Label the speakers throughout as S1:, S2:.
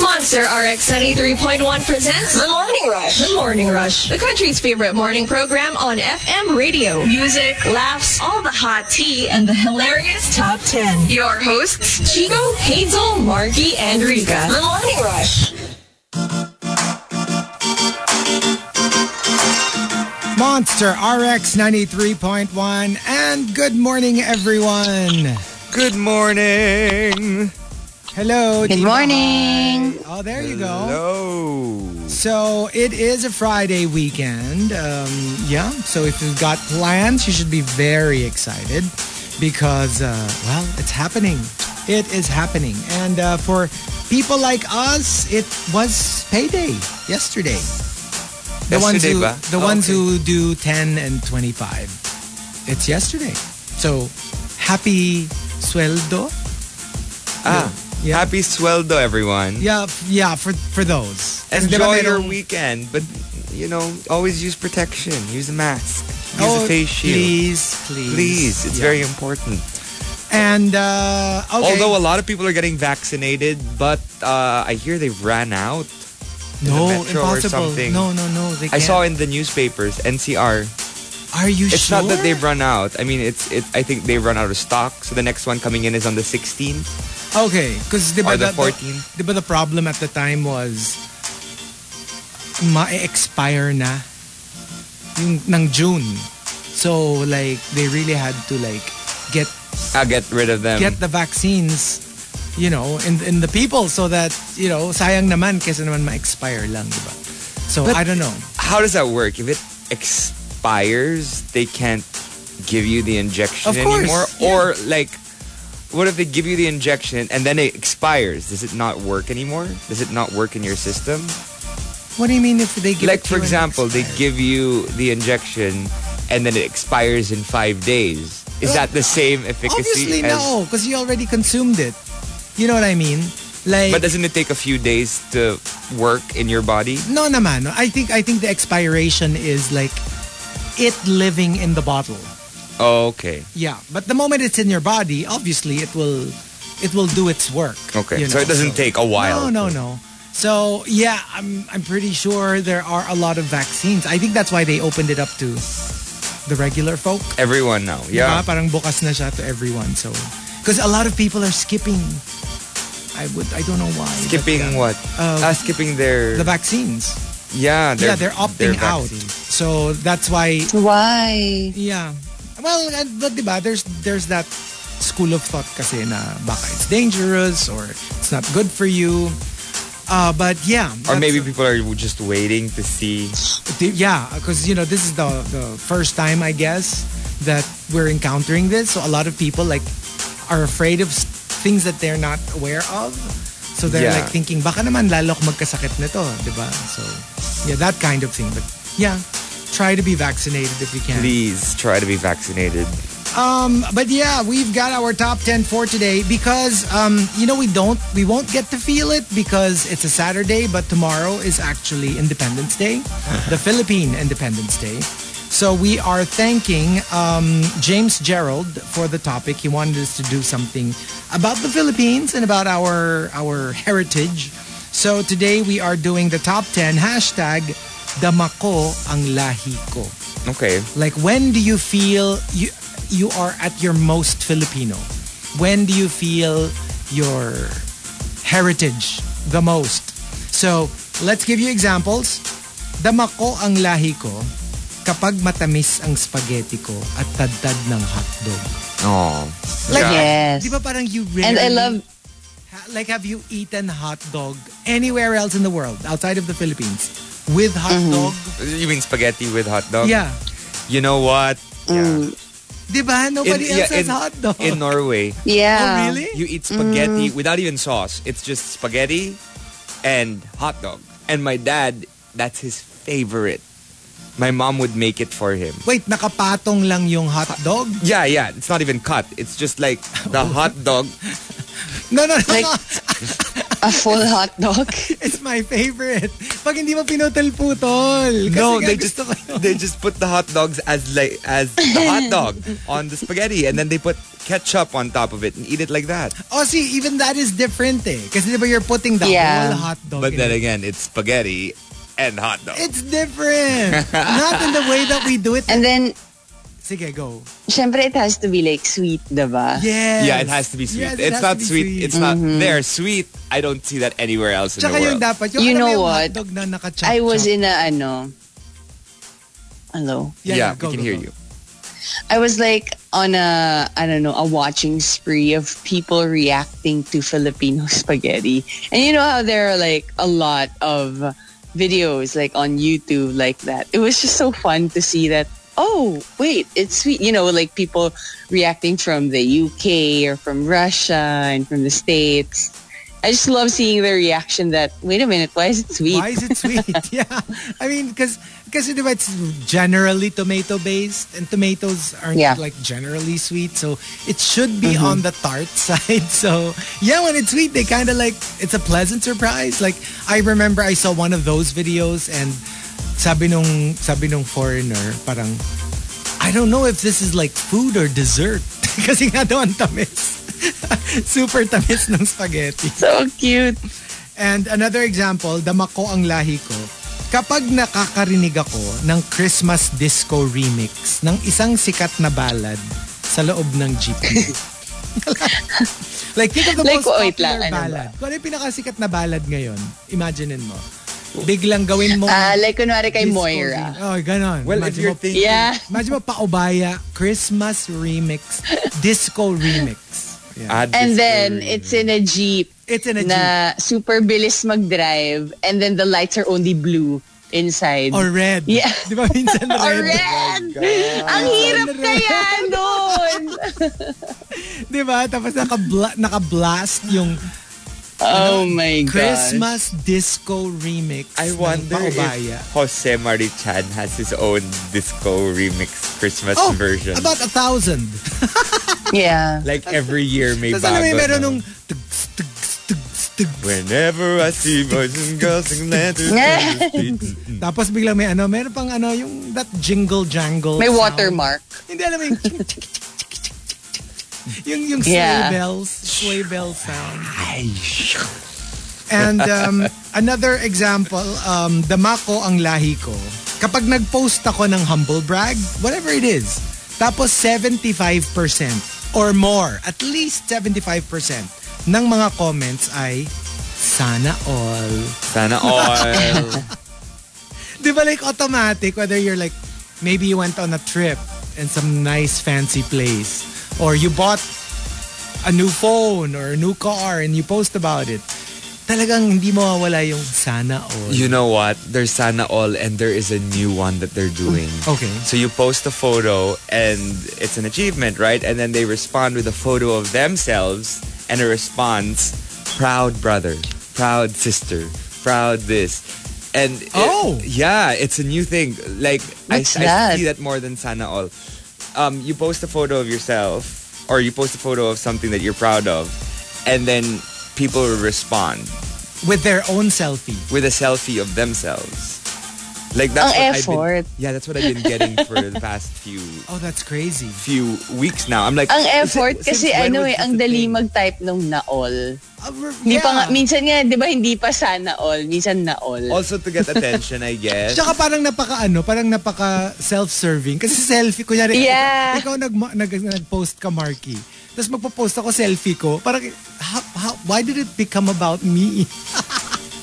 S1: Monster RX 73.1 presents
S2: The Morning Rush.
S1: The Morning Rush, the country's favorite morning program on FM radio.
S2: Music, laughs, all the hot tea, and the hilarious top 10.
S1: Your hosts, Chico, Hazel, Margie, and Rika.
S2: The Morning Rush.
S3: Monster RX 93.1 and good morning everyone.
S4: Good morning.
S3: Hello.
S5: Good morning.
S3: Oh, there you go.
S4: Hello.
S3: So it is a Friday weekend. Um, yeah. So if you've got plans, you should be very excited because, uh, well, it's happening. It is happening. And uh, for people like us, it was payday yesterday. The ones
S4: Yesterday
S3: who,
S4: ba?
S3: the
S4: Oh,
S3: ones
S4: okay.
S3: who do 10 and 25. It's yesterday. So happy sueldo.
S4: Mm-hmm. Ah,
S3: Yeah.
S4: happy sweldo, everyone.
S3: Yeah, f- yeah, for for those. Kasi di ba
S4: Enjoy your
S3: merong-
S4: weekend, but you know, always use protection. Use a mask. Use
S3: Oh,
S4: a face shield.
S3: Please, please.
S4: Please, it's
S3: Yeah.
S4: very important.
S3: And uh okay.
S4: Although a lot of people are getting vaccinated, but uh, I hear they've ran out. in the
S3: no,
S4: metro or
S3: impossible.
S4: something.
S3: No, no, no. They can't.
S4: I saw in the newspapers, NCR.
S3: Are you
S4: It's
S3: sure?
S4: not that they've run out. I mean, it's it. I think they've run out of stock. So the next one coming in is on the 16th.
S3: Okay, because the,
S4: Or the
S3: the,
S4: 14?
S3: the, diba the problem at the time was ma-expire na yung ng June. So like they really had to like get
S4: I'll get rid of them.
S3: get the vaccines you know in in the people so that you know sayang naman kaysa naman ma-expire lang diba. So
S4: But-
S3: I don't know.
S4: How does that work? If it expires, they can't give you the injection
S3: Of course,
S4: anymore?
S3: yeah.
S4: Or, like, what if they give you the injection and then it expires? Does it not work anymore? Does it not work in your system?
S3: What do you mean if they give
S4: like,
S3: it to
S4: for
S3: you and
S4: example, they
S3: expire?
S4: give you the injection and then it expires in five days. Is that the same efficacy?
S3: Obviously
S4: as,
S3: no, because you already consumed it. You know what I mean? Like
S4: But doesn't it take a few days to work in your body?
S3: no naman. no. I think I think the expiration is like it living in the bottle.
S4: Oh, okay.
S3: Yeah, but the moment it's in your body, obviously it will it will do its work.
S4: Okay.
S3: you
S4: so
S3: know,
S4: it doesn't take a while.
S3: No, no, no. So yeah, I'm I'm pretty sure there are a lot of vaccines. I think that's why they opened it up to the regular folk.
S4: Everyone now. Yeah.
S3: Diba? Parang bukas na siya to everyone. So because a lot of people are skipping. I would I don't know why. but,
S4: Skipping
S3: yeah.
S4: what?
S3: Um,
S4: Ah, skipping their
S3: The vaccines.
S4: Yeah,
S3: yeah, they're opting
S4: they're
S3: out.
S4: vaccine.
S3: So that's why
S5: Why?
S3: Yeah. Well, uh, but diba, there's there's that school of thought kasi na baka it's dangerous or it's not good for you. Uh, but yeah.
S4: Or
S3: that's-
S4: maybe people are just waiting to see.
S3: Di- yeah, because you know this is the the first time I guess that we're encountering this. So a lot of people like are afraid of s- things that they're not aware of. So they're
S4: Yeah.
S3: like thinking baka naman lalok magkasakit nito, 'di ba? So yeah, that kind of thing. But yeah, try to be vaccinated if you can.
S4: Please try to be vaccinated.
S3: Um, but yeah, we've got our top 10 for today because, um, you know, we don't, we won't get to feel it because it's a Saturday, but tomorrow is actually Independence Day, the Philippine Independence Day. So we are thanking, um, James Gerald for the topic. He wanted us to do something about the Philippines and about our, our heritage. So today we are doing the top 10 hashtag Damako ang lahi ko.
S4: Okay.
S3: Like when do you feel you you are at your most Filipino? When do you feel your heritage the most? So, let's give you examples. Damako ang lahi ko kapag matamis ang spaghetti ko at tadtad ng hotdog.
S4: Oh.
S3: Like-
S5: Yes.
S3: Di ba parang you
S5: And
S3: rarely,
S5: I love
S3: ha- like have you eaten hot dog anywhere else in the world outside of the Philippines with hot dog?
S4: You mean spaghetti with hot dog?
S3: Yeah.
S4: You know what? Yeah.
S3: Di ba?
S4: In,
S3: Nobody
S4: yeah,
S3: else has
S4: in-
S3: hot dog.
S4: in Norway,
S5: yeah.
S3: oh, really?
S4: you eat spaghetti without even sauce. It's just spaghetti and hot dog. And my dad, that's his favorite. My mom would make it for him.
S3: Wait, nakapatong lang yung hot dog?
S4: Yeah, yeah. It's not even cut. It's just like the hot dog.
S3: No, no, no,
S5: Like-
S3: no.
S5: A full hot dog.
S3: It's my favorite. Pag hindi mo pinutol-putol. Kasi
S4: No,
S3: nga
S4: they just
S3: gusto ko yun.
S4: they just put the hot dogs as like as the hot dog on the spaghetti, and then they put ketchup on top of it and eat it like that.
S3: Oh, see, even that is different eh. Kasi diba you're putting the
S5: Yeah.
S3: whole hot dog
S4: But
S3: in
S4: then
S3: it.
S4: again, it's spaghetti and hot dog.
S3: It's different. Not in the way that we do it.
S5: And then,
S3: Sige, go.
S5: syempre it has to be like sweet, diba?
S3: Yes.
S4: Yeah, it has to be sweet.
S3: Yes, it has
S4: it's
S3: to
S4: not
S3: be
S4: sweet. It's not
S5: Mm-hmm.
S4: they're sweet. I don't see that anywhere else in
S3: Tsaka
S4: the
S3: yung
S4: world.
S3: dapat, yung
S5: You
S3: alam mo
S5: know
S3: yung
S5: what?
S3: hotdog na naka-chop.
S5: I was in a, ano, hello?
S4: yeah,
S3: go,
S4: we can
S3: go,
S4: hear
S3: go.
S4: you.
S5: I was like on a, I don't know, a watching spree of people reacting to Filipino spaghetti. And you know how there are like a lot of videos like on YouTube like that. It was just so fun to see that, oh, wait, it's sweet. You know, like people reacting from the UK or from Russia and from the States. I just love seeing the reaction that, wait a minute, why is it sweet?
S3: Why is it sweet? yeah. I mean, because kasi diba it's generally tomato based and tomatoes aren't
S5: Yeah. Mm-hmm.
S3: like generally sweet. So it should be on the tart side. So yeah, when it's sweet, they kind of like, it's a pleasant surprise. Like I remember I saw one of those videos and sabi nung, sabi nung foreigner, parang, I don't know if this is like food or dessert. Kasi nga daw ang tamis. Super tamis ng spaghetti.
S5: so cute.
S3: And another example, damako ang lahi ko. Kapag nakakarinig ako ng Christmas disco remix ng isang sikat na ballad sa loob ng jeepney. like, think of the
S5: Like,
S3: most
S5: wait
S3: popular
S5: lang, ano ba?
S3: ballad. Kung ano yung pinakasikat na ballad ngayon, imaginein mo. Biglang gawin mo.
S5: Ah, like kunwari kay
S3: disco
S5: Moira.
S3: remix. Oh, ganon.
S4: Well, if
S3: Imagine
S4: you're
S3: mo-
S4: thinking,
S5: Yeah.
S3: Imagine mo, paubaya, Christmas remix, disco remix. Yeah.
S4: add
S5: And
S4: this
S5: then
S4: to-
S5: it's in a jeep.
S3: It's in a jeep.
S5: na super bilis mag-drive and then the lights are only blue inside.
S3: Or red.
S5: Yeah.
S3: Di ba minsan red?
S5: Or red! Ang hirap
S3: Red.
S5: kaya doon!
S3: Di ba? Tapos nakabla- naka-blast yung
S5: oh my God.
S3: Christmas Disco Remix
S4: I
S3: ng
S4: wonder
S3: Paubaya.
S4: if Jose Marichan has his own disco remix Christmas
S3: Oh,
S4: version.
S3: about a thousand.
S5: Yeah.
S4: like every year may
S3: Tapos alam mo yung
S4: bago,
S3: meron
S4: no?
S3: nung tugs, tugs, tugs, tugs.
S4: Whenever I see boys and girls and lanterns on the streets.
S3: Tapos biglang may ano, meron pang ano, yung that jingle jangle.
S5: May
S3: sound.
S5: watermark.
S3: Hindi alam mo yung chik, chik, chik, chik, chik, chik, chik. yung yung sleigh
S5: Yeah.
S3: bells, sleigh bell sound. And um, another example, um, damako ang lahi ko. Kapag nag-post ako ng humble brag, whatever it is, tapos 75% or more, at least 75% ng mga comments ay sana all.
S4: Sana all.
S3: Di ba like automatic, whether you're like, maybe you went on a trip in some nice fancy place or you bought a new phone or a new car and you post about it, talagang hindi mawawala yung sana all.
S4: You know what? There's Sana All and there is a new one that they're doing.
S3: Okay.
S4: So you post a photo and it's an achievement, right? And then they respond with a photo of themselves and a response, proud brother, proud sister, proud this. And it-
S3: Oh!
S4: yeah, it's a new thing. Like I,
S5: What's
S4: I
S5: that?
S4: see that more than Sana All. Um, you post a photo of yourself or you post a photo of something that you're proud of and then people respond
S3: with their own selfie.
S4: with a selfie of themselves. Like that's
S5: Ang
S4: what I've
S5: effort.
S4: been, Yeah, that's what I've been getting for the past few
S3: Oh, that's crazy.
S4: few weeks now. I'm like
S5: Ang
S4: is it-
S5: effort
S4: since
S5: kasi
S4: when was
S5: ano eh,
S4: this
S5: ang
S4: a
S5: dali
S4: thing?
S5: mag-type nung na all.
S3: Uh, r-
S5: Hindi pa nga,
S3: yeah.
S5: minsan nga, di ba hindi pa sana all, minsan na all.
S4: Also to get attention, I guess.
S3: Tsaka parang napaka ano, parang napaka self-serving. Kasi selfie, kunyari,
S5: Yeah.
S3: ikaw, ikaw nag, nag, nag-post ka, Marky. Tapos magpo-post ako selfie ko. Parang, how, how, why did it become about me?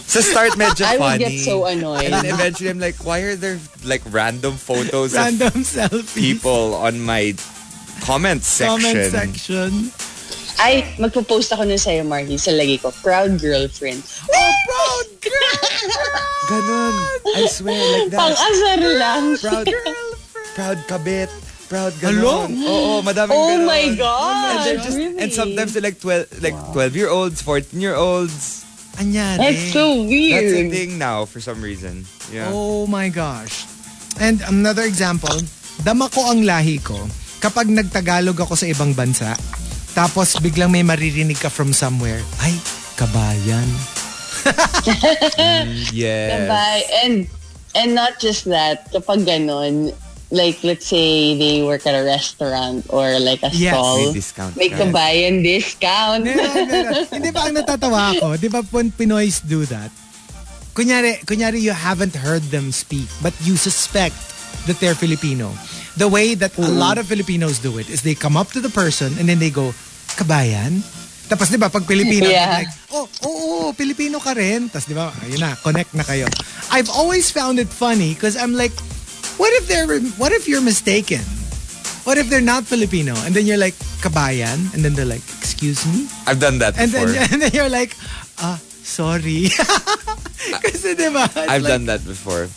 S4: Sa start medyo
S5: I would
S4: funny.
S5: get so
S4: and
S5: annoyed.
S4: then eventually I'm like, why are there like random photos of
S3: Random selfie.
S4: people on my comment section?
S3: Comment section.
S5: Ay, magpo-post ako nun sa'yo, Marky, sa lagi ko, proud girlfriend.
S3: Oh, proud girl!
S4: Ganun. I swear like that.
S5: Pang-asar lang.
S4: proud proud kabit. Proud
S3: Hello?
S4: ganun. Oo, madaming
S5: Oh
S4: ganun.
S5: my God!
S4: And they're just
S5: really?
S4: and sometimes they're like twelve like twelve year olds, fourteen year olds.
S3: Anyari.
S5: That's so
S4: That's a
S5: weird.
S4: thing now for some reason. Yeah.
S3: Oh my gosh. And another example, dama ko ang lahi ko kapag nagtagalog ako sa ibang bansa, tapos biglang may maririnig ka from somewhere, ay, kabayan.
S4: Yes.
S5: Diba? And and not just that, kapag ganon, like let's say they work at a restaurant or like a
S3: Yes.
S4: May
S5: stall,
S4: discount
S5: may
S4: ka.
S5: kabayan discount.
S3: Meron, meron. Hindi ba ang natatawa ako? Di ba when Pinoys do that? Kunyari, kunyari you haven't heard them speak, but you suspect that they're Filipino. The way that a lot of Filipinos do it is they come up to the person and then they go, kabayan? Tapos di ba, pag Pilipino,
S5: Yeah.
S3: like, oh, oo, oo, Pilipino ka rin. Tapos di ba, yun na, connect na kayo. I've always found it funny because I'm like, what if they're, what if you're mistaken? What if they're not Filipino? And then you're like, kabayan? And then they're like, excuse me?
S4: I've done that
S3: And
S4: before.
S3: then, and then you're like, ah, sorry. Kasi diba? it's
S4: I've
S3: like,
S4: done that before.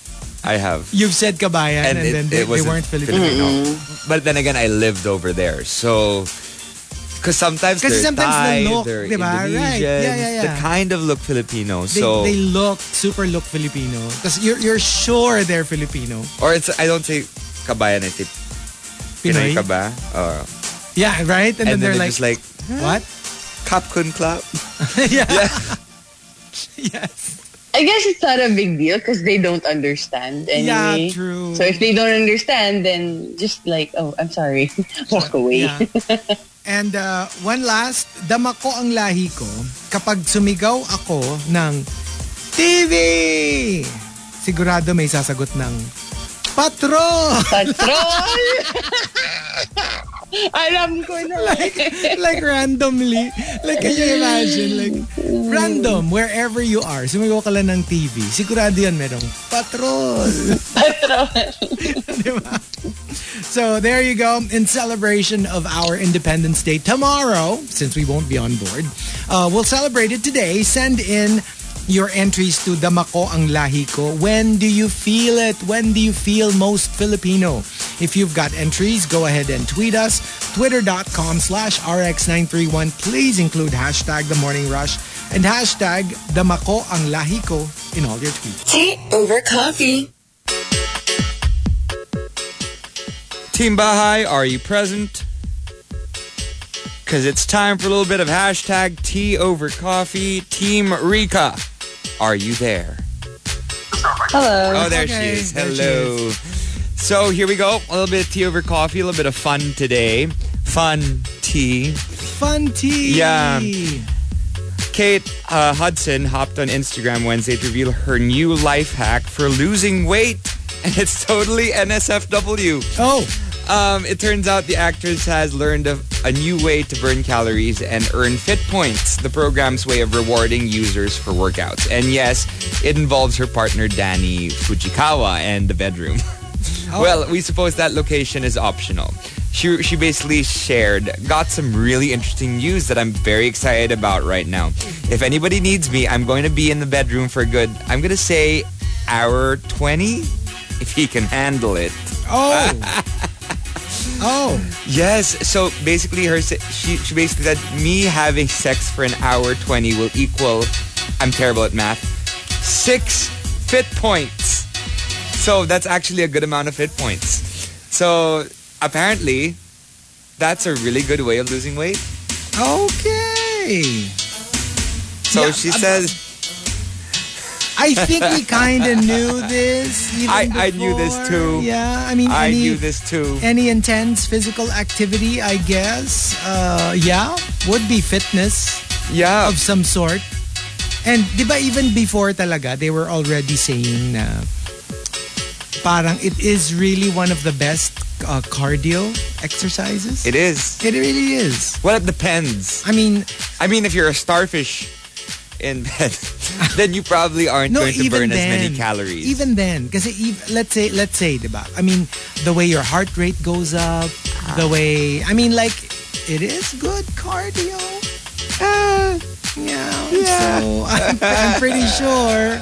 S4: I have.
S3: You've said kabayan and,
S4: And, it,
S3: then they,
S4: it
S3: they
S4: wasn't
S3: weren't Filipino.
S4: But then again, I lived over there. So, because sometimes
S3: Kasi
S4: they're
S3: sometimes
S4: Thai,
S3: they look,
S4: they're
S3: diba? Right.
S4: Indonesians.
S3: Yeah, yeah, yeah.
S4: They kind of look Filipino.
S3: They,
S4: so,
S3: they look, super look Filipino. Because you're, you're sure they're Filipino.
S4: or it's, I don't say kabayan, I say Pinoy
S3: Pinoy?
S4: ka ba? Or,
S3: Yeah, right? And,
S4: and
S3: then,
S4: then
S3: they're
S4: they're
S3: like,
S4: just like,
S3: what?
S4: Kap Kun Club.
S3: yeah.
S4: Yeah.
S3: yes.
S5: I guess it's not a big deal because they don't understand anyway.
S3: Yeah, true.
S5: So if they don't understand, then just like, oh, I'm sorry, walk away.
S3: Yeah. And uh, one last, dama ko ang lahi ko kapag sumigaw ako ng TV! Sigurado may sasagot ng Patron!
S5: Patrol! Alam ko na.
S3: like randomly. Like, can you imagine? Like, random, wherever you are, sumigaw ka lang ng TV, sigurado yan merong patrol. Di ba? So, there you go. In celebration of our Independence Day tomorrow, since we won't be on board, uh, we'll celebrate it today. Send in your entries to Damako ang Lahi ko. When do you feel it? When do you feel most Filipino? If you've got entries, go ahead and tweet us. Twitter.com slash RX931. Please include hashtag The Morning Rush and hashtag Damako ang Lahi ko in all your tweets.
S2: Tea over coffee.
S4: Team Baha'i, are you present? Because it's time for a little bit of hashtag tea over coffee. Team Rika, are you there?
S5: Hello.
S4: Oh, there
S3: Okay,
S4: she is.
S3: there she
S4: Hello. So here we go. A little bit of tea over coffee, a little bit of fun today. Fun tea.
S3: Fun tea!
S4: Yeah. Kate uh, Hudson hopped on Instagram Wednesday to reveal her new life hack for losing weight. And it's totally NSFW.
S3: Oh,
S4: Um, it turns out the actress has learned a, a new way to burn calories and earn fit points, the program's way of rewarding users for workouts. And yes, it involves her partner Danny Fujikawa and the bedroom. Well, we suppose that location is optional. She, she basically shared, got some really interesting news that I'm very excited about right now. If anybody needs me, I'm going to be in the bedroom for good, I'm going to say hour 20 if he can handle it.
S3: oh. oh.
S4: Yes. So basically, her se- she she basically said me having sex for an hour twenty will equal. I'm terrible at math. Six fit points. So that's actually a good amount of fit points. So apparently, that's a really good way of losing weight.
S3: Okay.
S4: So
S3: Yeah,
S4: she
S3: I'm-
S4: says,
S3: I think we kind of knew this. Even
S4: I- I knew this
S3: before.
S4: too.
S3: Yeah, I mean,
S4: I
S3: any,
S4: knew this too.
S3: any intense physical activity, I guess, uh, yeah, would be fitness
S4: Yeah.
S3: of some sort. And di ba even before talaga, they were already saying na parang it is really one of the best uh, cardio exercises.
S4: It is.
S3: it really is.
S4: Well, it depends.
S3: I mean,
S4: I mean, if you're a starfish in bed, then you probably aren't going to burn as many calories.
S3: Even then, kasi ev- let's say let's say, 'di ba? I mean, the way your heart rate goes up,
S4: Ah.
S3: the way I mean like it is good cardio. Ah, yeah. So I'm, I'm pretty sure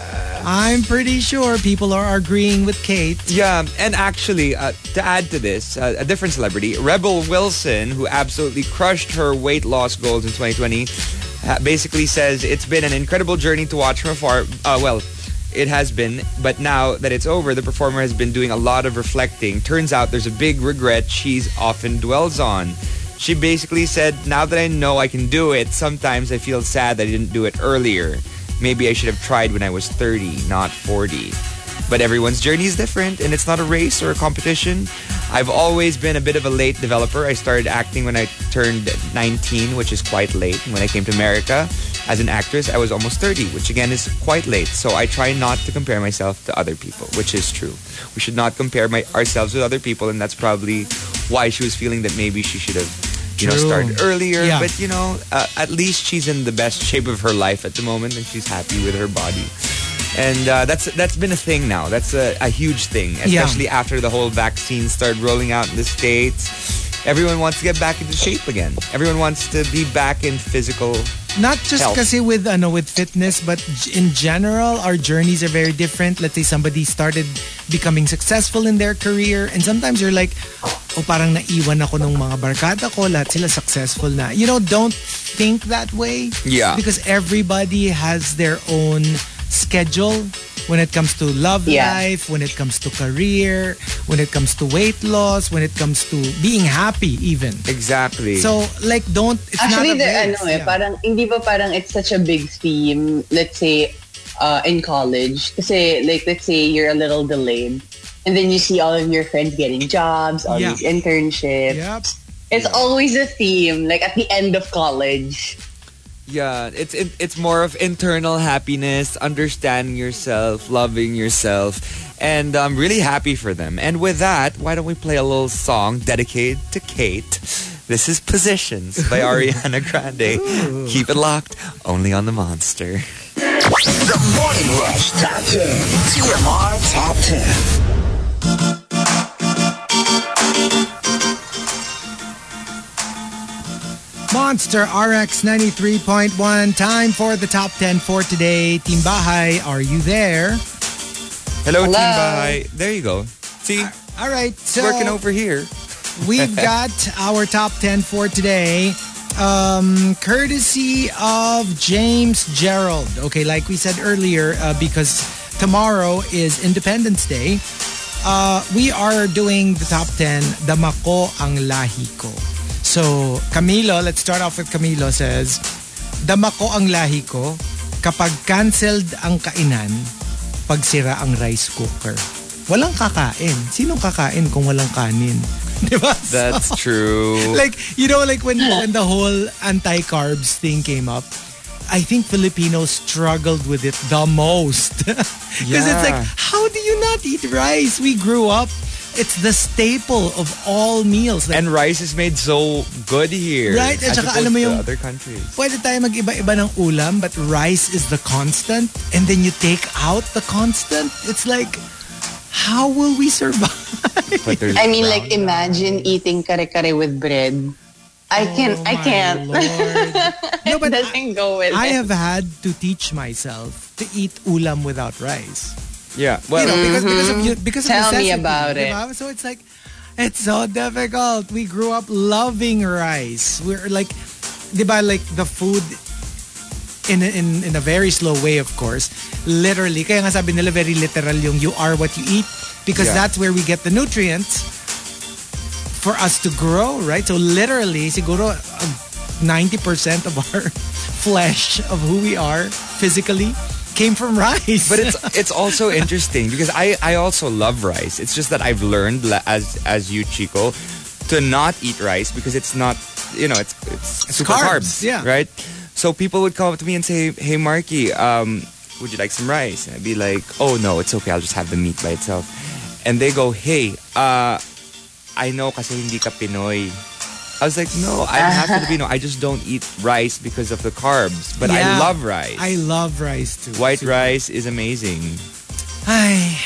S3: I'm pretty sure people are agreeing with Kate.
S4: Yeah, and actually, uh, to add to this, uh, a different celebrity, Rebel Wilson, who absolutely crushed her weight loss goals in 2020, uh, basically says it's been an incredible journey to watch from afar. Uh, well, it has been, but now that it's over, the performer has been doing a lot of reflecting. Turns out there's a big regret she's often dwells on. She basically said, "Now that I know I can do it, sometimes I feel sad that I didn't do it earlier. Maybe I should have tried when I was 30, not 40." but everyone's journey is different and it's not a race or a competition. I've always been a bit of a late developer. I started acting when I turned 19, which is quite late. When I came to America as an actress, I was almost 30, which again is quite late. So I try not to compare myself to other people, which is true. We should not compare my, ourselves with other people, and that's probably why she was feeling that maybe she should have you know,
S3: True.
S4: started earlier.
S3: Yeah.
S4: But you know, uh, at least she's in the best shape of her life at the moment, and she's happy with her body. And uh, that's that's been a thing now. That's a, a huge thing,
S3: Yeah.
S4: especially after the whole vaccine started rolling out in the states. Everyone wants to get back into shape again. Everyone wants to be back in physical.
S3: not just
S4: Health.
S3: kasi with ano with fitness but g- in general our journeys are very different let's say somebody started becoming successful in their career and sometimes you're like oh parang naiwan ako nung mga barkada ko lahat sila successful na you know don't think that way
S4: Yeah.
S3: because everybody has their own schedule when it comes to love
S5: Yeah.
S3: life when it comes to career when it comes to weight loss when it comes to being happy even
S4: Exactly.
S3: so like don't it's
S5: Actually,
S3: not a
S5: the,
S3: race.
S5: ano eh,
S3: Yeah.
S5: parang, hindi ba parang it's such a big theme, let's say, uh, in college. Kasi, like, let's say you're a little delayed. And then you see all of your friends getting jobs, all
S3: Yeah.
S5: these internships.
S3: Yep.
S5: It's always a theme, like, at the end of college.
S4: Yeah, it's it, it's more of internal happiness, understanding yourself, loving yourself, and I'm really happy for them. And with that, why don't we play a little song dedicated to Kate? This is Positions by Ariana Grande. Keep it locked, only on the Monster.
S6: The Morning Rush Top 10. TMR Top 10.
S3: Monster RX 93.1. Time for the top 10 for today. Team Bahay, are you there?
S4: Hello,
S5: Hello.
S4: Team Bye. There you go. See,
S3: All right.
S4: it's
S3: So
S4: working over here.
S3: we've got our top 10 for today. Um, courtesy of James Gerald. Okay, like we said earlier, uh, because tomorrow is Independence Day, uh, we are doing the top 10, Damako ang Lahi Ko. So, Camilo, let's start off with Camilo says, Damako ang lahi ko kapag cancelled ang kainan, pagsira ang rice cooker. Walang kakain. Sinong kakain kung walang kanin? Di ba?
S4: That's true.
S3: like you know like when when the whole anti carbs thing came up i think filipinos struggled with it the most because it's like
S4: Yeah.
S3: how do you not eat rice we grew up it's the staple of all meals like,
S4: and rice is made so good here,
S3: Right, at
S4: As
S3: saka
S4: opposed
S3: alam mo yung-
S4: to other countries.
S3: pwede tayo mag-iba-iba ng ulam but rice is the constant and then you take out the constant it's like how will we survive
S4: But there's
S5: I mean,
S4: brown
S5: like, imagine eating kare-kare with bread. I can,
S3: Oh My
S5: I can't.
S3: Lord. no
S5: It
S3: but
S5: doesn't go with
S3: I
S5: it.
S3: have had to teach myself to eat ulam without rice.
S4: Yeah,
S3: You
S4: well,
S3: know, because, because of you, because of
S5: Mm-hmm. Tell me
S3: necessity,
S5: about
S3: di
S5: it.
S3: ba? So it's like, it's so difficult. We grew up loving rice. We're like, di ba, like the food in a, in in a very slow way, of course. Literally, kaya nga sabi nila very literal yung you are what you eat because
S4: Yeah.
S3: that's where we get the nutrients for us to grow, right? So literally, siguro uh, 90% of our flesh of who we are physically came from rice.
S4: But it's it's also interesting because I I also love rice. It's just that I've learned la- as as you Chico to not eat rice because it's not you know it's it's, super
S3: carbs,
S4: carbs,
S3: yeah.
S4: right. So people would come up to me and say, "Hey, Marky, um, would you like some rice?" And I'd be like, "Oh no, it's okay. I'll just have the meat by itself." And they go, "Hey, uh, I know kasi hindi ka Pinoy." I was like, "No, I'm not Filipino. I just don't eat rice because of the carbs, but
S3: Yeah.
S4: I love rice."
S3: I love rice too.
S4: White rice is amazing.
S3: Ay,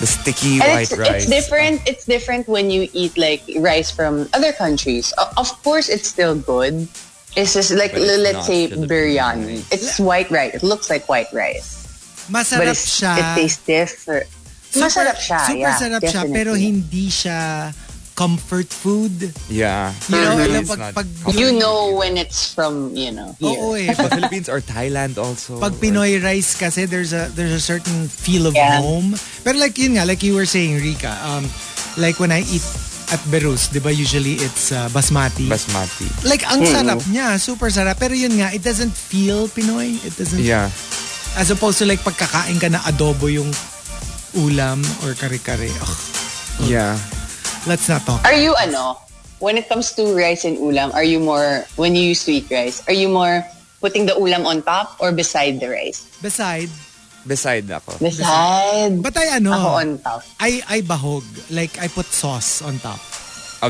S4: The sticky
S5: And
S4: white
S5: it's,
S4: rice.
S5: it's different. It's different when you eat like rice from other countries. O- Of course, it's still good. It's just like
S4: But it's
S5: l-
S4: not
S5: let's say
S4: Filipino rice.
S5: biryani. It's white rice. It looks like white rice, but
S3: masarap
S5: it's,
S3: siya.
S5: it tastes different. masarap siya.
S3: super
S5: yeah,
S3: sarap siya,
S5: definitely.
S3: pero hindi siya comfort food.
S4: Yeah.
S3: You know,
S4: Mhm.
S3: alam,
S4: It's
S3: pag-
S4: not
S3: pag-
S4: comfort
S5: You
S4: food.
S5: know when it's from you know here.
S3: Oo eh. Pag,
S4: Pag Philippines or Thailand also.
S3: pag Pinoy rice kasi, there's a, there's a certain feel of
S5: Yeah.
S3: home. Pero like yun nga, like you were saying, Rika, um, like when I eat at Berus, di ba usually it's uh, basmati.
S4: or basmati.
S3: like
S5: Hmm.
S3: ang sarap niya, super sarap. Pero yun nga, it doesn't feel Pinoy. It doesn't
S4: Yeah.
S3: As opposed to like pagkakain ka na adobo yung ulam or kare-kare. Oh, Ugh,
S4: Yeah.
S3: let's not talk.
S5: Are you ano? When it comes to rice and ulam, are you more when you used to eat rice? Are you more putting the ulam on top or beside the rice?
S3: Beside,
S4: Beside ako.
S5: Beside.
S3: but I ano,
S5: Ako on top.
S3: I I bahog. Like I put sauce on top. Oh,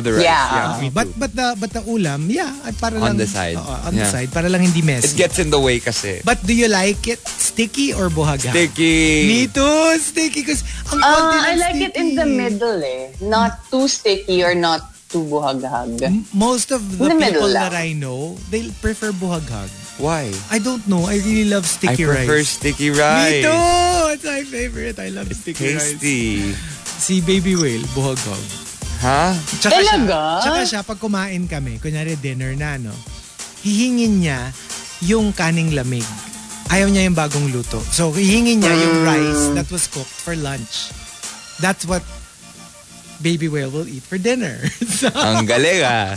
S4: Of the rice.
S5: Yeah.
S4: Yeah. me
S3: But
S4: too.
S3: but the but the ulam, yeah, at para
S4: On
S3: lang
S4: the side.
S3: Oo, on the
S4: Yeah.
S3: side para lang hindi
S4: It
S3: messy.
S4: gets in the way kasi.
S3: But do you like it sticky or buhaga?
S4: Sticky. Ah,
S3: Me too, sticky because ang konti
S5: Uh,
S3: ng
S5: I like it in the
S3: sticky.
S5: middle eh. Not too sticky or not too buhaghag.
S3: M- Most of the,
S5: the middle
S3: people that
S5: lang.
S3: I know, they prefer buhaghag.
S4: Why?
S3: I don't know. I really love
S4: I
S3: sticky
S4: prefer
S3: rice.
S4: sticky
S3: Me
S4: rice.
S3: too. It's my favorite. I love sticky rice.
S4: Tasty.
S3: Si Baby Whale, buhaghag.
S4: Huh?
S3: Tsaka
S5: Talaga?
S3: Siya, tsaka siya, pag kumain kami, kunyari dinner na, no, hihingin niya yung kaning lamig. Ayaw niya yung bagong luto. So, hihingin niya
S7: Mm.
S3: yung rice that was cooked for lunch. That's what baby whale will eat for dinner. so,
S4: Ang galing ah.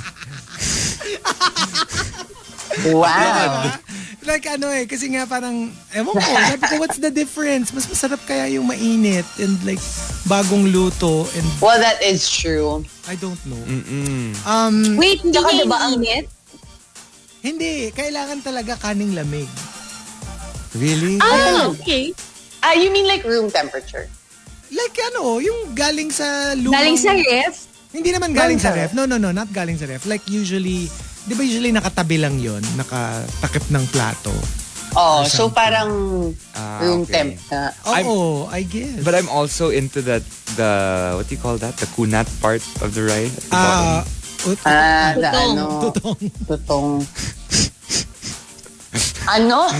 S5: Wow.
S3: like ano eh, kasi nga parang, ewan ko, sabi ko, what's the difference? Mas masarap kaya yung mainit and like bagong luto and
S5: Well, that is true.
S3: I don't know.
S7: Mm.
S4: Mm-mm.
S3: Um,
S7: Wait, hindi
S5: Tsaka
S7: niya
S5: diba ang-
S7: iniinit?
S3: hindi, kailangan talaga kaning lamig.
S4: Really?
S7: Ah, okay.
S5: Ah, you mean like room temperature?
S3: Like ano, yung galing sa lumang...
S7: Galing sa ref?
S3: Hindi naman galing,
S5: Galing
S3: sa ref.
S5: sa
S3: No, no, no. Not galing sa ref. Like usually, di ba usually nakatabi lang yon Nakatakip ng plato. Or
S5: Oh, so
S3: something.
S5: parang
S4: Ah,
S5: room
S4: okay.
S5: temp na.
S3: Oh, Oo, I guess.
S4: But I'm also into the the what do you call that? The kunat part of the rice. at the
S3: Ah,
S4: bottom.
S3: ut-
S5: Ah, the
S7: Tutong.
S5: ano.
S3: tutong.
S5: Tutong. ano?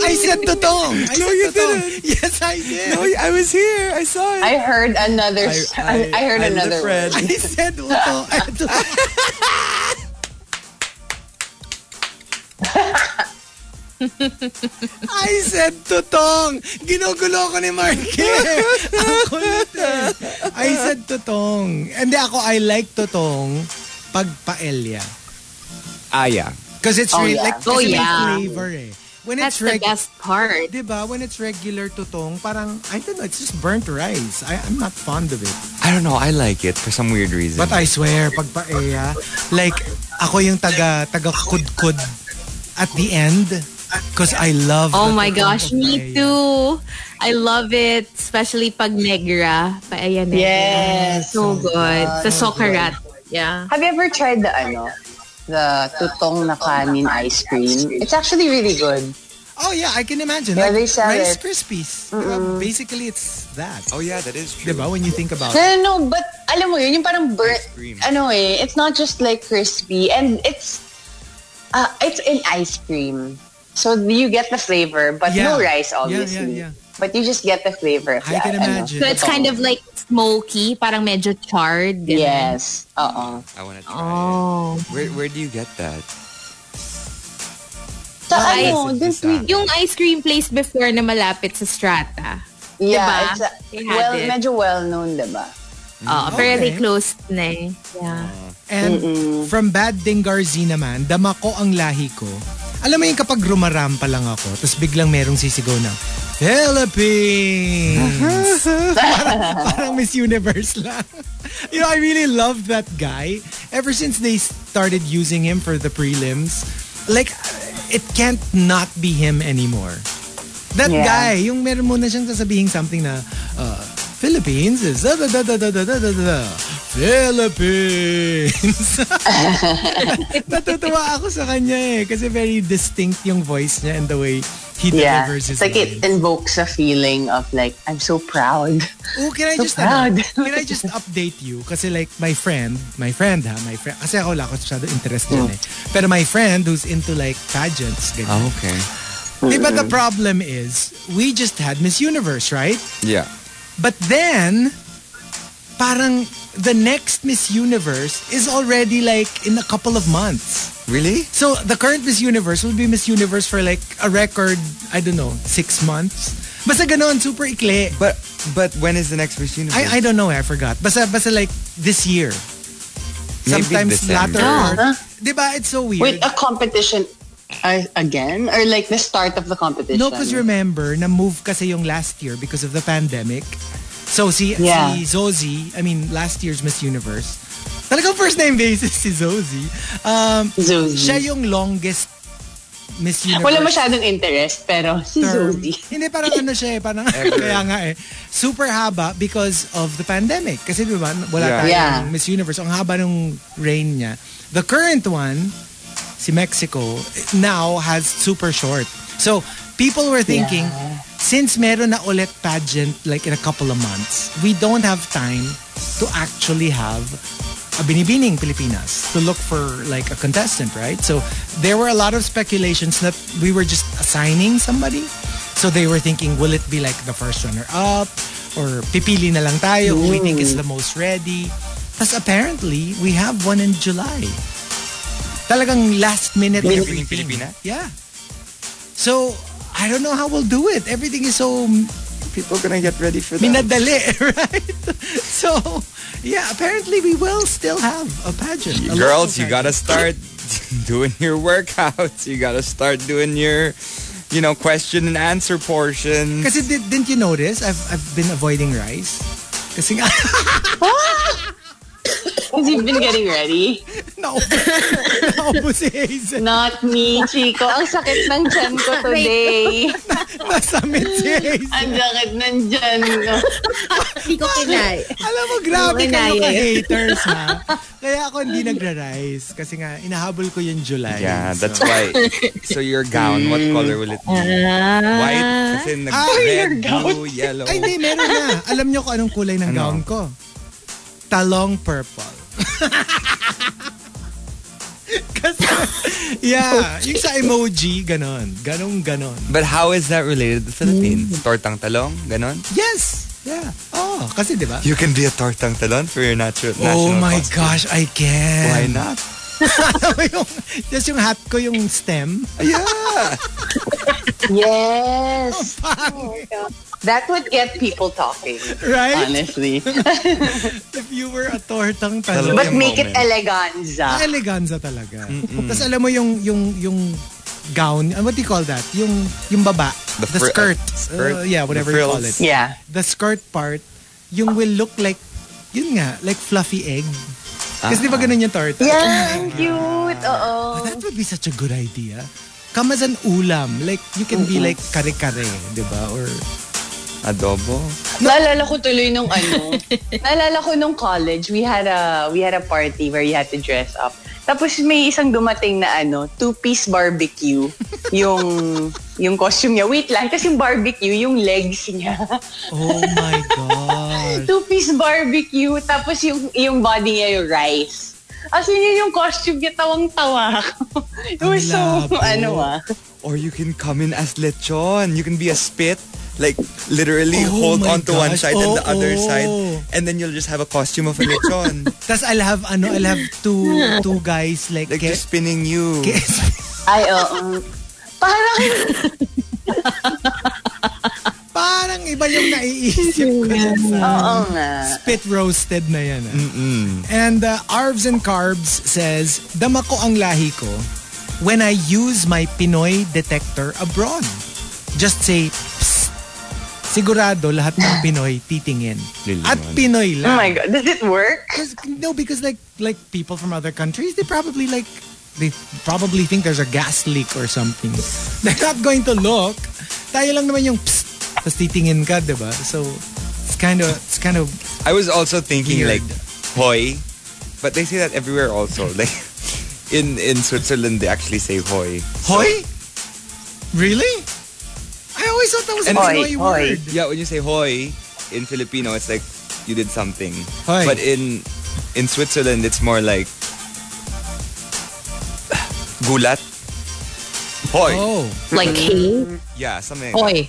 S3: I said totong. I
S4: No,
S3: said
S4: you
S3: totong.
S4: didn't.
S3: Yes, I did.
S4: No, I was here. I saw it.
S5: I heard another. I, I, heard
S4: I'm the
S5: another.
S4: friend.
S5: word.
S3: I said utong. I said- I said tutong. Ginugulo ko ni Marky. Ang kulit eh. I said tutong. Hindi ako, I like tutong pag paella.
S4: Ah, yeah.
S3: Because it's
S5: Oh,
S3: really
S5: yeah.
S3: like
S7: Oh,
S3: kasi may
S7: yeah.
S3: flavor eh. When it's
S7: That's the
S3: regular,
S7: best part.
S3: diba? When it's regular tutong, parang, I don't know, it's just burnt rice. I, I'm not fond of it.
S4: I don't know. I like it for some weird reason.
S3: But I swear, pag paella, like, ako yung taga, taga kudkud at the end. Because I love
S7: Oh
S3: the
S7: my
S3: tutong
S7: gosh,
S3: of
S7: me
S3: paella.
S7: too. I love it, especially pag negra, paella negra.
S5: Yes.
S7: So good. The sokarat. Yeah.
S5: Have you ever tried the ano? The tutong na kanin ice cream. It's actually really good.
S3: Oh yeah, I can imagine.
S5: Yeah,
S3: like
S5: they sell
S3: Rice
S5: it.
S3: Krispies. Diba? Basically, it's that.
S4: oh yeah, that is true.
S3: Diba? When you think about
S5: No,
S3: it.
S5: no, no. But alam mo yun, yung parang burnt.
S4: Ice cream.
S5: Ano eh, it's not just like crispy. And it's, uh, it's in ice cream. So you get the flavor, but
S3: Yeah.
S5: no rice,
S3: yeah,
S5: obviously.
S3: yeah.
S5: But you just get the flavor. of
S3: I can
S5: that, ano.
S3: imagine.
S7: So it's kind of like smoky, parang medyo charred. ganun.
S5: Yes. uh-uh. Oo.
S4: I want to try
S7: Oh.
S4: it. Where where do you get that?
S5: Sa
S7: Ay,
S5: ano,
S4: it's
S5: dun
S4: just
S3: ah.
S4: that.
S7: Yung ice cream place before na malapit sa Strata.
S5: Yeah,
S7: Diba?
S5: it's a,
S7: They had
S5: well,
S7: it.
S5: medyo well-known, diba?
S7: Oo, pero
S3: Okay.
S7: they closed na eh. Yeah.
S3: And from Bad Dengarzi naman, dama ko ang lahi ko. Alam mo yung kapag rumarampa lang ako, tapos biglang merong sisigaw na, Philippines! parang, parang Miss Universe lang. You know, I really love that guy. Ever since they started using him for the prelims, like, it can't not be him anymore. That
S5: Yeah.
S3: guy, yung meron muna siyang sasabihin something na, uh, Philippines is da da da da da da da da da Philippines. Natutuwa ako sa kanya eh. Kasi very distinct yung voice niya and the way he
S5: Yeah.
S3: delivers his
S5: It's like it
S3: lines.
S5: invokes a feeling of like, I'm so proud.
S3: Oh, can I
S5: So
S3: just, ano,
S5: proud.
S3: can I just update you? Kasi like my friend, my friend ha, my friend, kasi ako wala ako masyado interest dyan
S5: Oh.
S3: eh. Pero my friend who's into like pageants, ganyan.
S4: Oh, okay.
S3: Eh, but the problem is, we just had Miss Universe, right?
S4: Yeah.
S3: But then, parang the next Miss Universe is already like in a couple of months.
S4: Really?
S3: So the current Miss Universe will be Miss Universe for like a record, I don't know, six months. Basta ganon, super ikli.
S4: But but when is the next Miss Universe?
S3: I, I don't know, I forgot. Basta, basta like this year.
S4: Maybe
S3: Sometimes
S4: December.
S3: latter.
S5: Huh?
S3: Diba, it's so weird.
S5: Wait, a competition Uh, again? Or like the start of the competition?
S3: No, because remember, na-move kasi yung last year because of the pandemic. So si,
S5: Yeah.
S3: si Zosie, I mean, last year's Miss Universe, talagang first name basis si Zosie. Um, siya
S5: Zoe.
S3: yung longest Miss Universe.
S5: Wala masyadong interest, pero si
S3: term.
S5: Zoe.
S3: Hindi, parang ano siya eh. Parang, kaya nga eh. Super haba because of the pandemic. Kasi di ba, wala
S4: Yeah.
S3: tayong
S5: Yeah.
S3: Miss Universe. Ang haba ng reign niya. The current one, si Mexico, now has super short. So, people were thinking, since meron na ulit pageant like in a couple of months, we don't have time to actually have a binibining Pilipinas to look for like a contestant, right? So there were a lot of speculations that we were just assigning somebody. So they were thinking, will it be like the first runner up or pipili na lang tayo who we think is the most ready? Because apparently we have one in July. Talagang last minute
S4: Binibining
S3: everything.
S4: Pilipinas?
S3: Yeah. So I don't know how we'll do it. Everything is so
S4: People gonna get ready for that.
S3: minadali, right? So, yeah, apparently we will still have a pageant. a local
S4: Girls, you gotta
S3: pageant.
S4: start doing your workouts. You gotta start doing your, you know, question and answer portion.
S3: Kasi did, didn't you notice? I've, I've been avoiding rice. Kasi nga,
S5: Because you've been getting ready.
S3: naubos, naubos si Hazel.
S5: Not me, Chico. Ang sakit ng tiyan ko today.
S3: Nasamit si Hazel.
S5: Ang sakit ng tiyan ko.
S7: Hindi ko kinay.
S3: Alam mo, grabe
S7: Wala
S3: kayo
S7: eh.
S3: ka-haters, ha? Kaya ako hindi nagra-rice. Kasi nga, inahabol ko yung July.
S4: Yeah,
S3: So-
S4: that's why. So your gown, what color will it be? White? Kasi nag
S3: Ah, your
S4: red, blue, yellow.
S3: Ay, hindi, meron na. Alam niyo kung anong kulay ng
S4: Ano?
S3: gown ko? Talong purple. Kasi, yeah, yung sa emoji, ganon. Ganong ganon.
S4: But how is that related to the Philippines? Tortang talong? Ganon?
S3: Yes! Yeah. Oh, kasi di ba?
S4: You can be a tortang talon for your natural
S3: Oh
S4: national
S3: my
S4: costume.
S3: gosh, I can.
S4: Why not?
S3: Alam mo yung, just yung hat ko, yung stem.
S4: Yeah.
S5: Yes.
S3: Oh,
S5: Oh That would get people talking,
S3: Right?
S5: honestly.
S3: If you were a tortang talong.
S5: But
S4: Yung
S5: make it
S4: moment.
S5: eleganza.
S3: eleganza talaga. Tapos alam mo yung yung yung gown, uh, what do you call that? Yung yung baba, the,
S4: The fri-
S3: skirt.
S4: uh, skirt?
S3: Uh, yeah, whatever
S4: The
S3: you call it.
S4: frills.
S5: Yeah.
S3: The skirt part, yung will look like yun nga, like fluffy egg. Kasi
S4: Ah.
S3: di ba ganun yung torta?
S5: Yeah, ang cute. Oo.
S3: That would be such a good idea. Come as an ulam. Like, you can be like kare-kare, di ba? Or,
S4: Adobo?
S5: Naalala ko tuloy nung ano. naalala ko nung college, we had a we had a party where you had to dress up. Tapos may isang dumating na ano, two-piece barbecue. Yung yung costume niya. Wait lang, kasi yung barbecue, yung legs niya.
S3: oh my God.
S5: two-piece barbecue, tapos yung yung body niya yung rice. As in, yun yung costume niya, tawang-tawa ako. It was so,
S3: Labo.
S5: ano ah.
S4: Or you can come in as lechon. You can be a spit. Like, literally
S3: Oh
S4: hold
S3: my
S4: on to one
S3: gosh.
S4: side and the
S3: Oo.
S4: other side. And then you'll just have a costume of a lechon.
S3: Tapos I'll have, ano, I'll have two, two guys like,
S4: like,
S3: ke-
S4: just spinning you.
S3: ke-
S5: Ay, oo. Parang,
S3: Parang iba yung naiisip ko dyan sa
S5: oo nga.
S3: spit roasted na yan. ah. And uh, Arvs and Carbs says, Dama ko ang lahi ko when I use my Pinoy detector abroad. Just say, psst. Sigurado lahat ng Pinoy titingin.
S4: Lilingon.
S3: At Pinoy
S5: Oh
S3: lang.
S5: my God, does it work?
S3: 'Cause- no, because like like people from other countries, they probably like they probably think there's a gas leak or something. They're not going to look. Tayo lang naman yung psst, tapos titingin ka, di ba? So, it's kind of, it's kind of,
S4: I was also thinking
S3: Weird.
S4: like hoy, but they say that everywhere also. Like in in Switzerland they actually say hoy.
S3: hoy? Really? I always thought that was a
S4: And-
S3: Pinoy
S5: Hoy, hoy.
S3: word.
S4: Yeah, when you say hoy in Filipino it's like you did something.
S3: Hoy.
S4: But in in Switzerland it's more like gulat. Hoy.
S3: Oh.
S7: Like, hey,
S4: Yeah, something. like
S7: oy.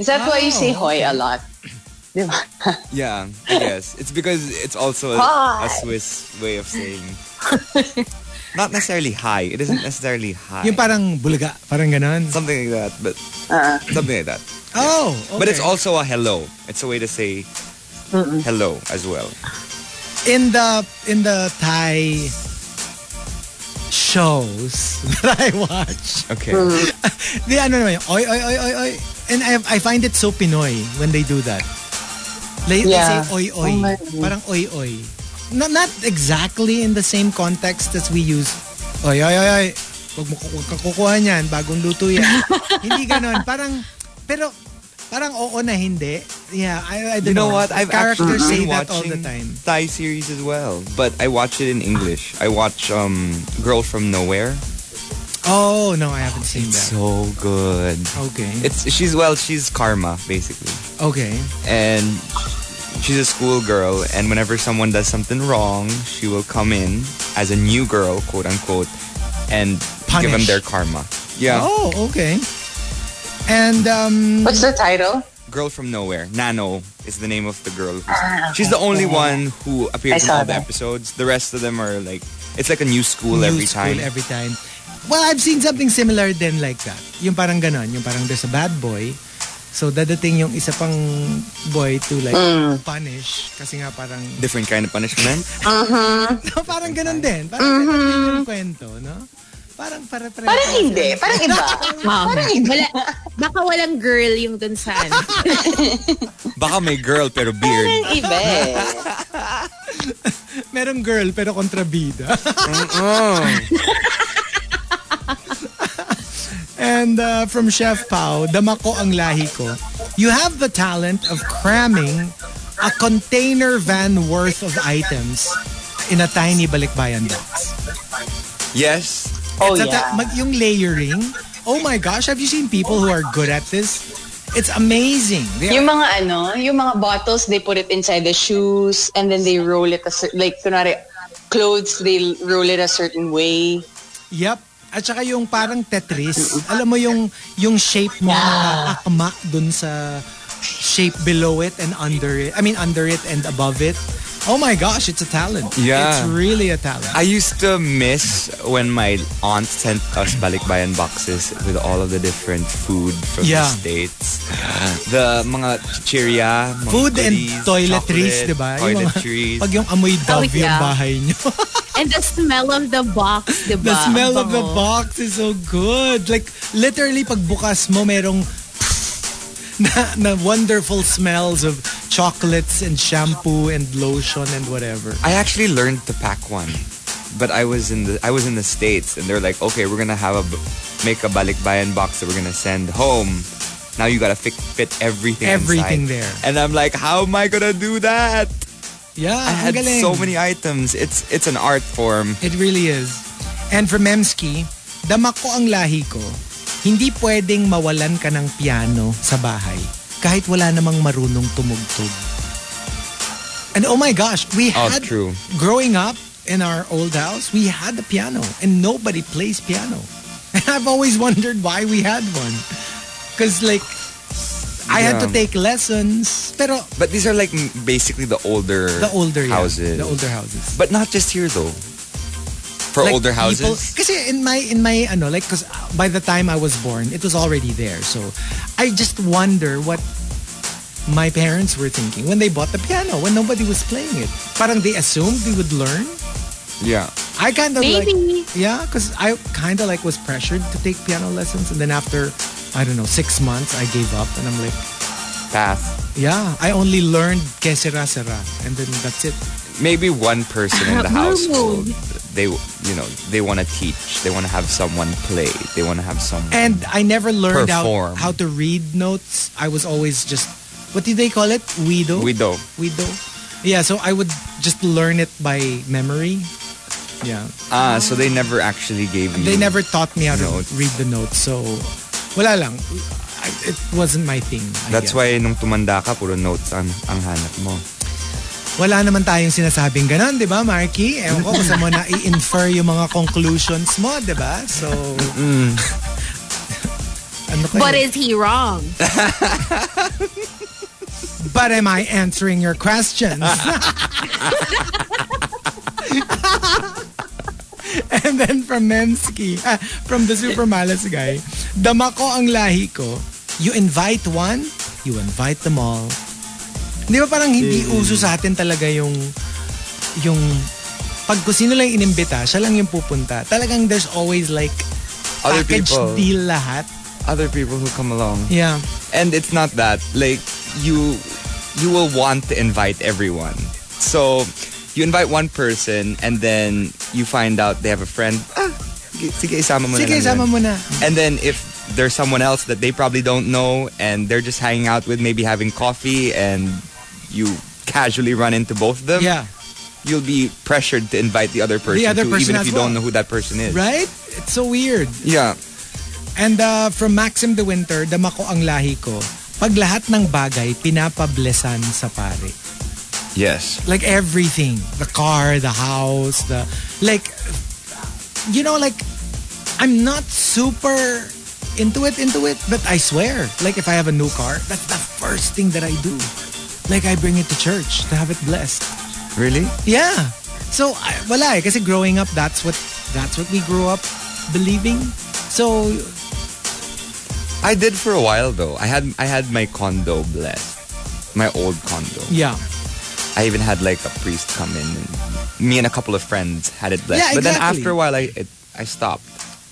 S5: Is that why you
S3: Oh,
S5: say hoy a lot? Di ba?
S4: that. Yeah, I guess. It's because it's also a, a
S5: Hi.
S4: Swiss way of saying not necessarily high. It isn't necessarily high.
S3: Yung parang bulaga, parang ganon.
S4: something like that, but something like that.
S3: Oh,
S4: But it's
S3: okay.
S4: also a hello. It's a way to say hello as well.
S3: in the in the Thai shows that I watch.
S4: Okay.
S3: They ano naman yung, oy, oy, oy, oy, oy. And I, I find it so Pinoy when they do that. Like,
S5: Yeah.
S3: They say oy, oy.
S5: Oh my God.
S3: Parang oy, oy. Not, not exactly in the same context as we use oy, oy, oy, oy. Huwag mo ku- huwag kang kukuha niyan, bagong luto yan. hindi ganon. Parang, pero, parang oo na hindi. Yeah, I, I don't
S4: You know what? I've actually
S3: Characters say
S4: been
S3: that all
S4: watching
S3: the time.
S4: Thai series as well, but I watch it in English. I watch um, Girl from Nowhere.
S3: Oh, no, I haven't seen
S4: It's
S3: that.
S4: so good.
S3: Okay.
S4: It's she's well, she's Karma basically,
S3: okay.
S4: and she's a schoolgirl. And whenever someone does something wrong, she will come in as a new girl, quote unquote, and give
S3: Punish.
S4: them their karma. Yeah,
S3: Oh, okay. And um
S5: What's the title?
S4: Girl from Nowhere. Nano is the name of the girl. She's the only one who appears in
S5: Ah, saw
S4: all the
S5: that.
S4: episodes. The rest of them are like it's like a new school
S3: new
S4: every
S3: school
S4: time.
S3: every time. Well, I've seen something similar then like that. Yung parang ganon, yung parang there's a bad boy. So dadating yung isa pang boy to like punish kasi nga parang
S4: Different kind of punishment.
S3: parang ganon din. Parang ganon yung kwento, no? Parang para para
S5: Parang hindi. Parang iba.
S7: Wow. Ah, Wala, baka walang girl yung dun sa ano.
S4: Baka may girl pero beard.
S5: Parang iba eh.
S3: merong girl pero kontrabida. And uh, from Chef Pau, dama ko ang lahi ko. You have the talent of cramming a container van worth of items in a tiny balikbayan box.
S4: Yes.
S5: Oh
S3: Sa ta-
S5: yeah.
S3: mag- yung layering, oh my gosh, have you seen people who are good at this? It's amazing. They
S5: Yung
S3: are,
S5: mga ano, yung mga bottles, they put it inside the shoes and then they roll it a cer- like kunwari clothes, they roll it a certain way.
S3: yep. At saka yung parang Tetris, alam mo yung yung shape mo na akma dun sa shape below it and under it. I mean under it and above it. Oh my gosh, it's a talent.
S4: Yeah.
S3: It's really a talent.
S4: I used to miss when my aunt sent us balikbayan boxes with all of the different food from
S3: Yeah.
S4: the States. The mga chichirya, mga
S3: Food and
S4: goodies,
S3: toiletries,
S4: chocolate,
S3: di ba? Yung mga-
S4: Toiletries.
S3: Pag yung amoy dove
S7: yeah.
S3: yung bahay nyo.
S7: And the smell of the box, di ba?
S3: The smell of the
S7: Bango.
S3: box is so good. Like, literally, pagbukas mo, merong na, na wonderful smells of chocolates and shampoo and lotion and whatever.
S4: I actually learned to pack one, but I was in the I was in the states, and they're like, okay, we're gonna have a b- make a balikbayan box that we're gonna send home. Now you gotta fit, fit everything.
S3: Everything
S4: inside.
S3: there.
S4: and I'm like, how am I gonna do that?
S3: Yeah,
S4: I had
S3: ang galing.
S4: so many items. It's it's an art form.
S3: It really is. And for Memski, dama ko ang lahi ko. Hindi pwedeng mawalan ka ng piano sa bahay kahit wala namang marunong tumugtog. And oh my gosh, we
S4: Oh,
S3: had
S4: true.
S3: growing up in our old house, we had a piano and nobody plays piano. And I've always wondered why we had one. Cuz like I had to
S4: Yeah.
S3: take lessons, pero
S4: But these are like m- basically the older
S3: the older yeah,
S4: houses.
S3: the older houses.
S4: But not just here though. For
S3: Like,
S4: older houses.
S3: people- kasi in my in my ano like cause by the time I was born, it was already there. So I just wonder what my parents were thinking when they bought the piano when nobody was playing it. Parang they assumed we would learn.
S4: yeah.
S3: I kind of like
S7: Maybe.
S3: yeah, cause I kind of like was pressured to take piano lessons, and then after I don't know six months, I gave up, and I'm like,
S4: Path.
S3: yeah, I only learned que sera sera, and then that's it.
S4: Maybe one person in the household.
S7: Mood.
S4: They you know, they wanna teach. They wanna have someone play. They wanna have someone
S3: And I never learned how,
S4: Perform.
S3: how to read notes. I was always just, what do they call it? Widow?
S4: widow.
S3: Widow. Yeah, so I would just learn it by memory. Yeah.
S4: Ah, so they never actually gave you
S3: They never taught me how to
S4: Mm. Notes.
S3: read the notes. So, wala lang. I- It wasn't my thing. I
S4: That's
S3: guess.
S4: why nung tumanda ka, puro notes ang, ang hanap mo.
S3: Wala naman tayong sinasabing ganon, di ba, Marky? Ewan ko kung saan mo na i-infer yung mga conclusions mo, di ba? So, ano kayo?
S7: But is he wrong?
S3: But am I answering your questions? And then from Memski, ah, from the Super Malas guy, dama ko ang lahi ko. You invite one, you invite them all.
S4: Mm.
S3: Di ba parang hindi uso sa atin talaga yung yung pag kung sino lang yung inimbita, siya lang yung pupunta. Talagang there's always like
S4: Other
S3: package
S4: people.
S3: deal lahat.
S4: Other people who come along.
S3: Yeah.
S4: and it's not that like you you will want to invite everyone so you invite one person and then you find out they have a friend ah, sige, isama mo na
S3: Sige,
S4: lang
S3: sama
S4: yan."
S3: mo na.
S4: and then if there's someone else that they probably don't know and they're just hanging out with maybe having coffee and you casually run into both of them
S3: Yeah.
S4: you'll be pressured to invite the other person,
S3: other
S4: too,
S3: person
S4: even if
S3: as
S4: you
S3: well.
S4: don't know who that person is
S3: Right? It's so weird.
S4: yeah
S3: And uh, from Maxim the Winter, dama ko ang lahi ko. Pag lahat ng bagay, pinapablesan sa pare.
S4: yes
S3: Like everything. The car, the house, the... Like, you know, like, I'm not super into it, into it, but I swear, like if I have a new car, that's the first thing that I do. Like I bring it to church to have it blessed.
S4: really
S3: Yeah. So I, wala eh kasi growing up that's what that's what we grew up believing. So
S4: I did for a while though. I had I had my condo blessed, my old condo.
S3: yeah.
S4: I even had like a priest come in. And me and a couple of friends had it blessed.
S3: Yeah,
S4: But then
S3: exactly.
S4: after a while, I it, I stopped.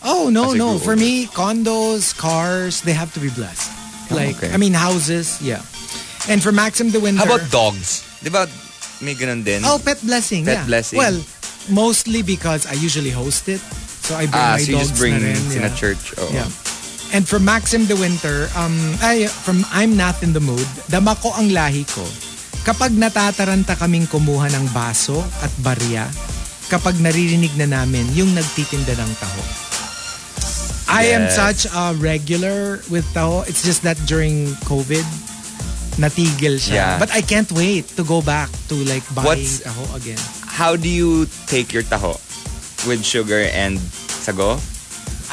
S3: Oh no
S4: As I
S3: no
S4: grew
S3: for
S4: older.
S3: me condos, cars, they have to be blessed.
S4: Oh,
S3: Like
S4: okay.
S3: I mean houses, yeah. And for Maxim the Winter
S4: How about dogs? Diba may ganun din?
S3: Oh, pet blessing.
S4: Pet
S3: yeah.
S4: blessing.
S3: Well, mostly because I usually host it. So I bring
S4: ah,
S3: my
S4: so you
S3: dogs
S4: just bring
S3: na rin,
S4: in a
S3: yeah.
S4: church. Oh.
S3: Yeah. And for Maxim the Winter, um, ay, from I'm Not in the Mood, dama ko ang lahi ko. Kapag natataranta kaming kumuha ng baso at barya, kapag naririnig na namin yung nagtitinda ng taho. I am
S4: Yes.
S3: such a regular with taho. It's just that during COVID, natigil siya.
S4: Yeah.
S3: But I can't wait to go back to like buying
S4: What's-
S3: taho again.
S4: How do you take your taho with sugar and sago?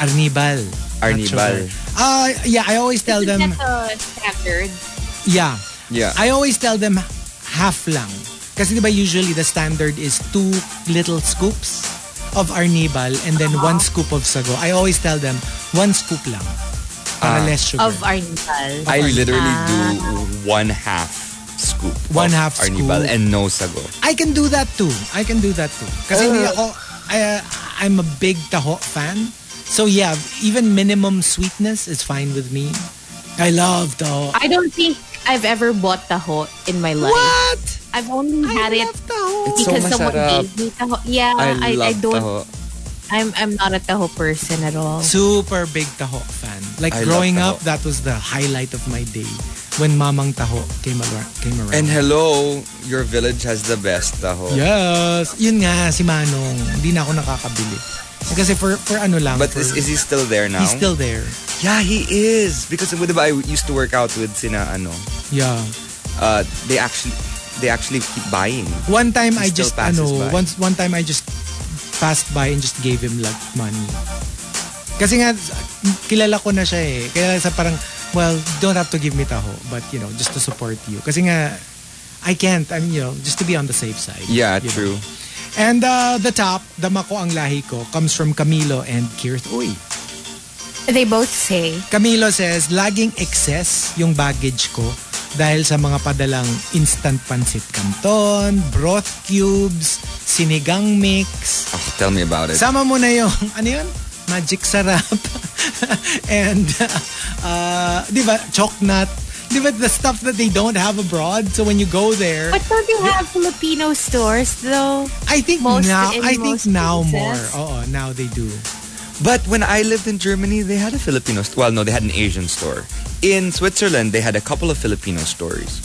S3: Arnibal. not
S4: Arnibal.
S3: sugar. Uh, yeah, I always tell
S7: Isn't
S3: them,
S7: that the standard?
S3: yeah,
S4: Yeah.
S3: I always tell them half lang. Kasi di ba usually the standard is two little scoops of arnibal and then one scoop of sago. I always tell them one scoop lang. Para
S4: Ah.
S3: less sugar.
S7: Of Arnibal.
S4: I literally
S7: Ah.
S4: do one half scoop.
S3: One half
S4: of arnibal
S3: scoop.
S4: and no sago.
S3: I can do that too. I can do that too. Kasi hindi
S4: Uh,
S3: ako, I, I'm a big taho fan. So yeah, even minimum sweetness is fine with me. I love taho.
S7: I don't think I've ever bought taho in my life.
S3: What?
S7: I've only had
S3: I
S7: it
S3: love taho.
S4: It's so
S7: because someone
S4: masarap.
S7: gave me taho. Yeah, I, I,
S4: love
S7: don't.
S4: taho.
S7: I'm I'm not a taho person at all.
S3: Super big taho fan. Like
S4: I love
S3: growing
S4: taho.
S3: up, that was the highlight of my day when Mamang Taho came around. Came around.
S4: And hello, your village has the best taho.
S3: yes, yun nga si Manong. Hindi na ako nakakabili. Kasi for for ano lang.
S4: But
S3: for-
S4: is, is he still there now?
S3: he's still there.
S4: Yeah, he is. Because with I used to work out with Sina ano.
S3: Yeah.
S4: Uh, they actually they actually keep buying.
S3: One time I
S4: He still
S3: just
S4: passes
S3: ano,
S4: by.
S3: once one time I just passed by and just gave him like money. Kasi nga kilala ko na siya eh. Kaya sa parang well, don't have to give me taho, but you know, just to support you. Kasi nga I can't, I'm you know, just to be on the safe side.
S4: Yeah,
S3: you know.
S4: true.
S3: And uh, the top, dama ko ang lahi ko, comes from Camilo and Kirth Uy.
S7: They both say
S3: Camilo says, laging excess yung baggage ko dahil sa mga padalang instant pancit canton, broth cubes, sinigang mix.
S4: Oh, tell me about it.
S3: Sama mo na yung, ano yun? Magic sarap. And, uh, di ba, choknut. Di ba, the stuff that they don't have abroad. So when you go there,
S7: But don't you have Filipino stores though?
S3: I think
S7: most-
S3: now,
S7: in
S3: I think
S7: most
S3: now
S7: places.
S3: more. Oo, now they do.
S4: but when I lived in Germany, they had a Filipino st- well, no, they had an Asian store. In Switzerland, they had a couple of Filipino stores.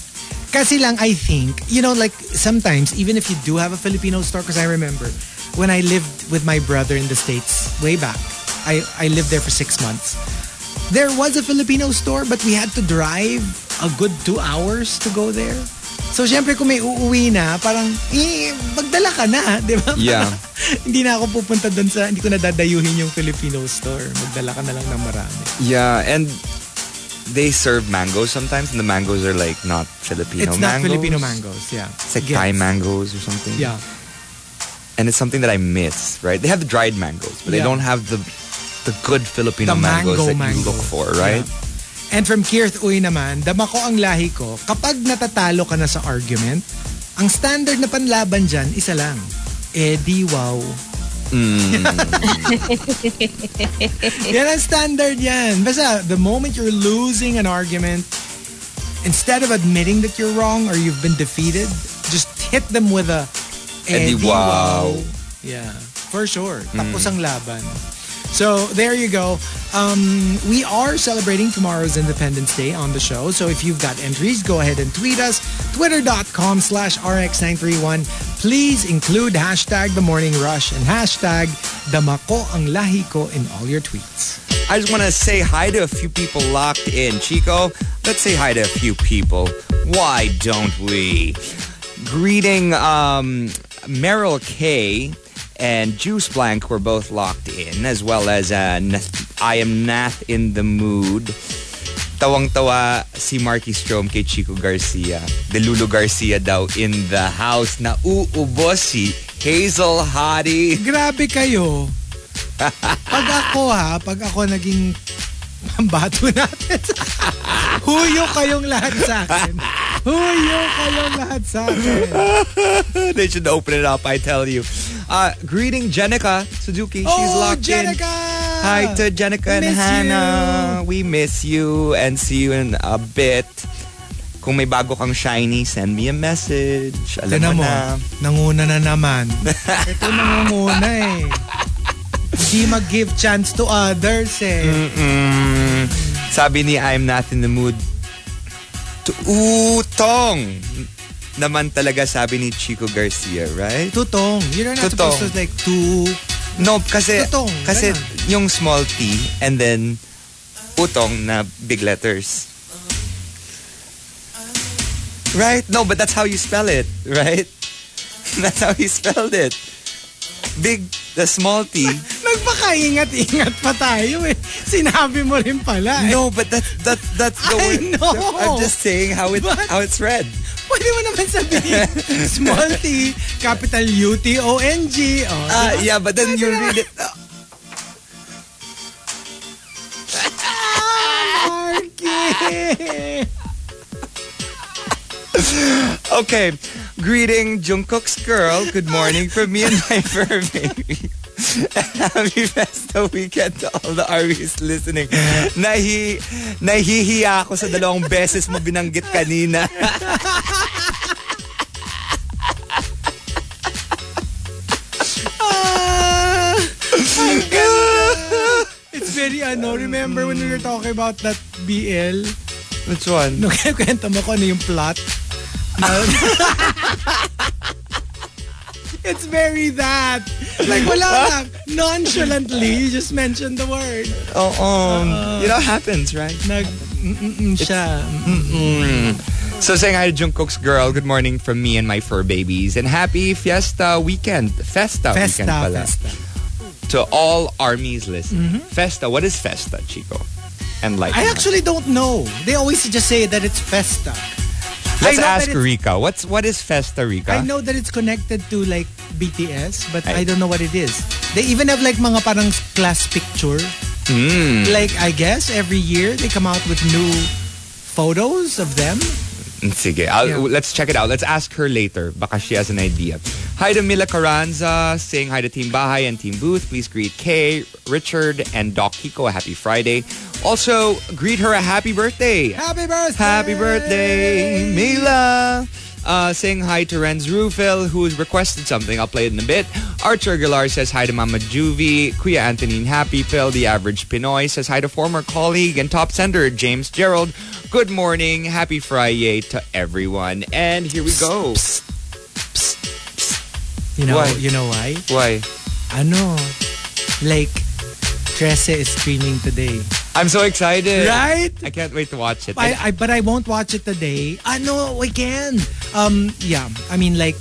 S3: Kasi lang, I think, you know, like sometimes, even if you do have a Filipino store, because I remember when I lived with my brother in the States way back, I, I lived there for six months. There was a Filipino store, but we had to drive a good two hours to go there. So, syempre, kung may uuwi na, parang, eh, magdala ka na, di ba?
S4: Yeah.
S3: hindi na ako pupunta doon sa, hindi ko na dadayuhin yung Filipino store. Magdala ka na lang ng marami.
S4: Yeah, and they serve mangoes sometimes, and the mangoes are like not Filipino
S3: It's not
S4: mangoes.
S3: Filipino mangoes, yeah.
S4: It's like
S3: Yeah.
S4: Thai mangoes or something.
S3: Yeah.
S4: and it's something that I miss, right? They have the dried mangoes, but
S3: Yeah.
S4: they don't have the the good Filipino
S3: The
S4: mangoes
S3: mango
S4: that
S3: mango.
S4: you look for, right?
S3: And from Kirth Uy naman, dama ko ang lahi ko, kapag natatalo ka na sa argument, ang standard na panlaban dyan, isa lang. Eddie Wow.
S4: Mm.
S3: yan ang standard yan. Basta, the moment you're losing an argument, instead of admitting that you're wrong or you've been defeated, just hit them with a "Eh,
S4: Eddie Eh, wow. Mm.
S3: Yeah, for sure. Tapos ang laban. So, there you go. Um, we are celebrating tomorrow's Independence Day on the show. So, if you've got entries, go ahead and tweet us. Twitter.com slash RX931. Please include hashtag The Morning Rush and hashtag Damako ang lahi ko in all your tweets.
S4: I just want to say hi to a few people locked in. Chico, let's say hi to a few people. Why don't we? Greeting um, Meryl K and Juice Blank were both locked in, as well as uh, Nath- I am Nath in the mood. Tawang-tawa si Marky Strom kay Chico Garcia. Delulo Garcia daw in the house. Na uubos si Hazel Hottie.
S3: Grabe kayo. Pag ako ha, pag ako naging pambato natin, huyo kayong lahat sa akin. Huyo kayong lahat sa akin.
S4: they should open it up, I tell you. Uh, greeting Jenica Suzuki. She's
S3: oh,
S4: locked
S3: Jenica!
S4: in. Hi to Jenica and
S3: Miss you.
S4: Hannah. We miss you and see you in a bit. Kung may bago kang shiny, send me a message. Alam
S3: Tignan
S4: mo
S3: mo,
S4: na.
S3: nanguna na naman. Ito nangunguna eh. Hindi mag-give chance to others eh.
S4: Mm, sabi ni I'm not in the mood. Tuutong! Naman talaga sabi ni Chico Garcia, right?
S3: Tutong. You're not
S4: Tutong.
S3: supposed to like, to...
S4: No, kasi
S3: Tutong,
S4: kasi
S3: ganun.
S4: yung small t and then utong na big letters. Right? No, but that's how you spell it, right? That's how he spelled it. Big the small t.
S3: Nagpakaingat-ingat pa tayo eh. Sinabi mo rin pala eh.
S4: No, but that that that's the
S3: I
S4: word.
S3: know.
S4: I'm just saying how it
S3: But-
S4: how it's read.
S3: Pwede mo naman sabihin, small t, capital U-T-O-N-G. Oh,
S4: Uh, yeah, but then you read it.
S3: Marky!
S4: Okay. Greeting Jungkook's girl. Good morning from me and my fur baby. Happy Festo weekend to all the RVs listening. Nahi, nahihiya ako sa dalawang beses mo binanggit kanina.
S3: It's very ano, remember when we were talking about that BL?
S4: Which one?
S3: Nung kwento mo ko ano yung plot? Um, Na- It's very that. Like, wala lang. Nonchalantly, you just mentioned the word.
S4: Oh, um, you know what happens, right?
S3: Nag, mm siya.
S4: So saying hi to Jungkook's girl. Good morning from me and my fur babies. And happy Fiesta weekend. Festa, weekend
S3: Festa,
S4: pala.
S3: festa. Mm-hmm.
S4: To all armies listening. Festa. What is Festa, Chico? And like,
S3: I actually don't know. They always just say that it's Festa.
S4: Let's
S3: I know
S4: ask
S3: that it's-
S4: Rika. What's what is Festa Rica?
S3: I know that it's connected to like BTS, but
S4: Ay.
S3: I don't know what it is. They even have like mga parang class picture.
S4: Hmm.
S3: Like I guess every year they come out with new photos of them.
S4: Mm, Sige, I'll,
S3: Yeah.
S4: let's check it out. Let's ask her later. Baka she has an idea. Hi to Mila Carranza, saying hi to Team Bahay and Team Booth. Please greet Kay, Richard, and Doc Kiko a happy Friday. Also, greet her a happy birthday.
S3: Happy birthday!
S4: Happy birthday, Mila! Uh, saying hi to Renz Rufel, who's requested something. I'll play it in a bit. Archer Galar says hi to Mama Juvie. Kuya Antonine Happy Pill, the average Pinoy, says hi to former colleague and top sender James Gerald. Good morning. Happy Friday to everyone. And here we go.
S3: You know,
S4: Why?
S3: you know why?
S4: Why?
S3: Ano? Like Trece is streaming today.
S4: I'm so excited.
S3: Right?
S4: I can't wait to watch it.
S3: I, I but I won't watch it today. I know we can. Um yeah, I mean like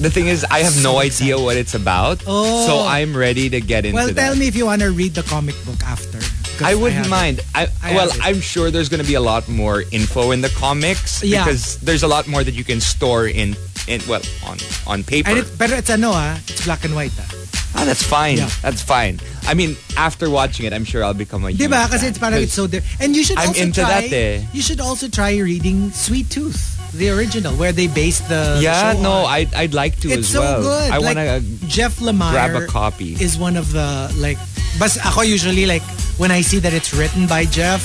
S4: the thing is, I have no
S3: So
S4: idea what it's about.
S3: Oh.
S4: So I'm ready to get into
S3: well
S4: that.
S3: tell me if you want to read the comic book after. 'cause
S4: I wouldn't
S3: have it.
S4: mind. I,
S3: I
S4: well,
S3: have it.
S4: I'm sure there's going to be a lot more info in the comics
S3: Yeah.
S4: because there's a lot more that you can store in in well on on paper.
S3: And it, pero it's ano ah, it's black and white ah.
S4: Ah, that's fine.
S3: Yeah.
S4: That's fine. I mean, after watching it, I'm sure I'll become a. huge
S3: Diba? Kasi
S4: fan.
S3: it's parang it's so different. And you should
S4: I'm
S3: also
S4: into
S3: try,
S4: that eh.
S3: you should also try reading Sweet Tooth. the original where they based the the
S4: Yeah,
S3: show
S4: no,
S3: on.
S4: I'd, I'd like to
S3: it's
S4: as
S3: so
S4: well.
S3: good.
S4: I
S3: like,
S4: want to
S3: Jeff Lemire
S4: grab a copy.
S3: is one of the like. But ako usually like when I see that it's written by Jeff,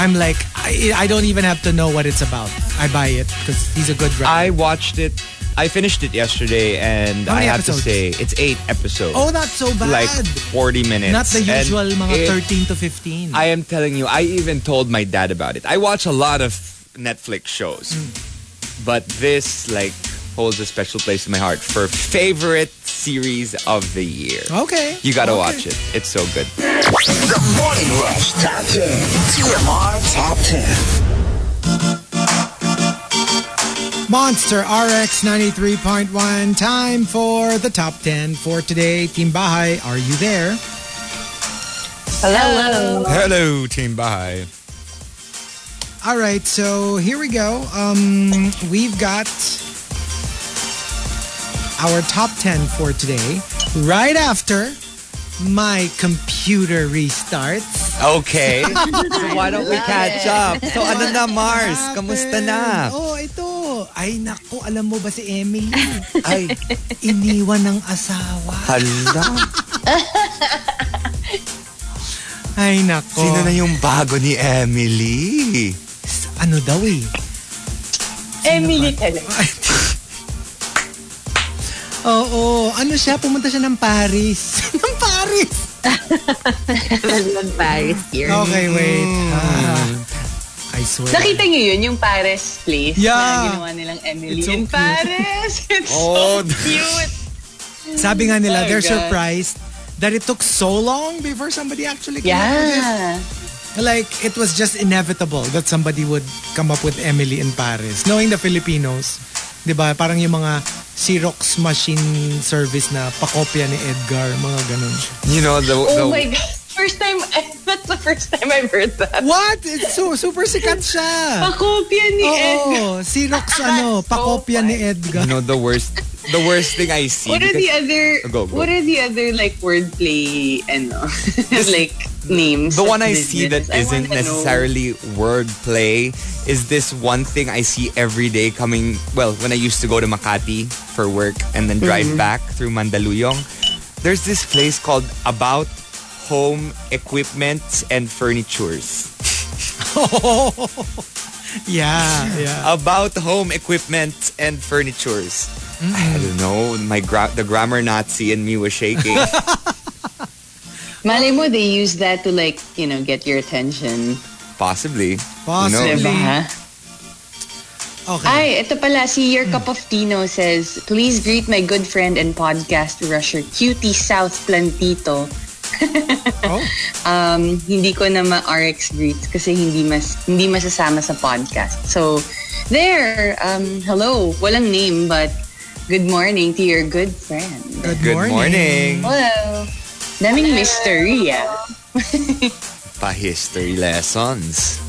S3: I'm like I, I don't even have to know what it's about. I buy it because he's a good writer.
S4: I watched it. I finished it yesterday, and
S3: How
S4: I
S3: many
S4: have
S3: episodes?
S4: to say it's eight episodes.
S3: oh, not so bad.
S4: like forty minutes.
S3: not the
S4: And
S3: usual mga
S4: it-
S3: 13 to 15.
S4: I am telling you, I even told my dad about it. I watch a lot of Netflix shows, but this like holds a special place in my heart for favorite series of the year.
S3: okay.
S4: You gotta
S3: okay.
S4: watch it. It's so good.
S6: The Morning Rush Top 10. TMR Top 10.
S3: Monster RX 93.1. Time for the top 10 for today. Team Bahay, are you there?
S5: Hello.
S4: Hello, Team Bahay.
S3: All right, so here we go. Um, we've got our top 10 for today. Right after my computer restarts.
S4: Okay. so why don't we catch up? So ano na Mars? Kamusta na?
S3: Oh, ito. Ay, naku, alam mo ba si Emily?
S4: Ay,
S3: Iniwan ng asawa.
S4: hala.
S3: Ay, naku.
S4: Sino na yung bago ni Emily?
S3: Ano daw eh?
S5: Emily talaga.
S3: Oo, ano siya? Pumunta siya ng Paris. ng Paris!
S7: London, Paris here.
S3: Okay, wait. Ah, I swear.
S5: Nakita niyo yun, yung Paris place
S3: Yeah.
S5: na ginawa nilang Emily
S3: It's so
S5: in
S3: cute.
S5: Paris. It's
S4: Oh,
S5: so cute.
S3: Sabi nga nila,
S5: Oh my
S3: they're
S5: God.
S3: surprised that it took so long before somebody actually came up with this.
S5: Yeah.
S3: Like, it was just inevitable that somebody would come up with Emily in Paris. Knowing the Filipinos, di ba? Parang yung mga Xerox machine service na pakopya ni Edgar, mga ganun.
S4: You know, the, the
S5: Oh my God. First time, that's the first time I've heard that.
S3: What? It's so, super sikat siya.
S5: Pakopya ni Ed.
S3: Oo, Xerox ano, pakopya ni Edgar.
S4: you know the worst the worst thing I see.
S5: What are the
S4: because
S5: other,
S4: Oh, Go, go.
S5: what are the other like wordplay, ano, like names?
S4: the
S5: of
S4: one I see that
S5: business? I
S4: isn't
S5: wanna know.
S4: necessarily wordplay is this one thing I see every day coming well, when I used to go to Makati for work and then drive
S5: Mm-hmm.
S4: back through Mandaluyong. There's this place called About Home Equipments and Furnitures.
S3: Yeah, yeah.
S4: about home equipment and furnitures. I
S5: Mm.
S4: don't know. My gra- the grammar Nazi in me was shaking.
S5: Malay mo, they use that to like, you know, get your attention.
S4: Possibly.
S3: Possibly.
S4: Who knows?
S5: Diba?
S3: Okay.
S5: Ay, ito pala, si Your Cup of Tino says, Please greet my good friend and podcast rusher, Cutie South Plantito.
S3: Oh.
S5: Um, hindi ko na ma-RX greets kasi hindi mas hindi masasama sa podcast. So, there, um, hello, walang name but good morning to your good friend.
S3: Good,
S4: Good
S3: morning.
S4: morning.
S5: Hello. Daming mystery, ah.
S4: Pa history lessons.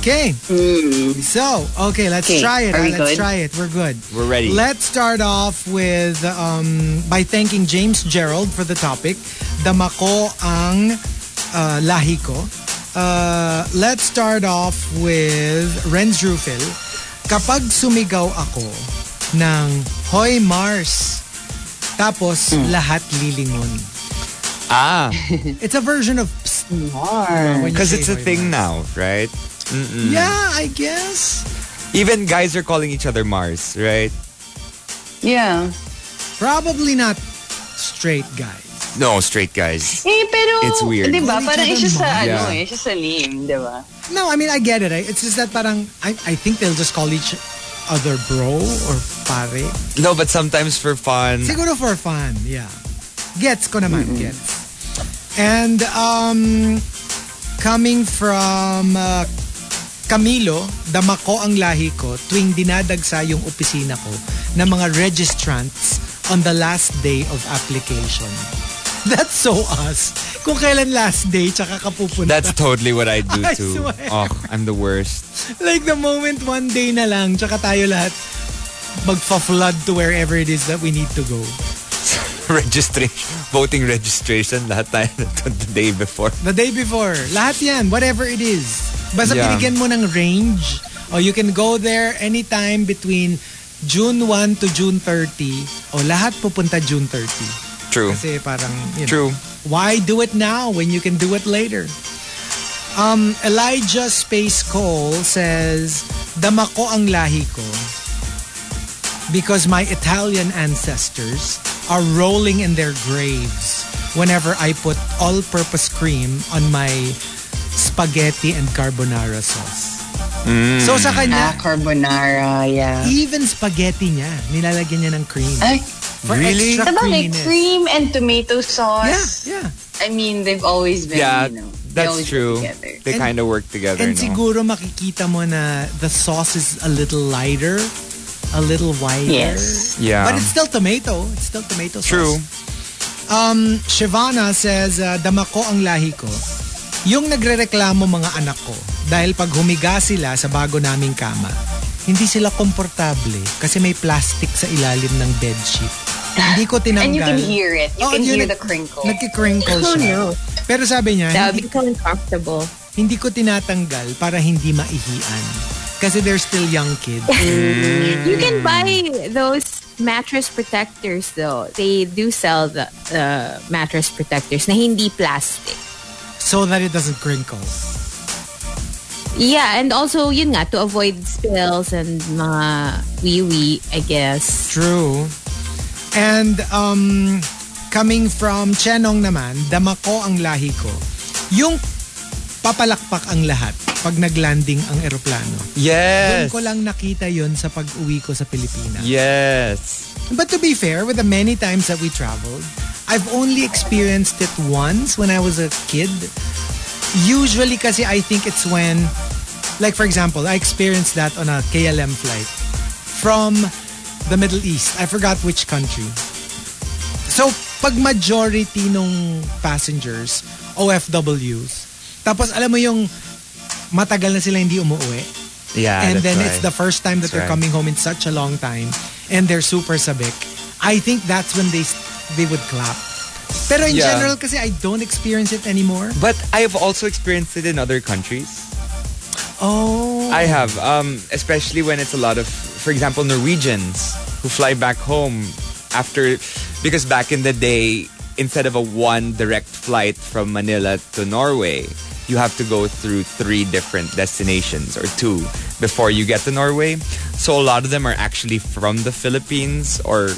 S3: Okay.
S5: Mm.
S3: So, okay, let's
S5: Okay,
S3: try it.
S5: are
S3: Uh,
S5: we
S3: let's
S5: good?
S3: try it. We're good.
S4: We're ready.
S3: Let's start off with um, by thanking James Gerald for the topic. Damako ang uh, lahi ko. Uh, let's start off with Renz Rufil. Kapag sumigaw ako ng Hoy Mars, tapos
S5: Hmm.
S3: lahat lilingon.
S4: ah,
S3: It's a version of psst. when you
S4: because
S3: say
S4: it's a
S3: Hoy
S4: thing
S3: Mars.
S4: now, right?
S5: Hmm.
S3: Yeah, I guess.
S4: Even guys are calling each other Mars, right?
S5: Yeah.
S3: Probably not straight guys.
S4: No, straight guys.
S5: Eh, pero,
S4: It's weird.
S5: di ba,
S3: Holy
S5: parang
S3: Dragon
S5: isa sa,
S3: Ball.
S5: ano,
S4: Yeah.
S5: eh, isa sa name, di ba?
S3: No, I mean, I get it. I- It's just that parang, I, I think they'll just call each other bro or pare.
S4: No, but sometimes for fun.
S3: Siguro for fun, yeah. Gets ko naman, gets. And um, coming from uh, Camilo, damako ang lahi ko tuwing dinadagsa yung opisina ko ng mga registrants on the last day of application. That's so us. Kung kailan last day, tsaka ka pupunta.
S4: That's totally what I do
S3: I
S4: too.
S3: swear.
S4: Oh, I'm the worst.
S3: Like the moment one day na lang, tsaka tayo lahat magpa-flood to wherever it is that we need to go.
S4: registration, voting registration, lahat tayo nandun the day before.
S3: The day before, lahat yan, whatever it is. Basta
S4: Yeah.
S3: binigyan mo ng range Oh, you can go there anytime between June 1 to June 30. O lahat pupunta June 30.
S4: True.
S3: Kasi parang, you know,
S4: True.
S3: Why do it now when you can do it later? Um, Elijah Space Cole says, Dama ko ang lahi ko because my Italian ancestors are rolling in their graves whenever I put all-purpose cream on my spaghetti and carbonara sauce.
S4: Mm.
S3: So sa
S5: Ah,
S3: kanya,
S5: carbonara, yeah.
S3: even spaghetti niya, nilalagyan niya ng cream.
S5: Ay,
S3: For
S4: Really?
S3: extra
S5: sabagay,
S3: creaminess.
S5: Diba, cream and tomato
S3: Yeah,
S5: sauce.
S3: yeah.
S5: I mean, they've always been,
S4: Yeah,
S5: you know, they
S4: that's
S5: always
S4: true.
S5: been together.
S4: They
S3: And-
S4: kind of work together.
S3: And
S4: no?
S3: siguro makikita mo na the sauce is a little lighter, a little wider.
S5: Yes.
S4: Yeah.
S3: But it's still tomato. It's still tomato
S4: True.
S3: sauce. Um, Shivana says, uh, dama ko ang lahi ko. Yung nagrereklamo mga anak ko dahil pag humiga sila sa bago naming kama, hindi sila komportable kasi may plastic sa ilalim ng bedsheet. Hindi ko tinanggal.
S5: And you can hear it. You
S3: Oo,
S5: can
S3: yun,
S5: hear
S3: nag-
S5: the crinkle.
S3: Nagkikrinkle
S7: Oh,
S3: siya.
S7: no.
S3: Pero sabi niya,
S7: That
S3: hindi
S7: would become uncomfortable.
S3: hindi ko tinatanggal para hindi maihian. Kasi they're still young kids.
S7: You can buy those mattress protectors though. They do sell the the mattress protectors na hindi plastic.
S3: so that it doesn't crinkle.
S7: Yeah, and also yun nga to avoid spills and mga wiwi, I guess.
S3: True. And um, coming from Chenong naman, dama ko ang lahi ko. Yung papalakpak ang lahat pag naglanding ang eroplano. Doon
S4: Yes.
S3: ko lang nakita yon sa pag-uwi ko sa Pilipinas.
S4: Yes.
S3: But to be fair, with the many times that we traveled, I've only experienced it once when I was a kid. Usually kasi I think it's when, like for example, I experienced that on a KLM flight from the Middle East. I forgot which country. So, pag majority nung passengers, OFWs, tapos alam mo yung matagal na sila hindi umuwi,
S4: Yeah.
S3: and
S4: that's
S3: then
S4: why.
S3: it's the first time that
S4: eh.
S3: they're
S4: That's right.
S3: coming home in such a long time and they're super sabik. I think that's when they they would clap. Pero in
S4: Yeah.
S3: general kasi I don't experience it anymore.
S4: But I've also experienced it in other countries.
S3: Oh.
S4: I have, um, especially when it's a lot of, for example, Norwegians who fly back home after, because back in the day, instead of a one direct flight from Manila to Norway, you have to go through three different destinations or two before you get to Norway. So a lot of them are actually from the Philippines or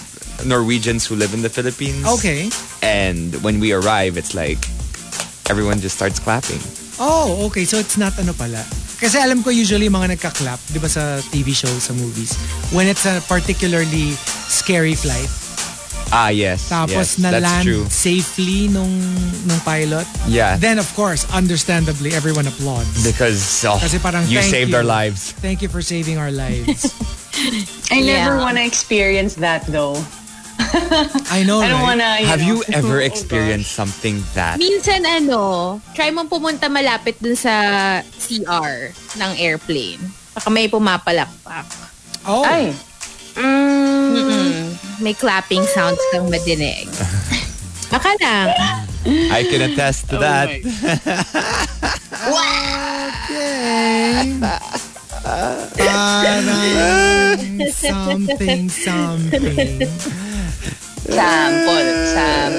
S4: Norwegians who live in the Philippines.
S3: okay.
S4: And when we arrive, it's like everyone just starts clapping.
S3: Oh, okay. So it's not ano pala. Kasi alam ko usually yung mga nagka-clap, di ba sa TV shows, sa movies, when it's a particularly scary flight.
S4: Ah, yes. yes,
S3: Tapos
S4: that's
S3: na-land
S4: true.
S3: safely nung, nung pilot.
S4: Yeah.
S3: Then of course, understandably, everyone applauds.
S4: Because oh,
S3: Kasi parang
S4: you
S3: thank
S4: saved
S3: you.
S4: our lives.
S3: Thank you for saving our lives.
S5: I never
S7: Yeah.
S5: want to experience that though.
S3: I know,
S5: I don't
S3: right?
S5: want to.
S4: Have you ever
S5: Oh,
S4: experienced something that?
S7: Minsan ano, try mong pumunta malapit dun sa CR ng airplane. Baka may pumapalakpak.
S3: Oh,
S5: Ay,
S7: May clapping sounds kang madinig. Baka lang.
S4: I can attest to that.
S3: okay. Parang something, something.
S5: sample, sample.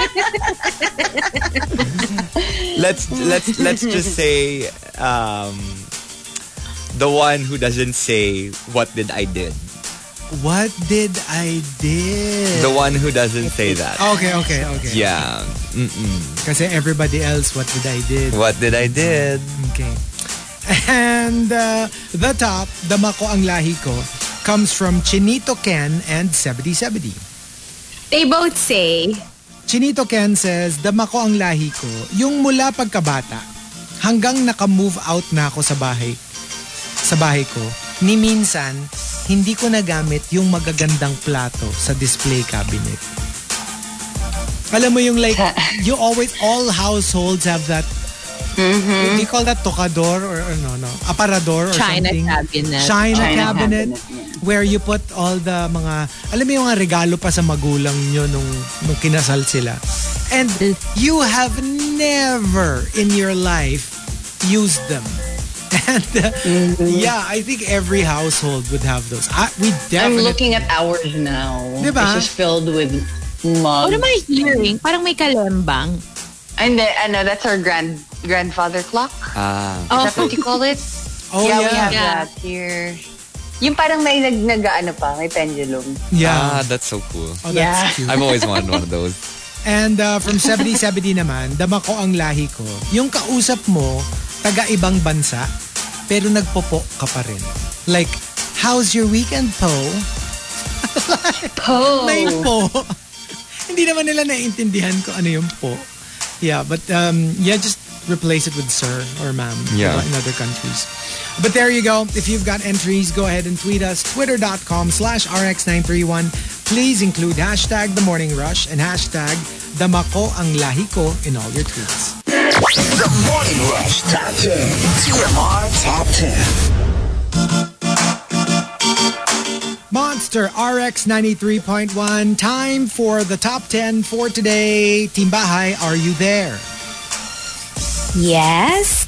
S4: let's let's let's just say um, the one who doesn't say what did I did.
S3: What did I did?
S4: The one who doesn't say that.
S3: Okay, okay, okay.
S4: Yeah. Mm-mm.
S3: Kasi everybody else, what did I did?
S4: What did I did?
S3: Okay. And uh, the top, dama ko ang lahi ko, comes from Chinito Ken and 7070.
S7: They both say,
S3: Chinito Ken says, dama ko ang lahi ko, yung mula pagkabata, hanggang nakamove out na ako sa bahay, sa bahay ko, ni minsan, hindi ko nagamit yung magagandang plato sa display cabinet. Alam mo yung like, you always, all households have that, they call that tocador or or no, no, aparador or
S7: China
S3: something.
S7: cabinet.
S3: China,
S5: China
S3: cabinet,
S5: cabinet, yeah.
S3: where you put all the mga, alam mo yung mga regalo pa sa magulang nyo nung, nung kinasal sila. And you have never in your life used them. And uh, yeah, I think every household would have those. I, we
S5: I'm
S3: definitely.
S5: looking at ours now.
S3: Diba?
S5: It's just filled with mugs.
S7: What am I "Oh, hearing? Parang may kalembang.
S5: And then, I know that's our grand grandfather clock.
S4: Ah.
S7: Oh.
S5: Is that what you call it?
S3: oh yeah,
S5: yeah, we have
S3: yeah,
S7: Yeah.
S5: that here. Yung parang may nag, nag ano pa, may pendulum.
S4: Ah, that's so cool.
S3: oh, that's
S5: yeah.
S3: cute.
S4: I've always wanted one of those.
S3: And uh, from 7070 naman, dama ko ang lahi ko. Yung kausap mo, taga ibang bansa, pero nagpopo ka pa rin. Like, how's your weekend, po?
S5: Po.
S3: Na yung po. Hindi naman nila naiintindihan ko ano yung po. Yeah, but um, yeah, just replace it with sir or ma'am
S4: Yeah.
S3: in other countries. But there you go. If you've got entries, go ahead and tweet us. Twitter.com slash RX931. Please include hashtag The Morning Rush and hashtag Damako ang lahi ko in all your tweets.
S6: The Morning Rush Top 10. TMR Top 10.
S3: Monster RX 93.1. Time for the top 10 for today. Team Bahay, are you there?
S7: Yes?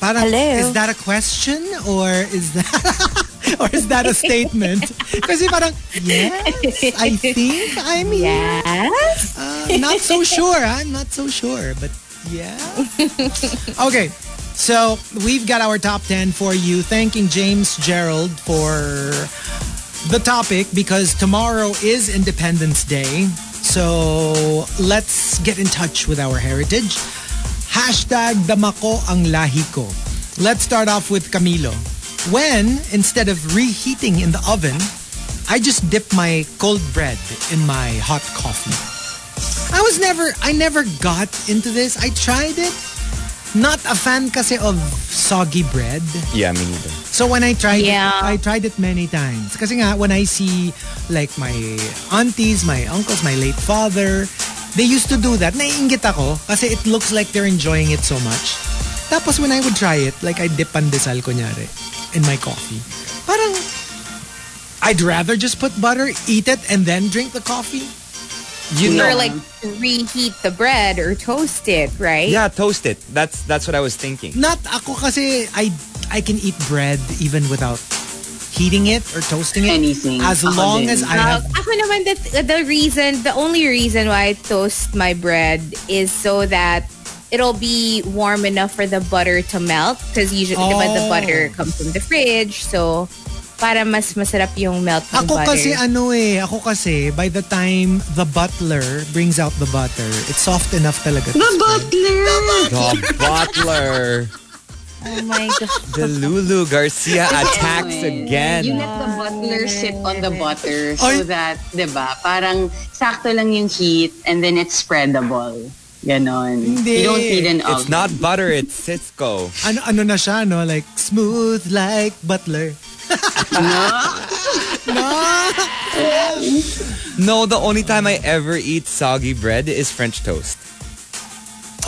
S3: Parang,
S7: Hello?
S3: is that a question or is that or is that a statement? Kasi parang, yes, I think I'm here.
S7: Yes?
S3: Uh, not so sure. I'm not so sure, but yeah. okay. So we've got our top 10 for you. Thanking James Gerald for the topic because tomorrow is Independence Day. So let's get in touch with our heritage. Hashtag damako ang lahi ko. Let's start off with Camilo. When, instead of reheating in the oven, I just dip my cold bread in my hot coffee. I was never, I never got into this. I tried it. Not a fan kasi of soggy bread.
S4: Yeah, me neither.
S3: So when I tried
S7: Yeah.
S3: it, I tried it many times. Kasi nga, when I see like my aunties, my uncles, my late father, they used to do that. Naiingit ako kasi it looks like they're enjoying it so much. Tapos when I would try it, like I dip pandesal kunyari in my coffee. Parang, I'd rather just put butter, eat it, and then drink the coffee.
S4: You
S7: Or
S4: know,
S7: like reheat the bread or toast it, right?
S4: yeah, toast it. That's that's what I was thinking.
S3: Not ako kasi I I can eat bread even without heating it or toasting it.
S5: Anything.
S3: As
S5: Ako
S3: long
S5: din.
S3: as I
S7: Uh,
S3: have
S7: ako naman, the, the reason, the only reason why I toast my bread is so that it'll be warm enough for the butter to melt. Because usually, diba, the
S3: Oh.
S7: butter comes from the fridge. So, para mas masarap yung melt ng
S3: Ako
S7: butter.
S3: kasi ano eh, ako kasi by the time the butler brings out the butter, it's soft enough talaga. to spread.
S4: The butler,
S7: oh my God.
S4: the Lulu Garcia attacks
S5: You
S4: again.
S5: let the butler sit on the butter so
S3: Ay.
S5: that, di ba, parang sakto lang yung heat and then it's spreadable. Ganon.
S3: Hindi.
S5: You don't need an oven.
S4: It's not butter, it's Cisco.
S3: Ano ano na siya no, like smooth like butler.
S4: No, the only time I ever eat soggy bread is French toast.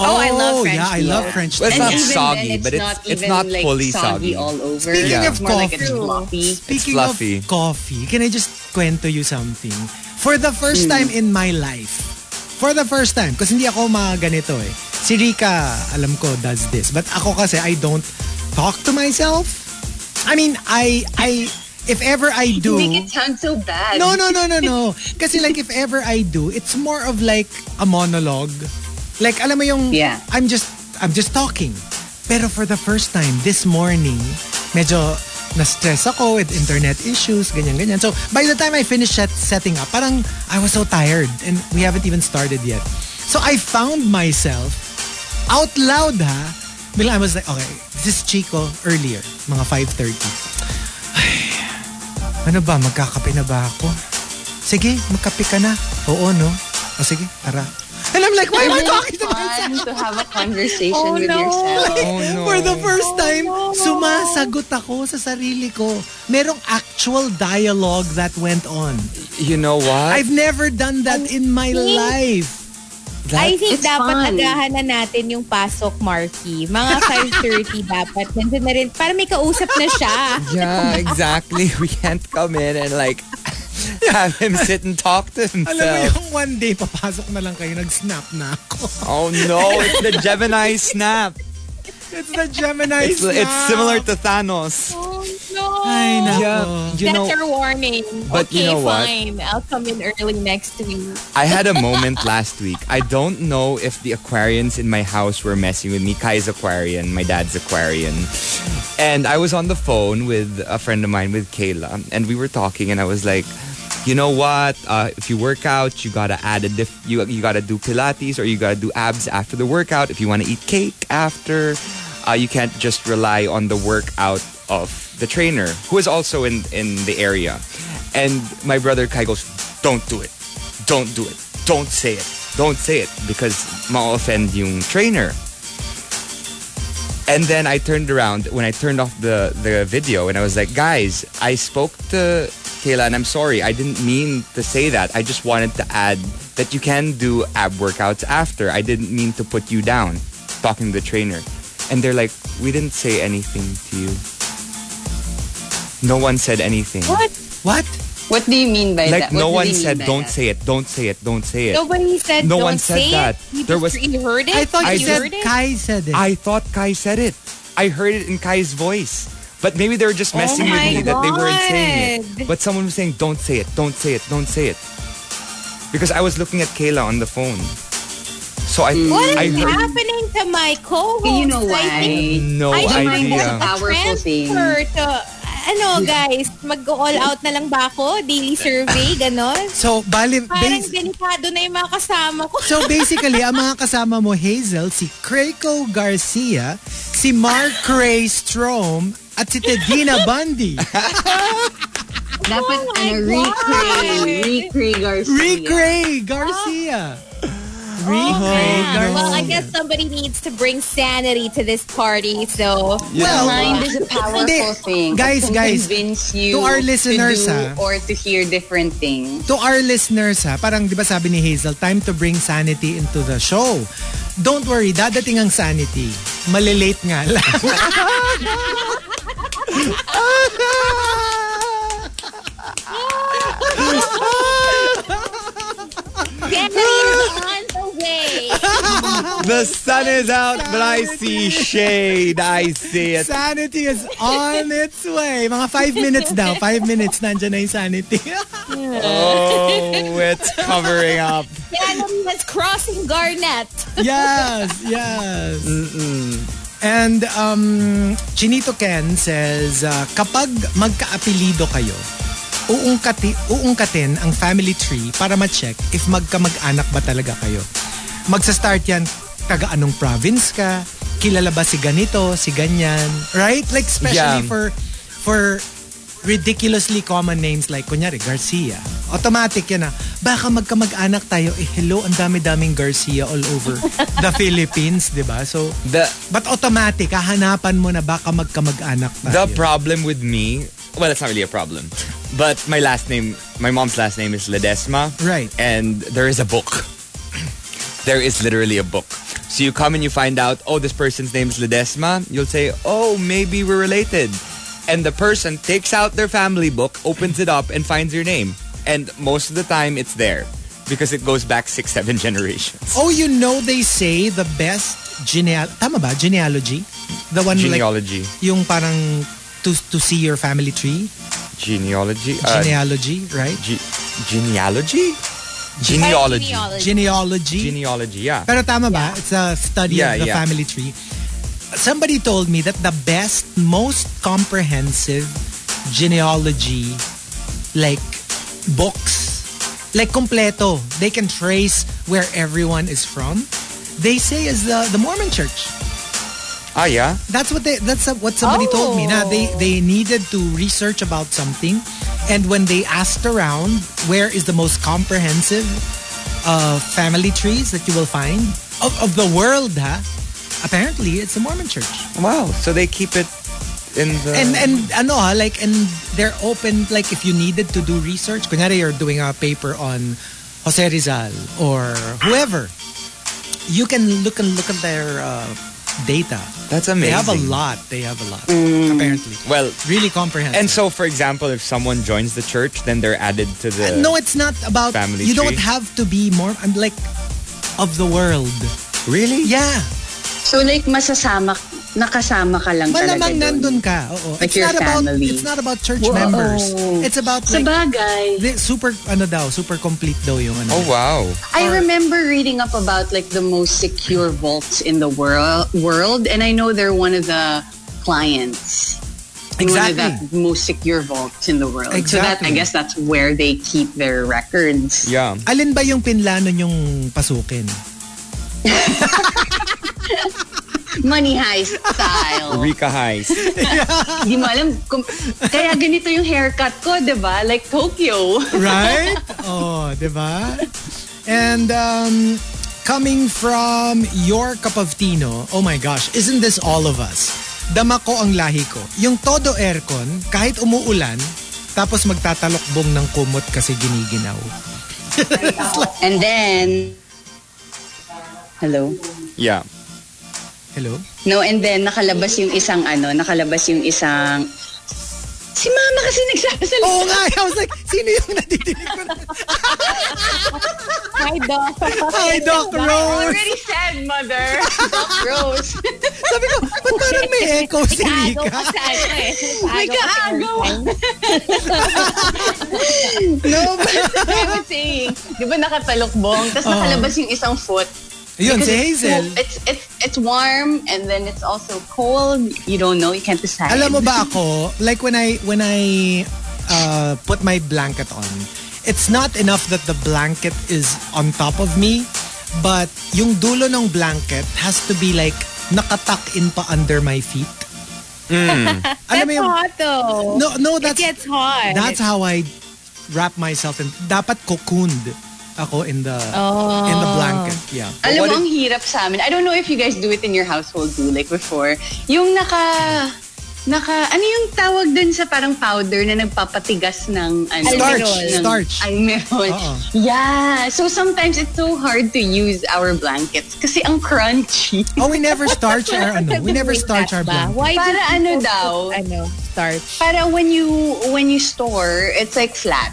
S7: Oh, I love French
S3: Yeah, I
S7: toast.
S3: love French
S4: Well,
S3: toast.
S4: it's
S5: And
S4: not
S5: even
S4: soggy,
S5: then, it's
S4: but it's-
S5: not
S4: it's
S5: even,
S4: not
S5: like,
S4: fully soggy.
S5: all over.
S3: Speaking
S4: Yeah.
S3: of
S5: It's more like
S3: coffee,
S5: it's fluffy.
S3: Speaking
S4: It's
S3: of
S4: fluffy.
S3: coffee, can I just kwento you something? For the first time in my life, for the first time, kasi hindi ako maganito eh. Si Rika, alam ko, does this. But ako kasi, I don't talk to myself. I mean, I, I, if ever I do...
S5: Make it sound so bad.
S3: No, no, no, no, no. Kasi like if ever I do, it's more of like a monologue. Like alam mo yung
S5: Yeah.
S3: I'm just I'm just talking. Pero for the first time this morning, medyo na-stress ako with internet issues, ganyan ganyan. So by the time I finished set- setting up, parang I was so tired and we haven't even started yet. So I found myself out loud ha. Bigla I was like, okay, this is Chico earlier, mga 5.30. Ano ba, magkakape na ba ako? Sige, magkape ka na. Oo, no? O sige, tara. And I'm like, why am I talking to myself?
S5: Fun to have a conversation
S7: Oh,
S5: with
S7: no.
S5: yourself.
S4: Oh no.
S3: For the first time, sumasagot ako sa sarili ko. Merong actual dialogue that went on.
S4: You know what?
S3: I've never done that in my life.
S7: I think
S5: It's
S7: dapat
S5: fun.
S7: agahan na natin yung pasok, Marky. Mga 5.30 dapat. Nandun na rin. Para may kausap na siya.
S4: Yeah, exactly. We can't come in and like have him sit and talk to
S3: Alam mo
S4: himself.
S3: yung one day, papasok na lang kayo, nag-snap na ako.
S4: Oh no, it's the Gemini snap.
S3: It's the Gemini
S4: It's,
S3: snap.
S4: it's similar to Thanos.
S8: Oh no.
S3: Ay, nako.
S4: Yeah, you
S8: That's
S4: know,
S8: your warning.
S4: But
S8: okay,
S4: you know what?
S8: fine. I'll come in early next week.
S4: I had a moment last week. I don't know if the Aquarians in my house were messing with me. Kai's Aquarian, my dad's Aquarian. And I was on the phone with a friend of mine, with Kayla, and we were talking, and I was like, you know what? Uh, if you work out, you gotta add a diff. You you gotta do Pilates or you gotta do abs after the workout. If you want to eat cake after, uh, you can't just rely on the workout of the trainer, who is also in in the area. And my brother Kai goes, "Don't do it. Don't do it. Don't say it. Don't say it because ma-offend yung trainer." And then I turned around when I turned off the, the video and I was like, guys, I spoke to Kayla and I'm sorry. I didn't mean to say that. I just wanted to add that you can do ab workouts after. I didn't mean to put you down talking to the trainer. And they're like, we didn't say anything to you. No one said anything.
S3: What?
S5: What do you mean by
S4: Like
S5: that? What
S4: no
S5: do
S4: one
S5: they mean
S4: said,
S5: by
S4: don't
S5: that?
S4: say it, don't say it, don't say it.
S7: Nobody said
S4: No
S7: don't
S4: one said
S7: say
S4: that.
S7: It. You
S4: There
S7: just-
S4: was-
S7: you heard it.
S3: I thought
S4: I
S3: you
S4: just-
S3: said Kai said it.
S4: I thought Kai said it. I heard it in Kai's voice. But maybe they were just messing with
S7: Oh my
S4: me that they weren't saying it.
S7: God.
S4: But someone was saying, don't say it, don't say it, don't say it. Because I was looking at Kayla on the phone. So I,
S5: What
S7: What
S4: I
S7: is
S4: heard
S7: happening to my co-host?
S5: You know
S7: I think
S5: why?
S4: no
S7: I
S5: Don't
S7: should
S5: mind
S7: yeah.
S5: that's a
S4: idea.
S5: powerful thing.
S7: transfer to, ano guys, mag-all out na lang ba ako? Daily survey, ganon?
S3: so, bali,
S7: Parang
S3: bas-
S7: delikado na yung mga kasama ko.
S3: so basically, ang mga kasama mo, Hazel, si Craco Garcia, si Mark Ray Strom, at si Tedina Bundy.
S7: Oh,
S5: Dapat ano, recreate. Recreate Garcia.
S3: Rick Ray
S7: Ah.
S3: Garcia. Rick Ray Garcia.
S7: Oh, Well, I guess somebody needs to bring sanity to this party, so...
S3: Well,
S5: Mind is a powerful
S3: Hindi.
S5: thing.
S3: Guys,
S5: It can
S3: guys,
S5: convince you
S3: to our listeners,
S5: to do
S3: ah.
S5: or to hear different things.
S3: to our listeners ha, parang 'di ba sabi ni Hazel, time to bring sanity into the show. Don't worry, dadating ang sanity. Malilate nga lang.
S7: Sanity is on the way!
S4: The sun is out, but I see shade. I see it.
S3: sanity is on its way. Mga five minutes daw. Five minutes, nandyan na yung sanity.
S4: Oh, it's covering up.
S7: Sanity is crossing Garnet.
S3: yes, yes. And um, Chinito Ken says, uh, kapag magkaapelido kayo, uungkati, uungkatin ang family tree para ma-check if magkamag-anak ba talaga kayo. Magsa-start yan, taga anong province ka, kilala ba si ganito, si ganyan, right? Like especially
S4: Yeah.
S3: for for ridiculously common names like kunyari Garcia. Automatic yan ah. Baka magkamag-anak tayo, eh hello, ang dami-daming Garcia all over the Philippines, di ba? So,
S4: The
S3: but automatic, hahanapan mo na baka magkamag-anak tayo.
S4: The problem with me, well, it's not really a problem, but my last name, my mom's last name is Ledesma.
S3: Right.
S4: And there is a book. there is literally a book. So you come and you find out, oh, this person's name is Ledesma. You'll say, oh, maybe we're related. And the person takes out their family book, opens it up, and finds your name. And most of the time, it's there because it goes back six, seven generations.
S3: Oh, you know they say the best geneal... Tama ba? Genealogy? The one like...
S4: Genealogy.
S3: Yung parang to, to see your family tree?
S4: Genealogy? Uh,
S3: Genealogy, right?
S4: ge- genealogy? Genealogy.
S3: Genealogy.
S4: Genealogy, yeah.
S3: Pero tama ba? It's a study
S4: Yeah,
S3: of the
S4: yeah.
S3: family tree. Somebody told me that the best, most comprehensive genealogy, like books, like completo, they can trace where everyone is from. They say is the the Mormon Church.
S4: Ah, yeah?
S3: That's what they. That's what somebody told me. Na they they needed to research about something, and when they asked around, where is the most comprehensive uh, family trees that you will find of, of the world? Ha? Apparently, it's the Mormon Church.
S4: Wow. So they keep it in the
S3: and and ano ha, like and they're open. Like if you needed to do research, kunyari you're doing a paper on Jose Rizal or whoever, you can look and look at their uh, data.
S4: that's amazing. Mm.
S3: They have a lot. They have a lot. Apparently.
S4: Well,
S3: Really comprehensive.
S4: and so for example, if someone joins the church, then they're added to the.
S3: no, it's not about
S4: Family
S3: you don't
S4: tree.
S3: have to be more I'm like of the world.
S4: really?
S3: Yeah.
S5: So like masasama nakasama ka lang
S3: Malamang
S5: talaga
S3: nandun
S5: doon.
S3: ka. Oo.
S5: Like
S3: it's
S5: your
S3: not about
S5: family.
S3: it's not about church
S5: Whoa.
S3: members. It's about
S5: Sa
S3: like
S5: bagay.
S3: the- super ano daw, super complete daw yung ano.
S4: Oh, wow.
S5: I remember reading up about like the most secure vaults in the world, world, and I know they're one of the clients. One
S3: exactly.
S5: of the most secure vaults in the world. So that
S3: Exactly.
S5: I guess that's where they keep their records.
S4: Yeah.
S3: Alin ba yung pinlano yung pasukin?
S5: Money heist style.
S4: Rika Heist.
S5: Hindi mo alam kung, kaya ganito yung haircut ko, 'di ba? Like Tokyo.
S3: Right? oh, di ba? And um, coming from your cup of tino, oh my gosh, isn't this all of us? Dama ko ang lahi ko. Yung todo aircon, kahit umuulan, tapos magtatalokbong ng kumot kasi giniginaw.
S5: And then Hello.
S4: Yeah.
S3: Hello?
S5: No, and then nakalabas yung isang ano, nakalabas yung isang Si mama kasi nagsasalita.
S3: Oo nga, I was like, sino yung nadidinig ko? na-
S8: Hi, Doc.
S3: Hi, Doc Rose!
S5: already said, mother. Rose.
S3: Sabi ko, ba't parang may echo si
S8: Nag-aagaw
S3: Rika?
S8: pa sa ano eh.
S5: Nag-aagaw.
S7: eh.
S8: Nag-aagaw.
S5: no, but I was saying, di ba nakatalokbong, tapos nakalabas yung isang foot.
S3: Yun, si
S5: Because
S3: Oh. Hazel.
S5: It's, it's, it's warm and then it's also cold. You don't know, you can't decide.
S3: Alam mo ba ako, like when I when I uh, put my blanket on, it's not enough that the blanket is on top of me, but yung dulo ng blanket has to be like nakatak in pa under my feet. Alam
S7: That's
S3: mo yung,
S7: hot though.
S3: no, no,
S7: it
S3: that's,
S7: gets hot.
S3: that's how I wrap myself in. Dapat cocooned ako in the, in the blanket. Yeah.
S4: But
S5: Alam mo,
S4: what
S5: ang hirap sa amin. I don't know if you guys do it in your household too, like before. Yung naka... Naka, ano yung tawag dun sa parang powder na nagpapatigas ng ano?
S3: Starch,
S5: ng
S3: starch.
S5: Almirol.
S3: Oo.
S5: Yeah. So sometimes it's so hard to use our blankets kasi ang crunchy.
S3: Oh, we never starch our, ano, we never starch our blanket.
S7: Ba? Why
S5: Para
S7: do
S5: ano
S7: people
S5: daw?
S7: put, Ano, starch.
S5: Para when you when you store, it's like flat.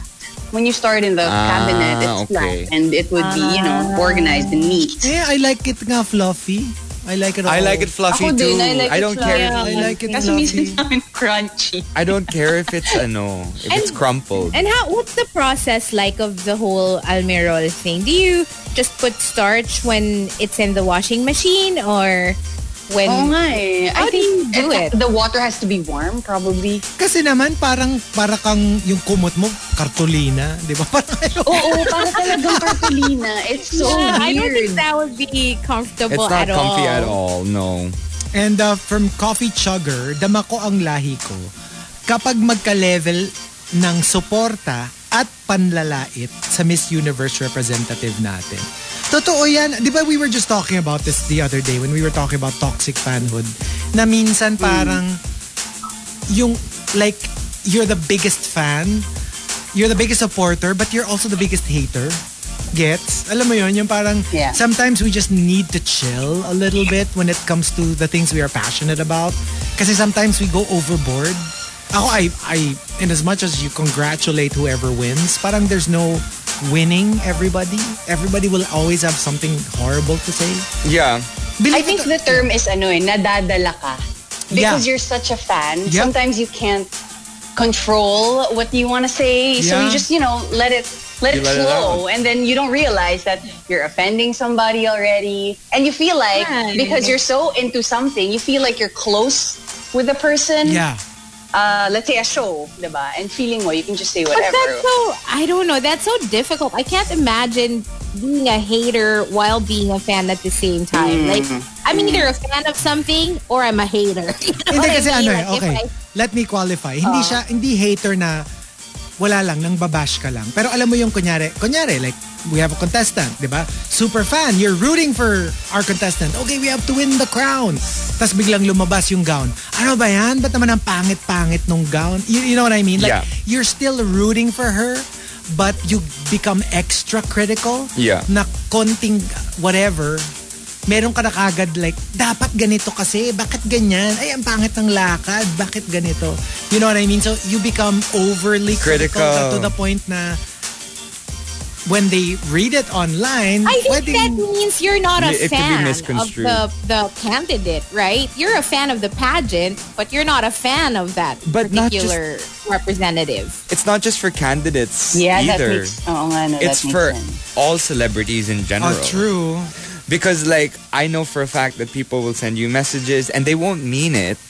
S5: When you store it in the
S4: Ah,
S5: cabinet, it's
S4: okay.
S5: flat and it would be, you know, organized and neat.
S3: Yeah, I like it nga fluffy. I like it all.
S4: I like it fluffy
S5: Ako
S4: too.
S5: din, I like it
S4: don't care.
S5: fluffy.
S3: I like it
S5: Kasi minsan
S3: fluffy.
S5: sa amin, crunchy.
S4: I don't care if it's ano, if it's crumpled.
S7: And how? What's the process like of the whole almirol thing? Do you just put starch when it's in the washing machine, or when?
S5: Oo nga eh.
S7: How
S5: I
S7: do
S5: think
S7: you do
S5: it-
S7: it?
S5: the water has to be warm probably.
S3: Kasi naman parang para kang yung kumot mo kartolina, 'di ba? Parang ayaw.
S5: Oo, para talagang cartolina. It's so
S7: Yeah, I don't think
S5: weird.
S7: that would be comfortable
S4: It's not
S7: at
S4: comfy
S7: all.
S4: at all. No.
S3: And uh, from Coffee Chugger, dama ko ang lahi ko. Kapag magka-level ng suporta at panlalait sa Miss Universe representative natin. Totoo yan. Di ba we were just talking about this the other day when we were talking about toxic fanhood na minsan parang yung like you're the biggest fan, you're the biggest supporter, but you're also the biggest hater. Gets? Alam mo yun, yung parang
S5: Yeah.
S3: sometimes we just need to chill a little bit when it comes to the things we are passionate about. Kasi sometimes we go overboard. Ako, I, I, in as much as you congratulate whoever wins, parang there's no winning everybody. Everybody will always have something horrible to say.
S4: Yeah.
S5: I
S3: Believe
S5: think
S3: it-
S5: the term is ano eh, nadadala ka. Because
S3: Yeah.
S5: you're such a fan,
S3: Yep.
S5: sometimes you can't control what you want to say. So you
S3: Yeah.
S5: just, you know, let it let
S4: You
S5: it
S4: let it
S5: flow. and then you don't realize that you're offending somebody already. And you feel like
S8: Right.
S5: because you're so into something, you feel like you're close with the person.
S3: Yeah.
S5: Uh, let's say a show, diba? And feeling mo, you can just say
S7: But
S5: whatever.
S7: that's so, I don't know, that's so difficult. I can't imagine being a hater while being a fan at the same time. Like, I'm either a fan of something or I'm a hater. You know
S3: Hindi
S7: what I
S3: kasi
S7: mean?
S3: ano eh,
S7: Like, if
S3: okay.
S7: I-
S3: Let me qualify. Hindi siya, hindi hater na wala lang, nang babash ka lang. Pero alam mo yung kunyari, kunyari, like, we have a contestant, di ba? Super fan, you're rooting for our contestant. Okay, we have to win the crown. Tapos biglang lumabas yung gown. Ano ba yan? Ba't naman ang pangit-pangit nung gown? You, you know what I mean? Like,
S4: Yeah.
S3: you're still rooting for her, but you become extra critical
S4: Yeah.
S3: na konting whatever meron ka na kagad like, dapat ganito kasi, bakit ganyan? Ay, ang pangit ng lakad, bakit ganito? You know what I mean? So, you become overly critical,
S4: Critical.
S3: to the point na when they read it online,
S7: I think
S3: pwedeng-
S7: that means you're not a
S4: It could be
S7: fan of
S4: misconstrued.
S7: the, the candidate, right? You're a fan of the pageant, but you're not a fan of that
S4: But not just-
S7: particular representative.
S4: It's not just for candidates
S5: Yeah, that
S4: either.
S5: makes, oo nga, no,
S4: it's
S5: that makes
S4: for
S5: sense.
S4: all celebrities in general.
S3: Oh, true.
S4: Because like I know for a fact that people will send you messages and they won't mean it.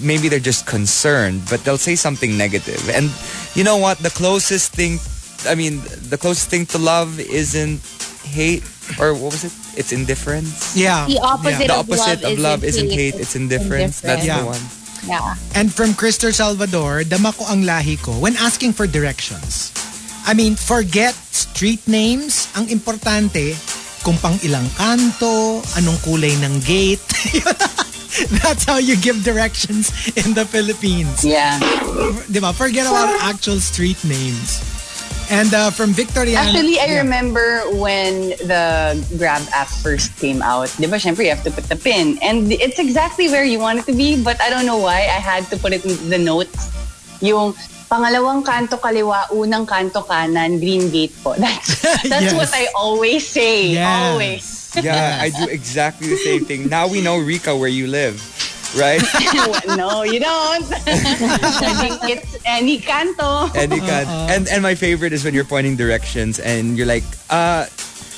S4: Maybe they're just concerned, but they'll say something negative. And you know what? The closest thing I mean, the closest thing to love isn't hate or what was it? It's indifference.
S3: Yeah.
S7: The opposite
S4: The
S7: of
S4: opposite
S7: love
S4: of love isn't hate, it's indifference. That's
S3: Yeah.
S4: the one.
S7: Yeah.
S3: And from Christopher Salvador, dama ko ang lahi ko when asking for directions. I mean, forget street names. Ang importante, kung pang ilang kanto, anong kulay ng gate. That's how you give directions in the Philippines.
S5: Yeah.
S3: Di ba? Forget about actual street names. And uh, from Victoriano...
S5: Actually, I
S3: Yeah.
S5: remember when the Grab app first came out. Di ba, syempre, you have to put the pin. And it's exactly where you want it to be, but I don't know why I had to put it in the notes. Yung pangalawang kanto kaliwa, unang kanto kanan, green gate po. That's,
S3: Yes.
S5: that's what I always say.
S3: Yes.
S5: Always.
S4: Yeah, I do exactly the same thing. Now we know Rika where you live, right?
S5: no, you don't. I think it's any kanto.
S4: And you can,
S3: Uh-huh.
S4: and and my favorite is when you're pointing directions and you're like, uh,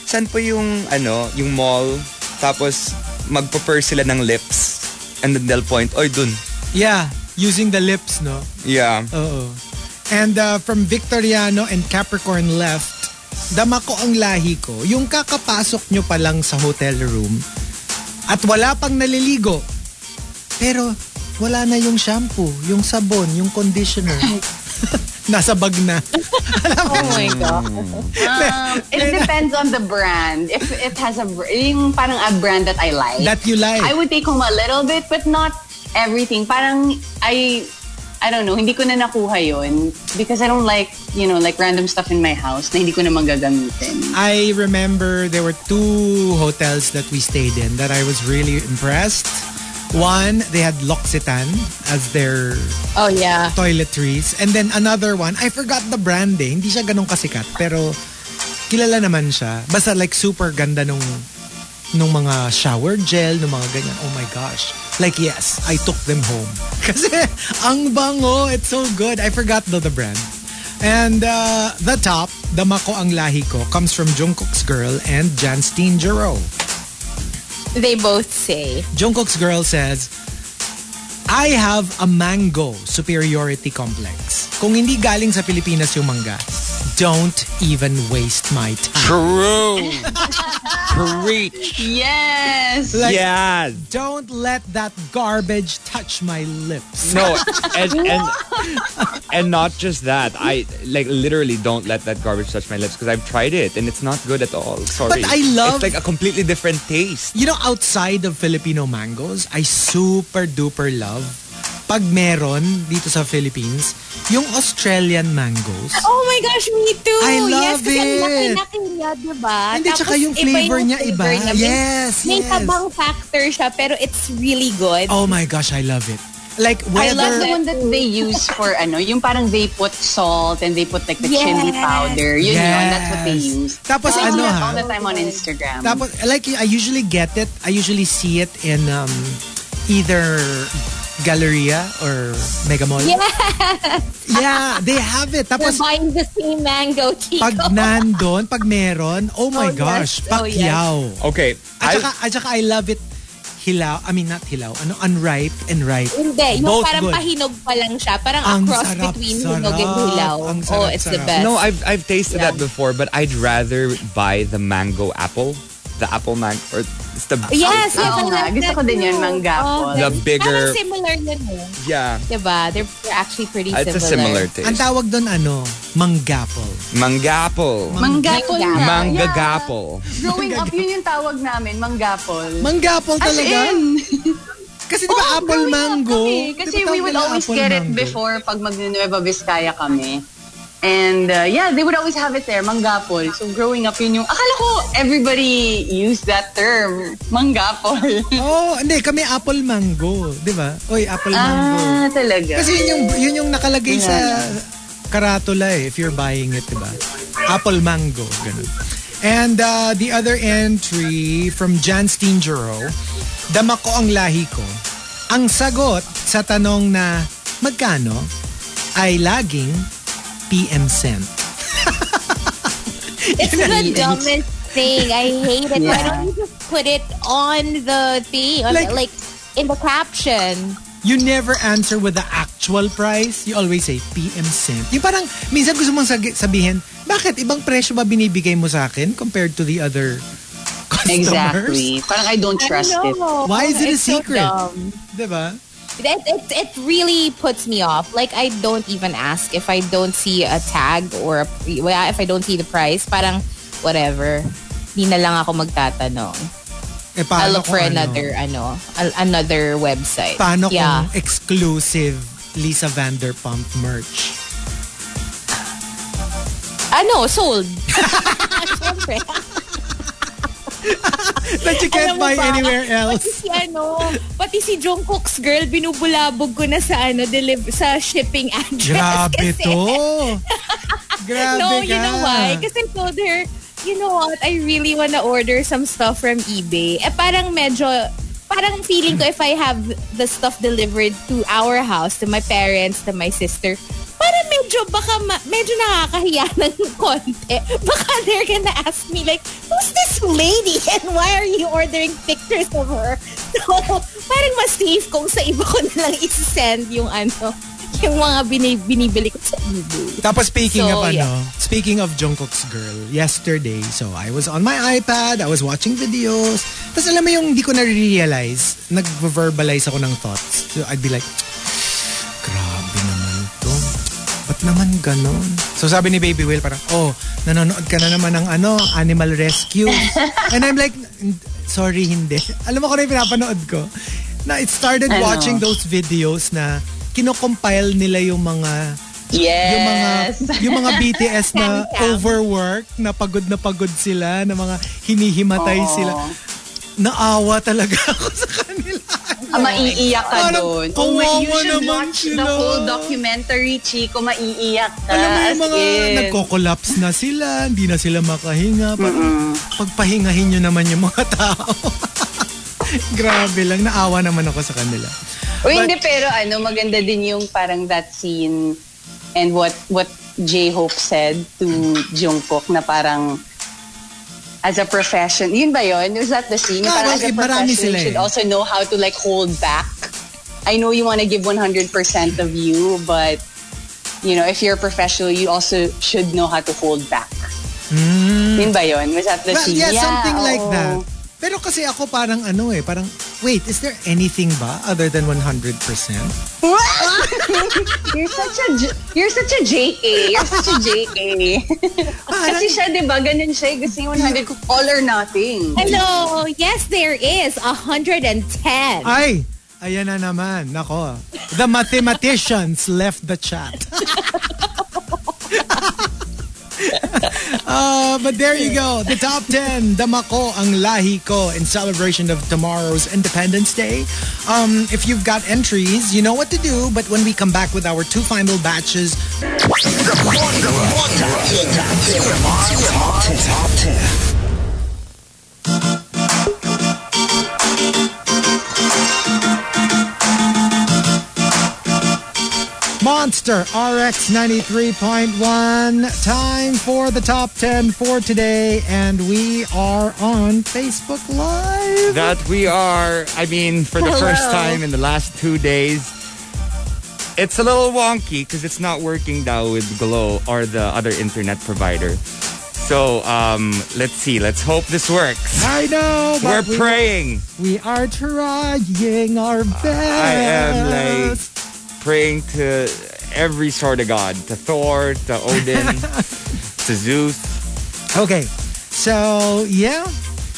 S4: saan po yung ano, yung mall? Tapos magpa-purr sila ng lips and then they'll point, oy dun.
S3: Yeah, using the lips, no?
S4: Yeah.
S3: Oo. And uh, from Victoriano and Capricorn left, dama ko ang lahi ko. Yung kakapasok nyo pa lang sa hotel room at wala pang naliligo. Pero wala na yung shampoo, yung sabon, yung conditioner. Nasa bag na.
S5: Oh my god. Um, it depends on the brand. If it has a br- yung parang a brand that I like,
S3: That you like.
S5: I would take home a little bit, but not everything. Parang I I don't know, hindi ko na nakuha yon because I don't like, you know, like random stuff in my house na hindi ko na magagamitin.
S3: I remember there were two hotels that we stayed in that I was really impressed. One, they had L'Occitane as their
S7: Oh, yeah.
S3: toiletries. And then another one, I forgot the brand eh. Hindi siya ganun kasikat. Pero kilala naman siya. Basta like super ganda nung nung mga shower gel, nung mga ganyan. Oh my gosh. Like yes, I took them home. Kasi ang bango. It's so good. I forgot though the brand. And uh, the top, Dama ko ang lahi ko, comes from Jungkook's Girl and Janstein Jero.
S7: They both say.
S3: Jungkook's girl says, I have a mango superiority complex. Kung hindi galing sa Pilipinas yung mangga, don't even waste my time.
S4: True. Preach.
S5: Yes.
S3: Like,
S4: yeah.
S3: Don't let that garbage touch my lips.
S4: No, and, and and not just that. I like literally don't let that garbage touch my lips because I've tried it and it's not good at all. Sorry.
S3: But I love-
S4: It's like a completely different taste.
S3: You know, outside of Filipino mangoes, I super duper love pag meron dito sa Philippines, yung Australian mangoes.
S7: Oh my gosh, me too.
S3: I love
S7: yes, kasi ang laki
S3: it.
S7: na kaya, diba?
S3: Hindi, tsaka yung flavor niya iba. Yes,
S7: may,
S3: yes.
S7: may tabang factor siya, pero it's really good.
S3: Oh my gosh, I love it. Like
S5: I
S3: whether
S5: love the one that they use for ano, yung parang they put salt and they put like the
S7: Yes.
S5: chili powder. Yun yun, that's what they
S3: Yes.
S5: use.
S3: Tapos
S5: I see
S3: ano
S5: that
S3: ha?
S5: all the time on Instagram.
S3: Tapos, like, I usually get it. I usually see it in um, either Galleria or Mega Mall. Yeah, they have it.
S7: We're
S3: Tapos,
S7: buying the same mango, Chico.
S3: pag nandun, pag meron, oh my
S7: Oh, yes.
S3: gosh,
S7: Oh, yes.
S3: pakyaw.
S4: Okay.
S3: At,
S4: I-
S3: saka, at saka I love it hilaw. I mean, not hilaw. Ano, unripe and ripe.
S7: Hindi, yung
S3: Both
S7: parang
S3: good.
S7: pahinog pa lang siya. Parang
S3: Ang
S7: a cross
S3: sarap,
S7: between
S3: sarap.
S7: hinog and hilaw.
S3: Ang
S7: oh,
S3: sarap,
S7: it's the
S3: sarap.
S7: best.
S4: No, I've I've tasted
S7: Yeah.
S4: that before, but I'd rather buy the mango apple, the apple mango, or it's the
S7: yes, yes,
S5: Oo
S7: I
S5: nga,
S7: love
S5: gusto
S7: that
S5: ko din yun,
S7: too.
S5: mangga
S7: Oh,
S5: apple.
S4: The
S7: that's-
S4: bigger-
S7: Parang similar yun eh.
S4: yeah.
S7: Diba? They're, they're actually pretty
S4: It's a similar
S7: similar.
S4: taste.
S3: Ang tawag doon, ano, manggapol.
S4: Manggapol.
S5: Manggapol
S7: Mangga.
S5: nga.
S4: Manggagapol.
S5: Yeah. Growing up, yun yung tawag namin, manggapol.
S3: Manggapol
S5: As
S3: talaga?
S5: in,
S3: Kasi di ba
S5: oo,
S3: apple
S5: growing up
S3: mango?
S5: kami.
S3: Di ba
S5: Kasi
S3: tawag
S5: we would
S3: nila
S5: always
S3: apple
S5: get it
S3: mango?
S5: before pag mag-Nueva Vizcaya kami. And uh, yeah, they would always have it there, manggapol. So growing up yun yung, akala ko everybody used that term, manggapol.
S3: Oh, hindi. Kami apple mango. Di ba? Oy, apple mango.
S5: ah, talaga.
S3: Kasi yun yung, yun yung nakalagay sa karatula eh, if you're buying it, diba? Apple mango, ganun. And uh, the other entry from Jan Stingero, dama ko ang lahi ko. Ang sagot sa tanong na magkano ay laging PM cent.
S7: It's the dumbest thing. I hate it. Why
S5: Yeah.
S7: don't you just put it on the thing, on
S3: Like-
S7: the- like in the caption?
S3: you never answer with the actual price. You always say PM cent. Yung parang, minsan gusto mong sag- sabihin, bakit ibang presyo ba binibigay mo sa akin compared to the other customers?
S5: Exactly. Parang I don't trust
S7: I
S5: it.
S7: know.
S3: Why is it a
S7: It's so
S3: secret?
S7: dumb.
S3: Diba?
S7: It, it, it really puts me off. Like, I don't even ask if I don't see a tag or a, well, if I don't see the price. Parang, whatever. Di na lang ako magtatanong.
S3: Eh,
S7: I'll
S3: paano
S7: look for
S3: kung ano?
S7: another, ano, al- another website.
S3: Paano
S7: yeah.
S3: kung exclusive Lisa Vanderpump merch?
S7: Ano, Ah, sold. Siyempre.
S3: That you can't
S7: Alam mo
S3: buy
S7: ba?
S3: anywhere
S8: Pati
S3: else.
S8: si ano, pati si Jungkook's girl, binubulabog ko na sa ano, deliver, sa shipping address.
S3: Grabe
S8: kasi,
S3: to. Grabe
S8: No, you
S3: ka.
S8: know why? Because I told her, you know what, I really wanna order some stuff from eBay. Eh parang medyo, parang feeling ko if I have the stuff delivered to our house, to my parents, to my sister, parang medyo baka, ma- medyo nakakahiya ng konti. Baka they're gonna ask me like, who's this lady and why are you ordering pictures of her? So, parang mas safe kung sa iba ko na lang isi-send yung ano, yung mga bini- binibili ko sa eBay.
S3: Tapos speaking
S8: So,
S3: of ano,
S8: yeah.
S3: speaking of Jungkook's girl, yesterday, so I was on my iPad, I was watching videos. Tapos alam mo yung di ko na-realize, nag-verbalize ako ng thoughts. So I'd be like, grabe naman to. Ba't naman ganon? So sabi ni Baby Will, parang, oh, nanonood ka na naman ng ano, Animal Rescue. And I'm like, sorry, hindi. Alam mo ko na yung pinapanood ko. Na it started
S5: Ano?
S3: watching those videos na kinocompile nila yung mga yung mga
S5: Yes.
S3: yung mga BTS na overwork, na pagod na pagod sila, na mga hinihimatay
S5: Oo.
S3: sila. Naawa talaga ako sa kanila.
S5: Ah, maiiyak ka
S3: Parang
S5: doon. Oh
S3: kawawa
S5: you should
S3: naman
S5: watch
S3: sila.
S5: the whole documentary, Chico. Maiiyak ka.
S3: Alam mo yung
S5: as
S3: mga
S5: in.
S3: nagko-collapse na sila, hindi na sila makahinga. Parang, pagpahingahin nyo naman yung mga tao. Grabe lang, naawa naman ako sa kanila.
S5: O hindi, pero ano, maganda din yung parang that scene and what what J-Hope said to Jungkook na parang as a profession, yun ba yun? Was that the scene? Yung
S3: Ah,
S5: parang as
S3: bakit?
S5: a
S3: Marami
S5: profession,
S3: sila
S5: you should
S3: eh.
S5: also know how to like hold back. I know you want to give 100% of you, but you know, if you're a professional, you also should know how to hold back. Yun ba yun? Was that
S3: Hmm.
S5: the
S3: Well,
S5: scene? oh.
S3: yeah, something
S5: oo.
S3: like that. Pero kasi ako parang ano eh, parang, wait, is there anything ba other than 100%?
S5: You're such a J- you're such a JK. You're such a JK. Kasi siya, di ba, ganun siya. eh. Gusto niya 100 ko, all or nothing.
S8: Hello. Yes, there is. 110.
S3: Ay, ayan na naman. Nako. The mathematicians left the chat. uh, but there you go. The top 10. Damako ang lahi ko in celebration of tomorrow's Independence Day. Um, if you've got entries, you know what to do. But when we come back with our two final batches, Monster RX 93.1. Time for the top 10 for today. And we are on Facebook Live.
S4: that we are, I mean, for the first time in the last two days, it's a little wonky because it's not working now with Glow or the other internet provider. So um, let's see. Let's hope this works.
S3: I know.
S4: We're
S3: but we-
S4: praying.
S3: We are trying our best.
S4: I am like praying to every sort of god, to Thor, to Odin, to Zeus.
S3: Okay. So, yeah.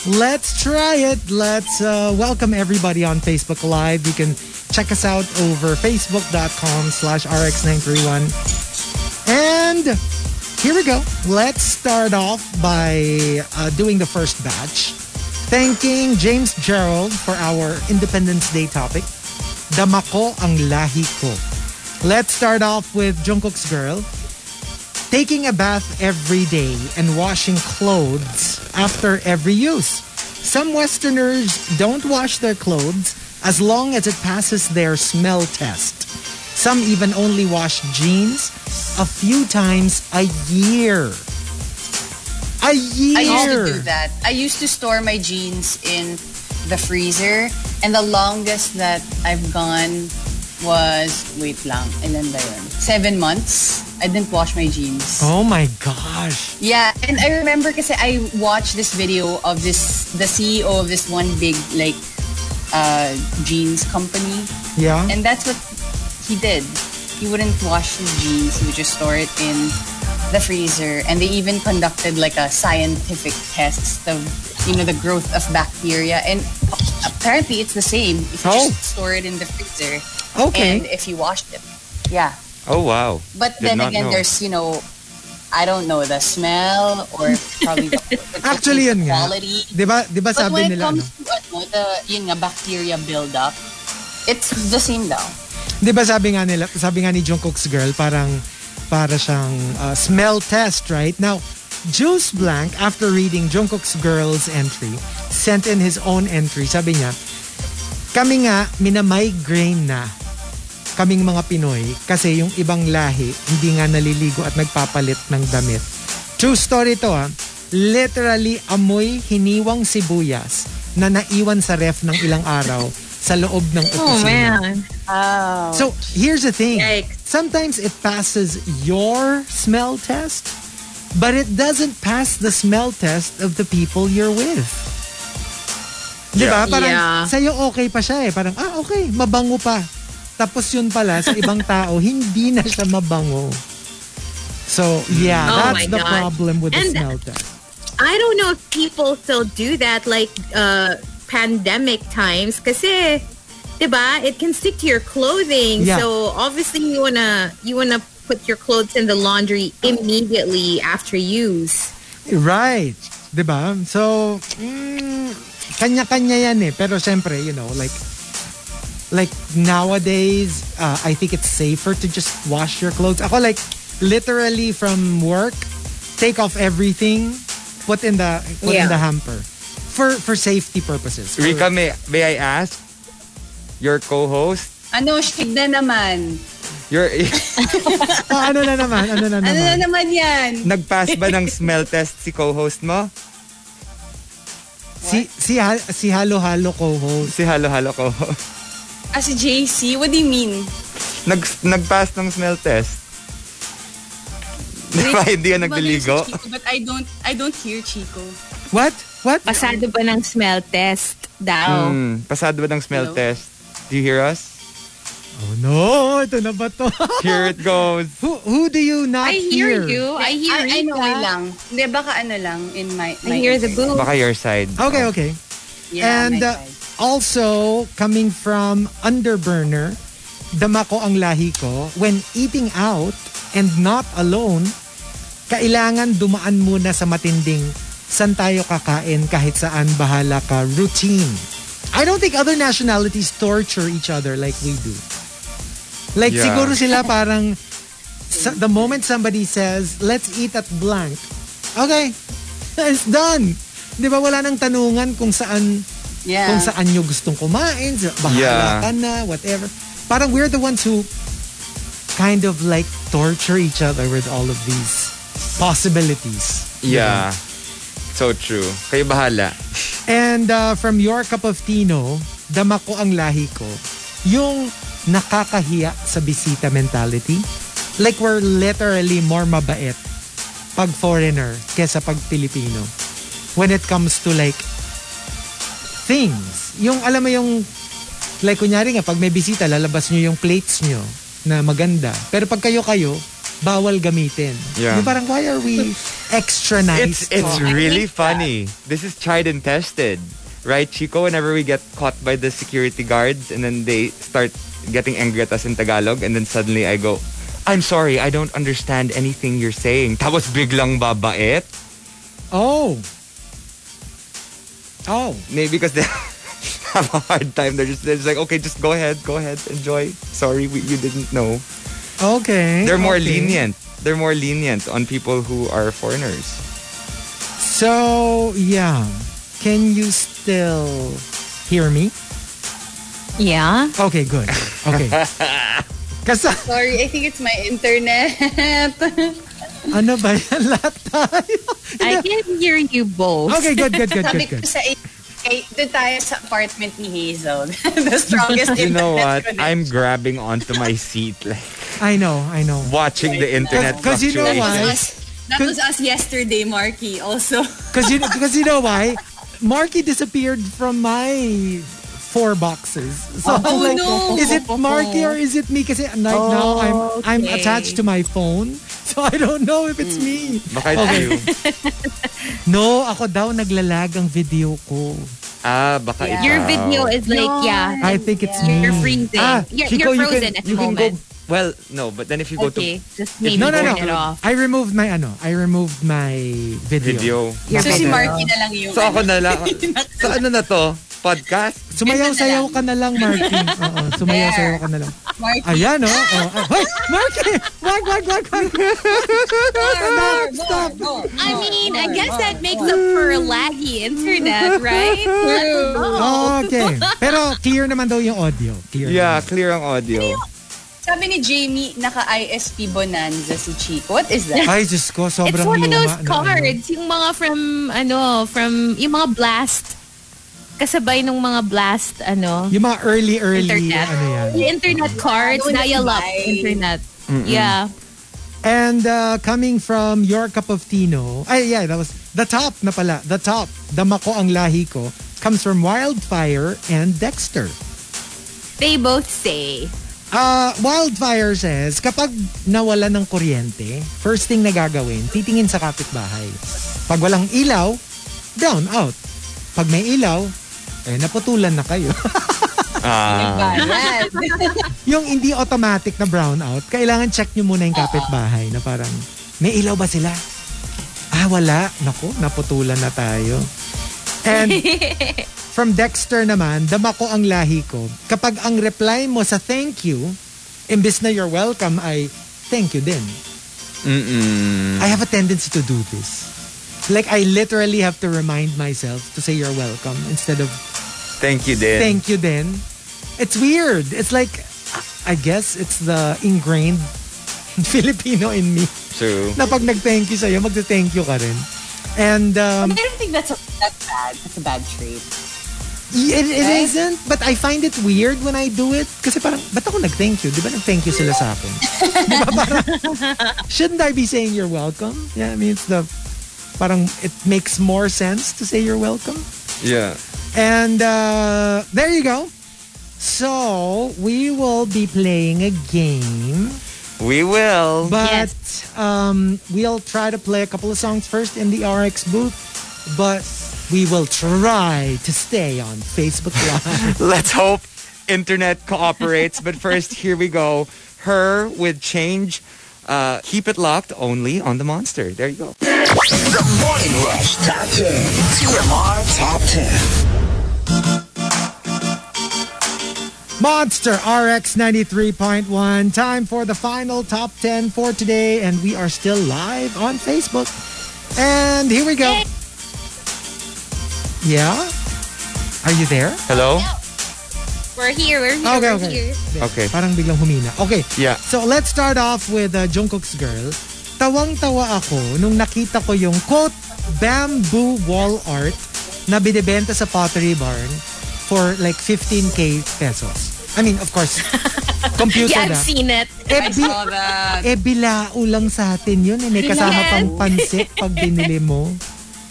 S3: Let's try it. Let's uh, welcome everybody on Facebook Live. You can check us out over facebook.com slash rx931. And here we go. Let's start off by uh, doing the first batch. Thanking James Gerald for our Independence Day topic. Damako ang lahi ko. Let's start off with Jungkook's girl. taking a bath every day and washing clothes after every use. Some Westerners don't wash their clothes as long as it passes their smell test. Some even only wash jeans a few times a year. A year.
S5: I used to do that. I used to store my jeans in the freezer. And the longest that I've gone was, wait lang, ilan ba yun? Seven months. I didn't wash my jeans.
S3: Oh my gosh.
S5: Yeah, and I remember kasi I watched this video of this, the CEO of this one big, like, uh, jeans company.
S3: Yeah.
S5: And that's what he did. He wouldn't wash his jeans. He would just store it in the freezer. And they even conducted like a scientific test of, you know, the growth of bacteria. And apparently it's the same if you
S3: Oh.
S5: just store it in the freezer and
S3: okay.
S5: if you wash it. Yeah.
S4: Oh, wow.
S5: But
S4: Did
S5: then
S4: not
S5: again,
S4: know.
S5: there's, you know, I don't know, the smell or probably the
S3: Actually, yun nga.
S5: quality.
S3: Diba, diba
S5: But
S3: sabi
S5: when it
S3: nila, ano?
S5: comes to ano, the yun nga, bacteria buildup, it's the same daw.
S3: Di ba sabi nga nila, sabi nga ni Jungkook's girl, parang, para siyang uh, smell test, right? Now, Juice Blank, after reading Jungkook's girl's entry, sent in his own entry. Sabi niya, kami nga, minamigraine na kaming mga Pinoy kasi yung ibang lahi hindi nga naliligo at nagpapalit ng damit. True story to ha. Literally amoy hiniwang sibuyas na naiwan sa ref ng ilang araw sa loob ng opisina. So here's the thing. Sometimes it passes your smell test, but it doesn't pass the smell test of the people you're with. Di ba? Parang sa'yo okay pa siya eh. Parang, ah, okay, mabango pa. Tapos yun pala, sa ibang tao, hindi na siya mabango. So, yeah,
S7: Oh
S3: that's
S7: my
S3: the
S7: God.
S3: problem with the
S7: And-
S3: smell test.
S7: I don't know if people still do that like uh, pandemic times kasi 'di ba it can stick to your clothing
S3: Yeah.
S7: so obviously you want to you want to put your clothes in the laundry immediately after use
S3: Right. Di ba? So, mm, kanya-kanya yan eh. Pero syempre, you know, like, like nowadays, uh, I think it's safer to just wash your clothes. Ako like, literally from work, take off everything, put in the, put in
S7: Yeah.
S3: the hamper. For, for safety purposes. For-
S4: Rika, may, may I ask? Your co-host?
S5: Ano, shig na naman.
S4: Your,
S3: Oh, ano na naman? Ano na
S5: Ano na
S3: naman?
S5: naman yan?
S4: nagpass ba ng smell test si co-host mo?
S3: Si, si, Ha- si Halo Halo co-host.
S4: Si Halo Halo co-host.
S5: As a JC, what do you mean?
S4: nag nagpass ng smell test. Di ba hindi ka nagliligo?
S5: Bagay si Chico, but I don't, I don't hear Chico.
S3: What? What?
S7: pasado ba ng smell test daw
S4: Hmm, pasado ba ng smell
S5: Hello?
S4: test? Do you hear us?
S3: Oh no, ito na ba to?
S4: Here it goes.
S3: who, who do you not
S7: I hear you I hear
S5: Ah, I, I
S7: you
S5: know, wait lang. Hindi, baka ano lang in my...
S7: I hear the boo
S4: Baka your side.
S3: Okay, okay.
S5: Yeah,
S3: And
S5: my
S3: uh, also, coming from Underburner, dama ko ang lahi ko, when eating out and not alone, kailangan dumaan muna sa matinding saan tayo kakain kahit saan bahala ka routine. I don't think other nationalities torture each other like we do. Like
S4: Yeah.
S3: siguro sila parang sa-
S5: Mm.
S3: the moment somebody says, let's eat at blank, okay, it's done. Di ba wala nang tanungan kung saan
S5: yeah.
S3: kung saan nyo gustong kumain, sa- bahala
S4: Yeah.
S3: ka na, whatever. Parang we're the ones who kind of like torture each other with all of these possibilities.
S4: Yeah. So true. Kayo bahala.
S3: And uh, from Your Cup of Tino, dama ko ang lahi ko, yung nakakahiya sa bisita mentality. Like we're literally more mabait pag foreigner kesa pag Pilipino. When it comes to like things. Yung alam mo yung like kunyari nga pag may bisita lalabas nyo yung plates nyo na maganda. Pero pag kayo kayo, bawal gamitin.
S4: Yeah.
S3: Yung parang why are we extra nice?
S4: It's it's really funny. This is tried and tested. Right, Chico? Whenever we get caught by the security guards and then they start getting angry at us in Tagalog and then suddenly I go, I'm sorry, I don't understand anything you're saying. Tapos biglang babait.
S3: Oh. Oh.
S4: Maybe because they have a hard time. They're just, they're just like, okay, just go ahead, go ahead, enjoy. Sorry, we, you didn't know.
S3: Okay.
S4: They're more
S3: okay.
S4: lenient. They're more lenient on people who are foreigners.
S3: So, yeah. Can you still hear me?
S7: Yeah.
S3: Okay, good. Okay. Kasi
S5: Sorry, I think it's my internet.
S3: ano ba yan? Lahat tayo.
S7: I can hear you both.
S3: Okay, good, good, good,
S5: Sabi
S3: good,
S5: ko
S3: good.
S5: sa kay, doon tayo sa apartment ni Hazel. the strongest
S4: You know what?
S5: internet
S4: I'm grabbing onto my seat, like
S3: I know, I know.
S4: watching the internet.
S3: Because you know
S5: That was
S3: why?
S4: fluctuations.
S5: us, that was us yesterday, Marky, also.
S3: Because you, cause you know why? Marky disappeared from my four boxes. So I'm
S7: Oh,
S3: like,
S5: no.
S3: is it Marky or is it me? Because right now I'm
S7: Oh,
S3: I'm attached to my phone. So I don't know if it's me.
S7: Hmm.
S4: Baka it's you.
S3: No, ako daw naglalag ang video ko.
S4: Ah, baka ikaw.
S7: Your video is like, yeah.
S3: I think it's me.
S7: You're freezing. you're,
S4: Chico,
S7: you're
S4: Oh, you
S7: frozen
S4: can-
S7: at the
S4: you can go-
S7: moment.
S4: well, no, but then if you go
S7: okay, just
S4: if
S7: maybe
S3: No, no, no.
S7: turn it off.
S3: I removed my ano. I removed my
S4: to
S3: video.
S4: video,
S5: so si Marky na lang yung...
S4: so ako na lang. so ano na to? Podcast?
S3: Sumayaw-sayaw ka na lang, Marky. Oo, sumayaw-sayaw ka na lang. Ayan, oh. oh. ah, Hoy, Marky! Wag, wag, wag, wag. Stop, stop.
S7: I mean, I guess that makes up for a laggy internet, right?
S3: Okay. Pero clear naman daw yung audio. Clear
S4: Yeah,
S3: naman.
S4: clear ang audio.
S5: Sabi ni Jamie, naka-ISP Bonanza si Chico. What is that?
S3: Ay, Diyos ko, sobrang
S7: it's one of
S3: luma
S7: those
S3: na ano.
S7: cards, yung mga from, ano, from, yung mga blast, kasabay nung mga blast, ano,
S3: Yung mga early, early,
S7: Internet.
S3: ano yan.
S7: the internet cards, dial-up internet. Yeah.
S3: And uh, coming from Your Cup of Tino, ay yeah, that was the top na pala. The top, dama ko ang lahi ko, comes from Wildfire and Dexter.
S7: They both say,
S3: Uh, Wildfire says, kapag nawala ng kuryente, first thing na gagawin, titingin sa kapitbahay. Pag walang ilaw, down, out. Pag may ilaw, eh, naputulan na kayo.
S4: Ah,
S5: Yes.
S3: yung hindi automatic na brownout, kailangan check nyo muna yung kapitbahay na parang, may ilaw ba sila? Ah, wala. Naku, naputulan na tayo. And from Dexter naman, dama ko ang lahi ko. Kapag ang reply mo sa thank you, imbis na you're welcome ay thank you din.
S4: mm-mm.
S3: I have a tendency to do this. Like, I literally have to remind myself to say you're welcome instead of
S4: Thank you, din.
S3: thank you then it's weird it's like I guess it's the ingrained Filipino in me
S4: True.
S3: na pag nag-thank you sa'yo magte-thank you ka rin and um,
S5: I don't think that's, a, that's bad. That's a bad trait.
S3: it, it
S5: Right?
S3: isn't but I find it weird when I do it kasi parang ba't ako nag-thank you di ba nag-thank you sila sa akin di ba parang shouldn't I be saying you're welcome yeah I mean it's the parang it makes more sense to say you're welcome
S4: Yeah.
S3: And uh, there you go. So we will be playing a game,
S4: We will.
S3: but um, we'll try to play a couple of songs first in the RX booth, but we will try to stay on Facebook Live.
S4: Let's hope internet cooperates. but first, here we go. Her with change. Uh, keep it locked only on the monster. There you go.
S6: The Morning Rush Top 10. TMR Top 10.
S3: Monster RX 93.1. Time for the final top 10 for today, and we are still live on Facebook. And here we go. Yeah? Are you there?
S4: Hello?
S7: we're here, we're here,
S3: Ah, Okay,
S7: we're
S3: okay.
S7: here.
S4: Okay.
S3: Parang biglang humina. Okay.
S4: Yeah.
S3: So let's start off with uh, Jungkook's girl. Tawang-tawa ako nung nakita ko yung quote bamboo wall art na binibenta sa Pottery Barn for like 15k pesos. I mean, of course, computer
S7: Yeah,
S3: na.
S7: I've seen it.
S3: Eh, bi- eh, bilao lang sa atin yun. Eh, may kasama
S7: Yes.
S3: pang pansit pag binili mo.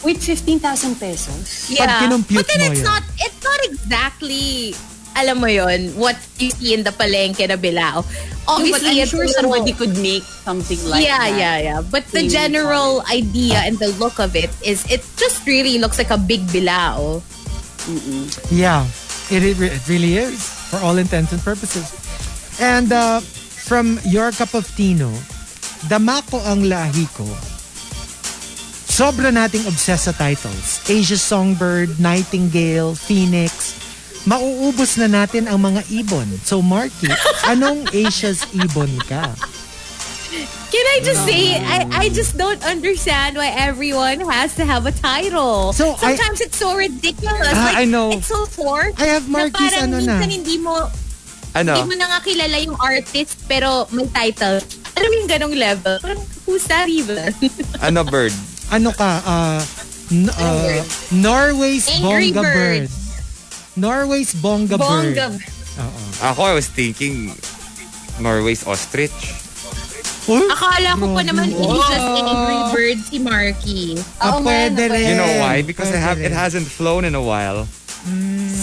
S5: Wait, 15,000 pesos?
S7: Yeah.
S3: kinumpute
S7: But then
S3: mo
S7: it's
S3: yun.
S7: not, it's not exactly, alam mo yon what you see in the palengke na bilao.
S5: But
S7: Obviously,
S5: I'm
S7: it's
S5: sure
S7: little-
S5: somebody could make something like
S7: yeah,
S5: that.
S7: yeah, yeah. But the
S5: Really
S7: general idea and the look of it is it just really looks like a big bilao.
S3: Yeah, it, it, it really is for all intents and purposes. And uh, from your cup of tino, dama ko ang lahi ko. Sobra nating obsessed sa titles. Asia Songbird, Nightingale, Phoenix. Mauubos na natin ang mga ibon. So Marky, anong Asia's ibon ka?
S7: Can I just say, I, I just don't understand why everyone has to have a title.
S3: So, I-
S7: Sometimes it's so ridiculous.
S4: Ah,
S7: like,
S4: I know.
S7: It's so forced.
S3: I have
S7: na
S3: Marquis,
S7: parang
S3: ano na.
S7: minsan hindi mo,
S4: Ano?
S7: hindi mo na nga kilala yung artist, pero may title. Alam mo yung ganong level. Parang, who's that even?
S4: Ano bird?
S3: Ano ka? Uh, n- uh, Norway's
S7: Angry
S3: Bonga Bird.
S7: Bird.
S3: Norway's Bonga,
S7: Bongga.
S3: Bird. Oo.
S4: Ako, I was thinking Norway's ostrich.
S3: Uy,
S7: Akala ko pa naman hindi
S3: Wow.
S7: just angry bird si Marky.
S9: oh,
S3: ah, pwede rin.
S4: You know why? Because it,
S3: Pwede
S4: have,
S3: rin.
S4: it hasn't flown in a while.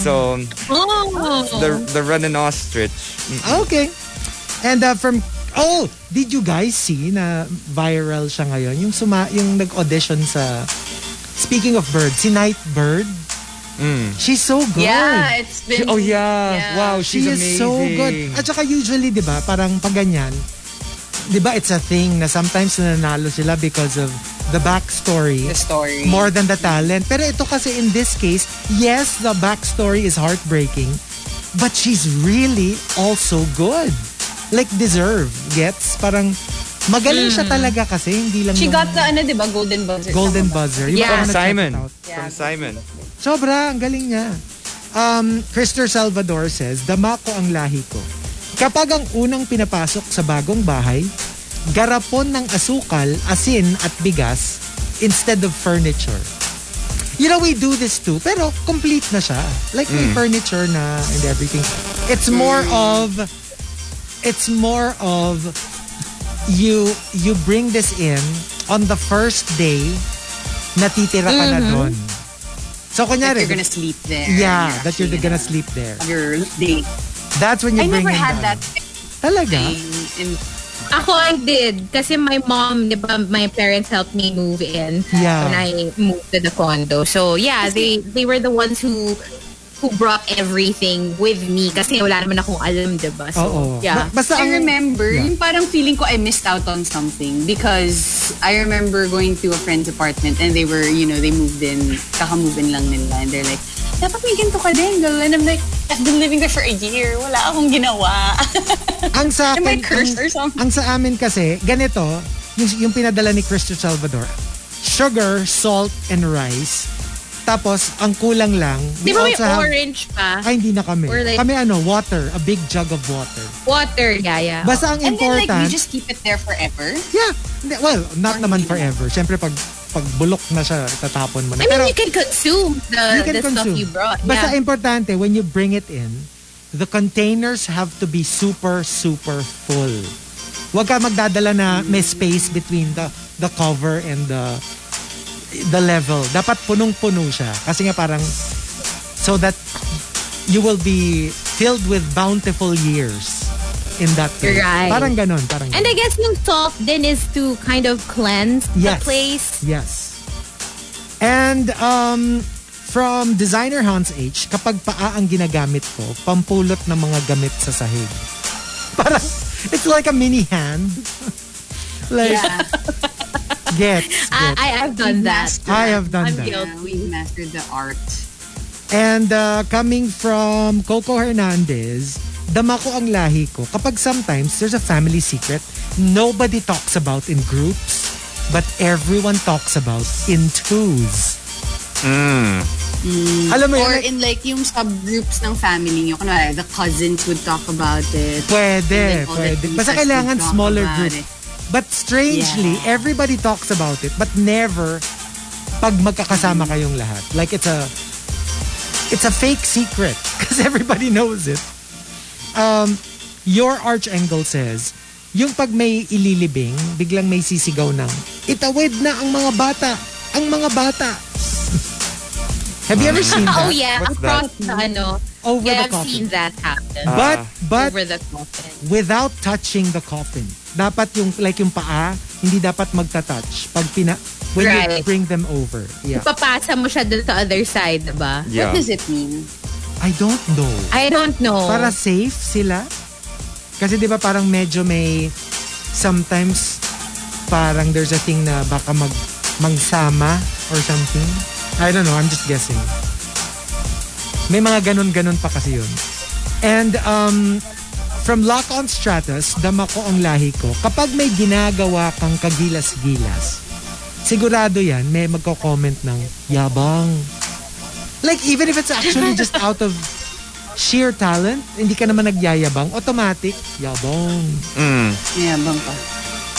S4: So,
S7: Oh.
S4: the, the running ostrich.
S3: Okay. And uh, from Oh, did you guys see na viral siya ngayon? Yung suma yung nag-audition sa Speaking of birds, si Night Bird. She's so good.
S9: Yeah, it's been.
S4: Mm. Oh, yeah.
S9: Yeah.
S4: Wow, she's
S3: she is
S4: amazing.
S3: so good. At saka usually, di ba, parang pag ganyan, di ba it's a thing na sometimes nananalo sila because of the backstory
S9: The story.
S3: more than the talent. Pero ito kasi in this case, yes, the backstory is heartbreaking, but she's really also good. Like, deserve. Gets? Parang, magaling siya talaga kasi, hindi lang
S5: Mm. She
S3: yung
S5: got the, ano, di ba, golden buzzer.
S3: golden buzzer. Yung
S4: From
S3: parang nag-check
S4: Simon.
S3: out.
S4: From Simon.
S3: Sobra, ang galing niya. Um, Christopher Salvador says, Dama ko ang lahi ko. Kapag ang unang pinapasok sa bagong bahay, garapon ng asukal, asin at bigas instead of furniture. You know, we do this too, pero complete na siya. Like may
S9: Mm.
S3: furniture na and everything. It's more of, it's more of you you bring this in on the first day natitira ka na doon. So
S9: That
S3: kunyari,
S9: Mm-hmm. you're gonna sleep there.
S3: yeah, that you're
S9: actually
S3: gonna sleep there.
S9: Your day.
S3: That's when you
S5: I
S3: bring
S5: never
S3: in
S5: had
S3: the-
S5: that.
S3: Talaga?
S9: In,
S7: Ako, I did. Kasi my mom, di ba, my parents helped me move in
S3: Yeah.
S7: when I moved to the condo. So, yeah, they they were the ones who who brought everything with me kasi wala naman akong alam, di ba? So,
S3: Oo.
S7: yeah.
S3: Ba- basta
S5: I
S3: ang-
S5: remember,
S3: Yeah.
S5: yung parang feeling ko I missed out on something because I remember going to a friend's apartment and they were, you know, they moved in, kaka-move in lang nila and they're like, dapat may ganito ka din. girl." And I'm like, I've been living there for a year. Wala akong ginawa.
S3: ang sa
S5: Am
S3: akin,
S5: I cursed
S3: ang,
S5: or something?
S3: ang sa amin kasi, ganito, yung, yung pinadala ni Cristo Salvador, sugar, salt, and rice. Tapos, ang kulang lang,
S7: Di
S3: we
S7: ba may
S3: also have,
S7: orange pa?
S3: ay, hindi na kami.
S7: Or like-
S3: kami ano, water, a big jug of water.
S7: Water, yeah, yeah.
S3: Basta ang
S5: Oh. and then
S3: important,
S5: like, we just keep it there forever.
S3: yeah, hindi, well, not naman forever. Siyempre, pag, pag bulok na siya, tatapon mo na.
S7: I mean,
S3: Pero,
S7: you can consume the,
S3: you can
S7: the
S3: consume.
S7: stuff you brought.
S3: Basta
S7: yeah.
S3: importante, when you bring it in, the containers have to be super, super full. Huwag ka magdadala na may space between the the cover and the the level. Dapat punong-puno siya. Kasi nga parang so that you will be filled with bountiful years in that place.
S7: Right.
S3: Parang ganon. Parang
S7: And I guess yung salt then is to kind of cleanse
S3: Yes.
S7: the place.
S3: Yes. And um, from designer Hans H, kapag paa ang ginagamit ko, pampulot ng mga gamit sa sahig. Parang, it's like a mini hand. like, gets,
S7: I,
S3: gets.
S7: I, I've done that.
S3: I have done
S7: I'm
S3: that.
S7: guilty.
S5: Yeah, we mastered the art.
S3: And uh, coming from Coco Hernandez, dama ko ang lahi ko kapag sometimes there's a family secret nobody talks about in groups but everyone talks about in twos. Alam mo yun,
S5: Hmm. Or
S3: like,
S5: in like yung subgroups ng family nyo. Kunwari, the cousins would talk about it.
S3: Pwede,
S5: And then all the
S3: pwede. Basta
S5: teachers
S3: kailangan
S5: would talk
S3: smaller
S5: about
S3: group.
S5: it.
S3: But strangely, everybody talks about it, but never pag
S7: Mm.
S3: magkakasama kayong lahat. Like it's a it's a fake secret because everybody knows it. Um, your archangel says, yung pag may ililibing, biglang may sisigaw ng, itawid na ang mga bata. Ang mga bata. Have you ever seen that?
S7: Oh yeah,
S4: What's that?
S7: across the ano.
S3: Over the
S7: yeah, I've
S3: coffin.
S7: seen that happen.
S3: But, but,
S7: over the coffin.
S3: without touching the coffin. Dapat yung, like yung paa, hindi dapat magta-touch pag pina, when you
S7: Right.
S3: bring them over. Yeah.
S7: Papasa mo siya dun sa other side, diba?
S4: Yeah.
S5: What does it mean?
S3: I don't know.
S7: I don't know.
S3: Para safe sila? Kasi di ba parang medyo may, sometimes, parang there's a thing na baka mag, magsama or something. I don't know, I'm just guessing. May mga ganun-ganun pa kasi yun. And um, From Lock on Stratus, dama ko ang lahi ko. Kapag may ginagawa kang kagilas-gilas, sigurado yan, may magko-comment ng yabang. Like, even if it's actually just out of sheer talent, hindi ka naman nagyayabang, automatic, yabang.
S10: Yabang pa.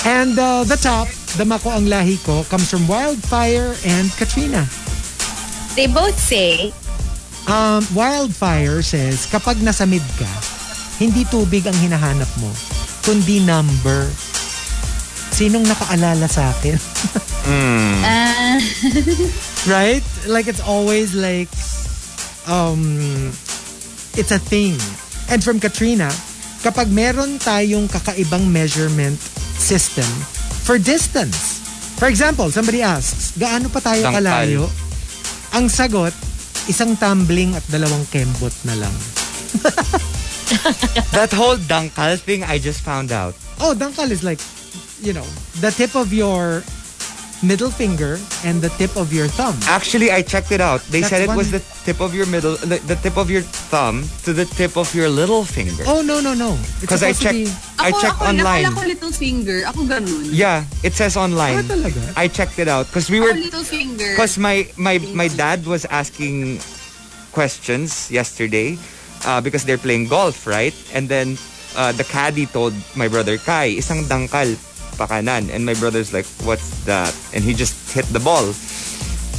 S3: And uh, the top, dama ko ang lahi ko, comes from Wildfire and Katrina.
S8: They both say,
S3: Um, Wildfire says, kapag nasa mid ka, hindi tubig ang hinahanap mo, kundi number. Sinong nakaalala sa akin? right? Like, it's always like, um, it's a thing. And from Katrina, kapag meron tayong kakaibang measurement system for distance. For example, somebody asks, gaano pa tayo
S4: Tangkal.
S3: kalayo? Ang sagot, isang tumbling at dalawang kembot na lang.
S4: That whole dangkal thing I just found out.
S3: Oh, dangkal is like, you know, the tip of your middle finger and the tip of your thumb.
S4: Actually, I checked it out. They
S3: That's
S4: said it
S3: one-
S4: was the tip of your middle, the, the tip of your thumb to the tip of your little finger.
S3: Oh, no, no, no. It's
S4: Because I
S3: supposed to
S4: checked,
S3: be-
S10: Ako,
S4: I checked
S10: ako,
S4: online.
S10: Nakala ko little finger. Ako ganun.
S4: Yeah, it says online.
S3: Ah, talaga?
S4: I checked it out because we
S10: Ako
S4: were
S10: little finger.
S4: because my my my dad was asking questions yesterday uh, because they're playing golf, right? And then uh, the caddy told my brother Kai, isang dangkal pakanan, and my brother's like, what's that? And he just hit the ball.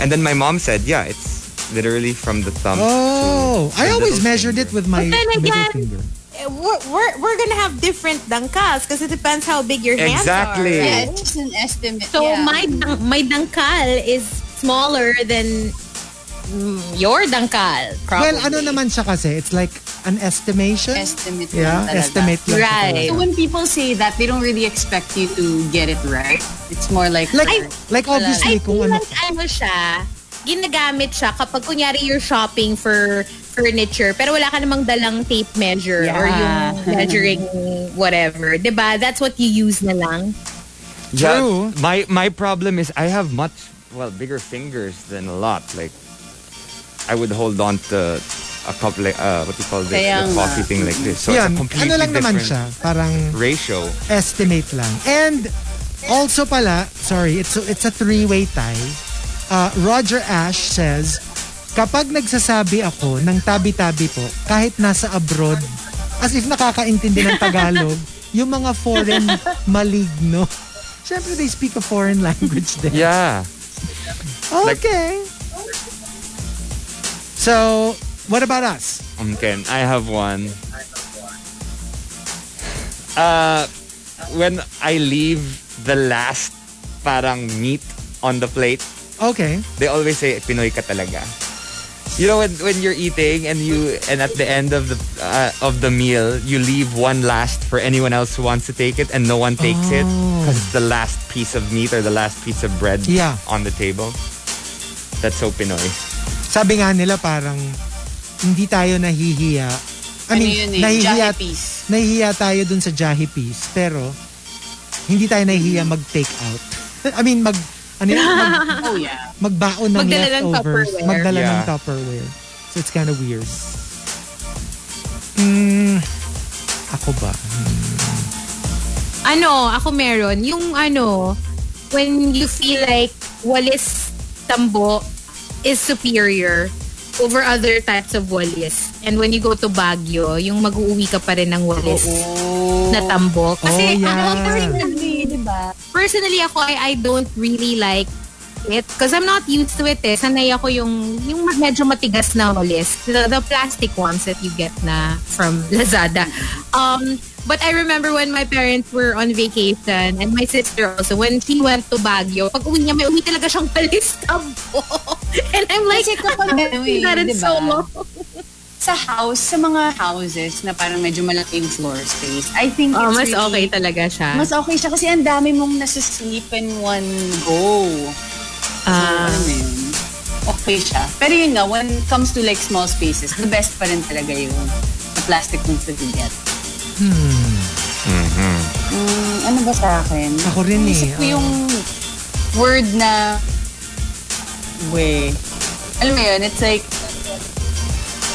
S4: And then my mom said, yeah, it's literally from the thumb.
S3: Oh, I always measured it with my
S7: But then
S3: middle
S7: again-
S3: finger.
S7: Eh, We're, we're, we're gonna have different dangkas because it depends how big your hands are.
S4: Exactly.
S10: Yeah, it's just an estimate.
S7: So
S10: yeah. Mm-hmm.
S7: my dang- my dangkal is smaller than mm, your dangkal. Probably.
S3: Well, ano naman siya kasi? It's like an estimation?
S10: estimate lang
S3: yeah,
S10: talaga.
S3: estimate lang. siya
S7: Right.
S10: So
S3: talaga.
S10: when people say that, they don't really expect you to get it right. It's more like,
S3: Like,
S10: I-
S3: like
S10: Wala.
S3: obviously,
S7: I
S3: kung
S7: feel
S3: ano,
S7: like ano siya, ginagamit siya kapag kunyari you're shopping for furniture pero wala ka namang dalang tape measure or yung
S10: Yeah.
S7: measuring whatever. 'Di ba? That's what you use na lang.
S4: Yeah,
S3: True.
S4: My my problem is I have much well bigger fingers than a lot. Like I would hold on to a couple like uh, what do you call this
S10: Kaya
S4: the
S10: nga.
S4: coffee thing like this. So
S3: yan,
S4: it's a completely
S3: ano lang naman
S4: different
S3: siya? Parang
S4: ratio.
S3: estimate lang. And also pala, sorry, it's a, it's a three-way tie. Uh, Roger Ash says, kapag nagsasabi ako ng tabi-tabi po, kahit nasa abroad, as if nakakaintindi ng Tagalog, yung mga foreign maligno. Siyempre, they speak a foreign language there.
S4: Yeah. Like-
S3: Okay. so, what about us?
S4: Okay, I have one. Uh, when I leave the last parang meat on the plate,
S3: Okay.
S4: they always say Pinoy ka talaga. You know when when you're eating and you and at the end of the uh, of the meal you leave one last for anyone else who wants to take it and no one takes it because it's the last piece of meat or the last piece of bread
S3: Oh. Yeah.
S4: on the table. That's so Pinoy.
S3: Sabi nga nila parang hindi tayo nahihiya. I
S10: ano
S3: mean,
S10: yun eh,
S3: nahihiya,
S10: Japanese.
S3: nahihiya tayo dun sa Jahi piece, pero hindi tayo nahihiya
S10: Hmm.
S3: mag-take out. I mean, mag, ano yun, mag,
S10: Oh yeah.
S3: magbaon ng
S7: Magdala ng
S3: leftovers.
S7: Tupperware.
S3: magdala ng
S4: Yeah.
S3: Tupperware. So it's kind of weird. Mm, ako ba?
S7: Ano, ako meron yung ano when you feel like walis tambo is superior over other types of walis. And when you go to Baguio, yung mag-uuwi ka pa rin ng walis na tambo. Kasi
S3: Oh, yeah.
S7: ako personally, eh, personally ako, I, I don't really like it because I'm not used to it eh. Sanay ako yung, yung mag- medyo matigas na walis. The, the plastic ones that you get na from Lazada. Um, but I remember when my parents were on vacation and my sister also, when she went to Baguio, pag uwi niya, may uwi talaga siyang walis tambo. and I'm like,
S10: Kasi kapag
S7: I haven't seen that in
S10: diba?
S7: so long.
S10: Sa house, sa mga houses na parang medyo malaki yung floor space, I think
S7: Oh,
S10: it's
S7: mas
S10: really-
S7: okay talaga siya.
S10: Mas okay siya kasi ang dami mong nasuslip in one go. So,
S7: Ah.
S10: alam mo yun, okay siya. Pero yun nga, when it comes to like small spaces, the best pa rin talaga yung the plastic ones that you get. Mm, ano ba sa akin?
S3: Ako rin eh.
S10: Naisip ko yung
S3: ah.
S10: word na we. Alam mo yun, it's like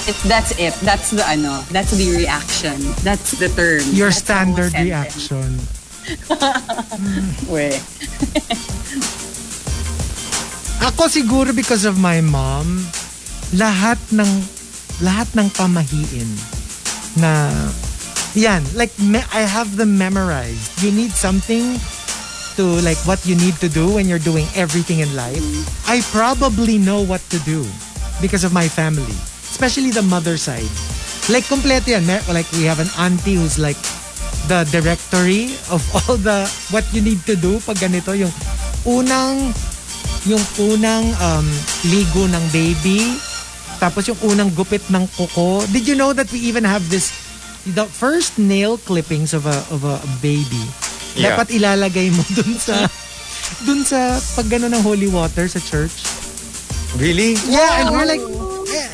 S10: It, that's it. That's the ano. That's the reaction. That's the term.
S3: Your
S10: That's the whole
S3: standard
S10: sentence.
S3: reaction.
S10: Weh.
S3: Ako siguro because of my mom, lahat ng lahat ng pamahiin na yan, like me, I have them memorized. You need something to like what you need to do when you're doing everything in life. I probably know what to do because of my family, especially the mother side. Like kompleto yan. Me- Like we have an auntie who's like the directory of all the what you need to do pag ganito yung unang yung unang um, ligo ng baby, tapos yung unang gupit ng kuko. Did you know that we even have this, the first nail clippings of a, of a baby,
S4: Yeah.
S3: dapat ilalagay mo dun sa, dun sa pag gano'n ng holy water sa church.
S4: Really?
S3: Yeah, and we're like, eh,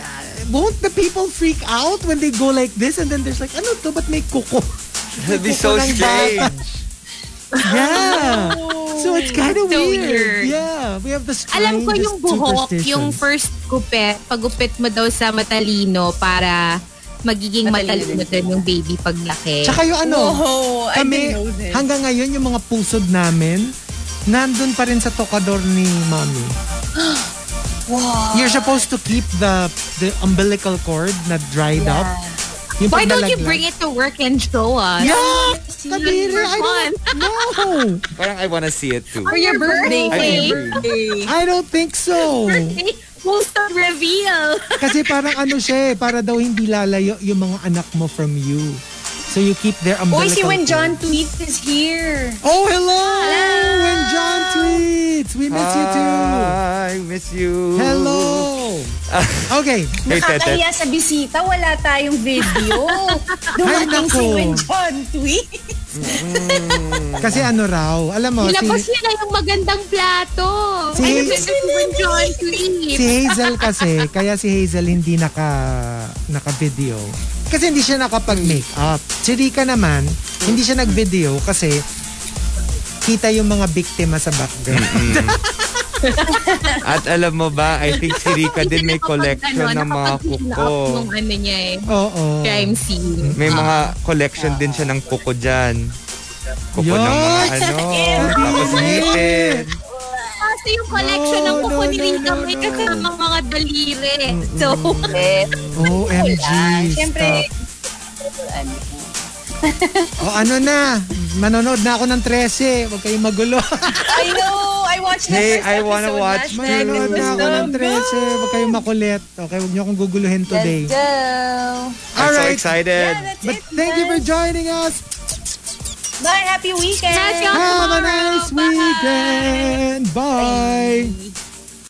S3: won't the people freak out when they go like this? And then there's like, ano to, ba't may kuko?
S4: That'd be so
S3: Kuko ng
S4: strange.
S3: bata. Yeah. So it's kind of
S7: So
S3: weird.
S7: weird.
S3: Yeah, we have the
S7: Alam ko
S3: strangest
S7: yung buhok,
S3: superstitions.
S7: yung first gupit, pagupit mo daw sa matalino para magiging matalino din yung baby paglaki.
S3: Tsaka yung ano,
S10: Whoa, I
S3: kami,
S10: didn't know this.
S3: hanggang ngayon, yung mga pusod namin, nandun pa rin sa tokador ni mommy. wow. You're supposed to keep the the umbilical cord na dried up. Yung
S7: Why don't you
S3: paglalaglag.
S7: bring it to work and show us?
S3: Yeah!
S7: for
S3: Kadiri, I
S7: fun.
S3: don't know.
S4: Parang I wanna see it too.
S7: For your birthday.
S4: I agree.
S3: I don't think so.
S7: Birthday poster reveal.
S3: Kasi parang ano siya eh, para daw hindi lalayo yung mga anak mo from you. So you keep their umbilical cord.
S10: tweets is here.
S3: Oh, hello! When John tweets! We miss you too!
S4: I miss you.
S3: Hello! Okay.
S4: Hey, Tete.
S2: Nakakaya sa bisita, wala tayong video.
S3: Ay,
S2: Dumating si
S3: nako.
S2: Win John Tweet.
S3: Kasi ano raw, alam mo, si,
S7: Nilabas niya na yung magandang plato.
S3: Si-
S7: Ay, gusto ko ba John to eat?
S3: si Hazel kasi, kaya si Hazel hindi naka, naka-video. Kasi hindi siya nakapag-makeup. Si Rika naman, hindi siya nag-video kasi kita yung mga biktima sa background.
S4: At alam mo ba, I think si Rika din may
S7: Hindi na
S4: collection
S7: kapag, ano,
S4: ng mga
S7: nakapag-clean
S4: kuko.
S7: up Nung ano niya eh,
S3: Oo.
S7: crime scene.
S4: May mga collection din siya ng kuko dyan. Kuko ng mga
S3: Yes!
S4: ano. Tapos ngipin.
S7: Kasi yung collection
S3: No,
S7: ng kuko
S3: no,
S7: ni
S3: no,
S7: Rita
S3: no,
S7: may
S3: no.
S7: kasama mga daliri. So,
S3: OMG.
S10: Siyempre,
S3: stop. O ano na, manonood na ako ng 13. Huwag kayong magulo.
S10: I know. I watched the
S4: Hey,
S10: first
S4: I wanna
S10: episode
S4: watch
S10: last night.
S3: manonood
S10: It was
S3: na ako ng
S10: so
S3: 13. Huwag kayong makulit. Okay, huwag niyo akong guguluhin today.
S10: good.
S4: I'm so
S3: Alright.
S4: excited.
S3: But thank you for joining us.
S2: Bye, happy weekend!
S7: National
S3: Have a
S7: tomorrow.
S3: nice weekend. Bye.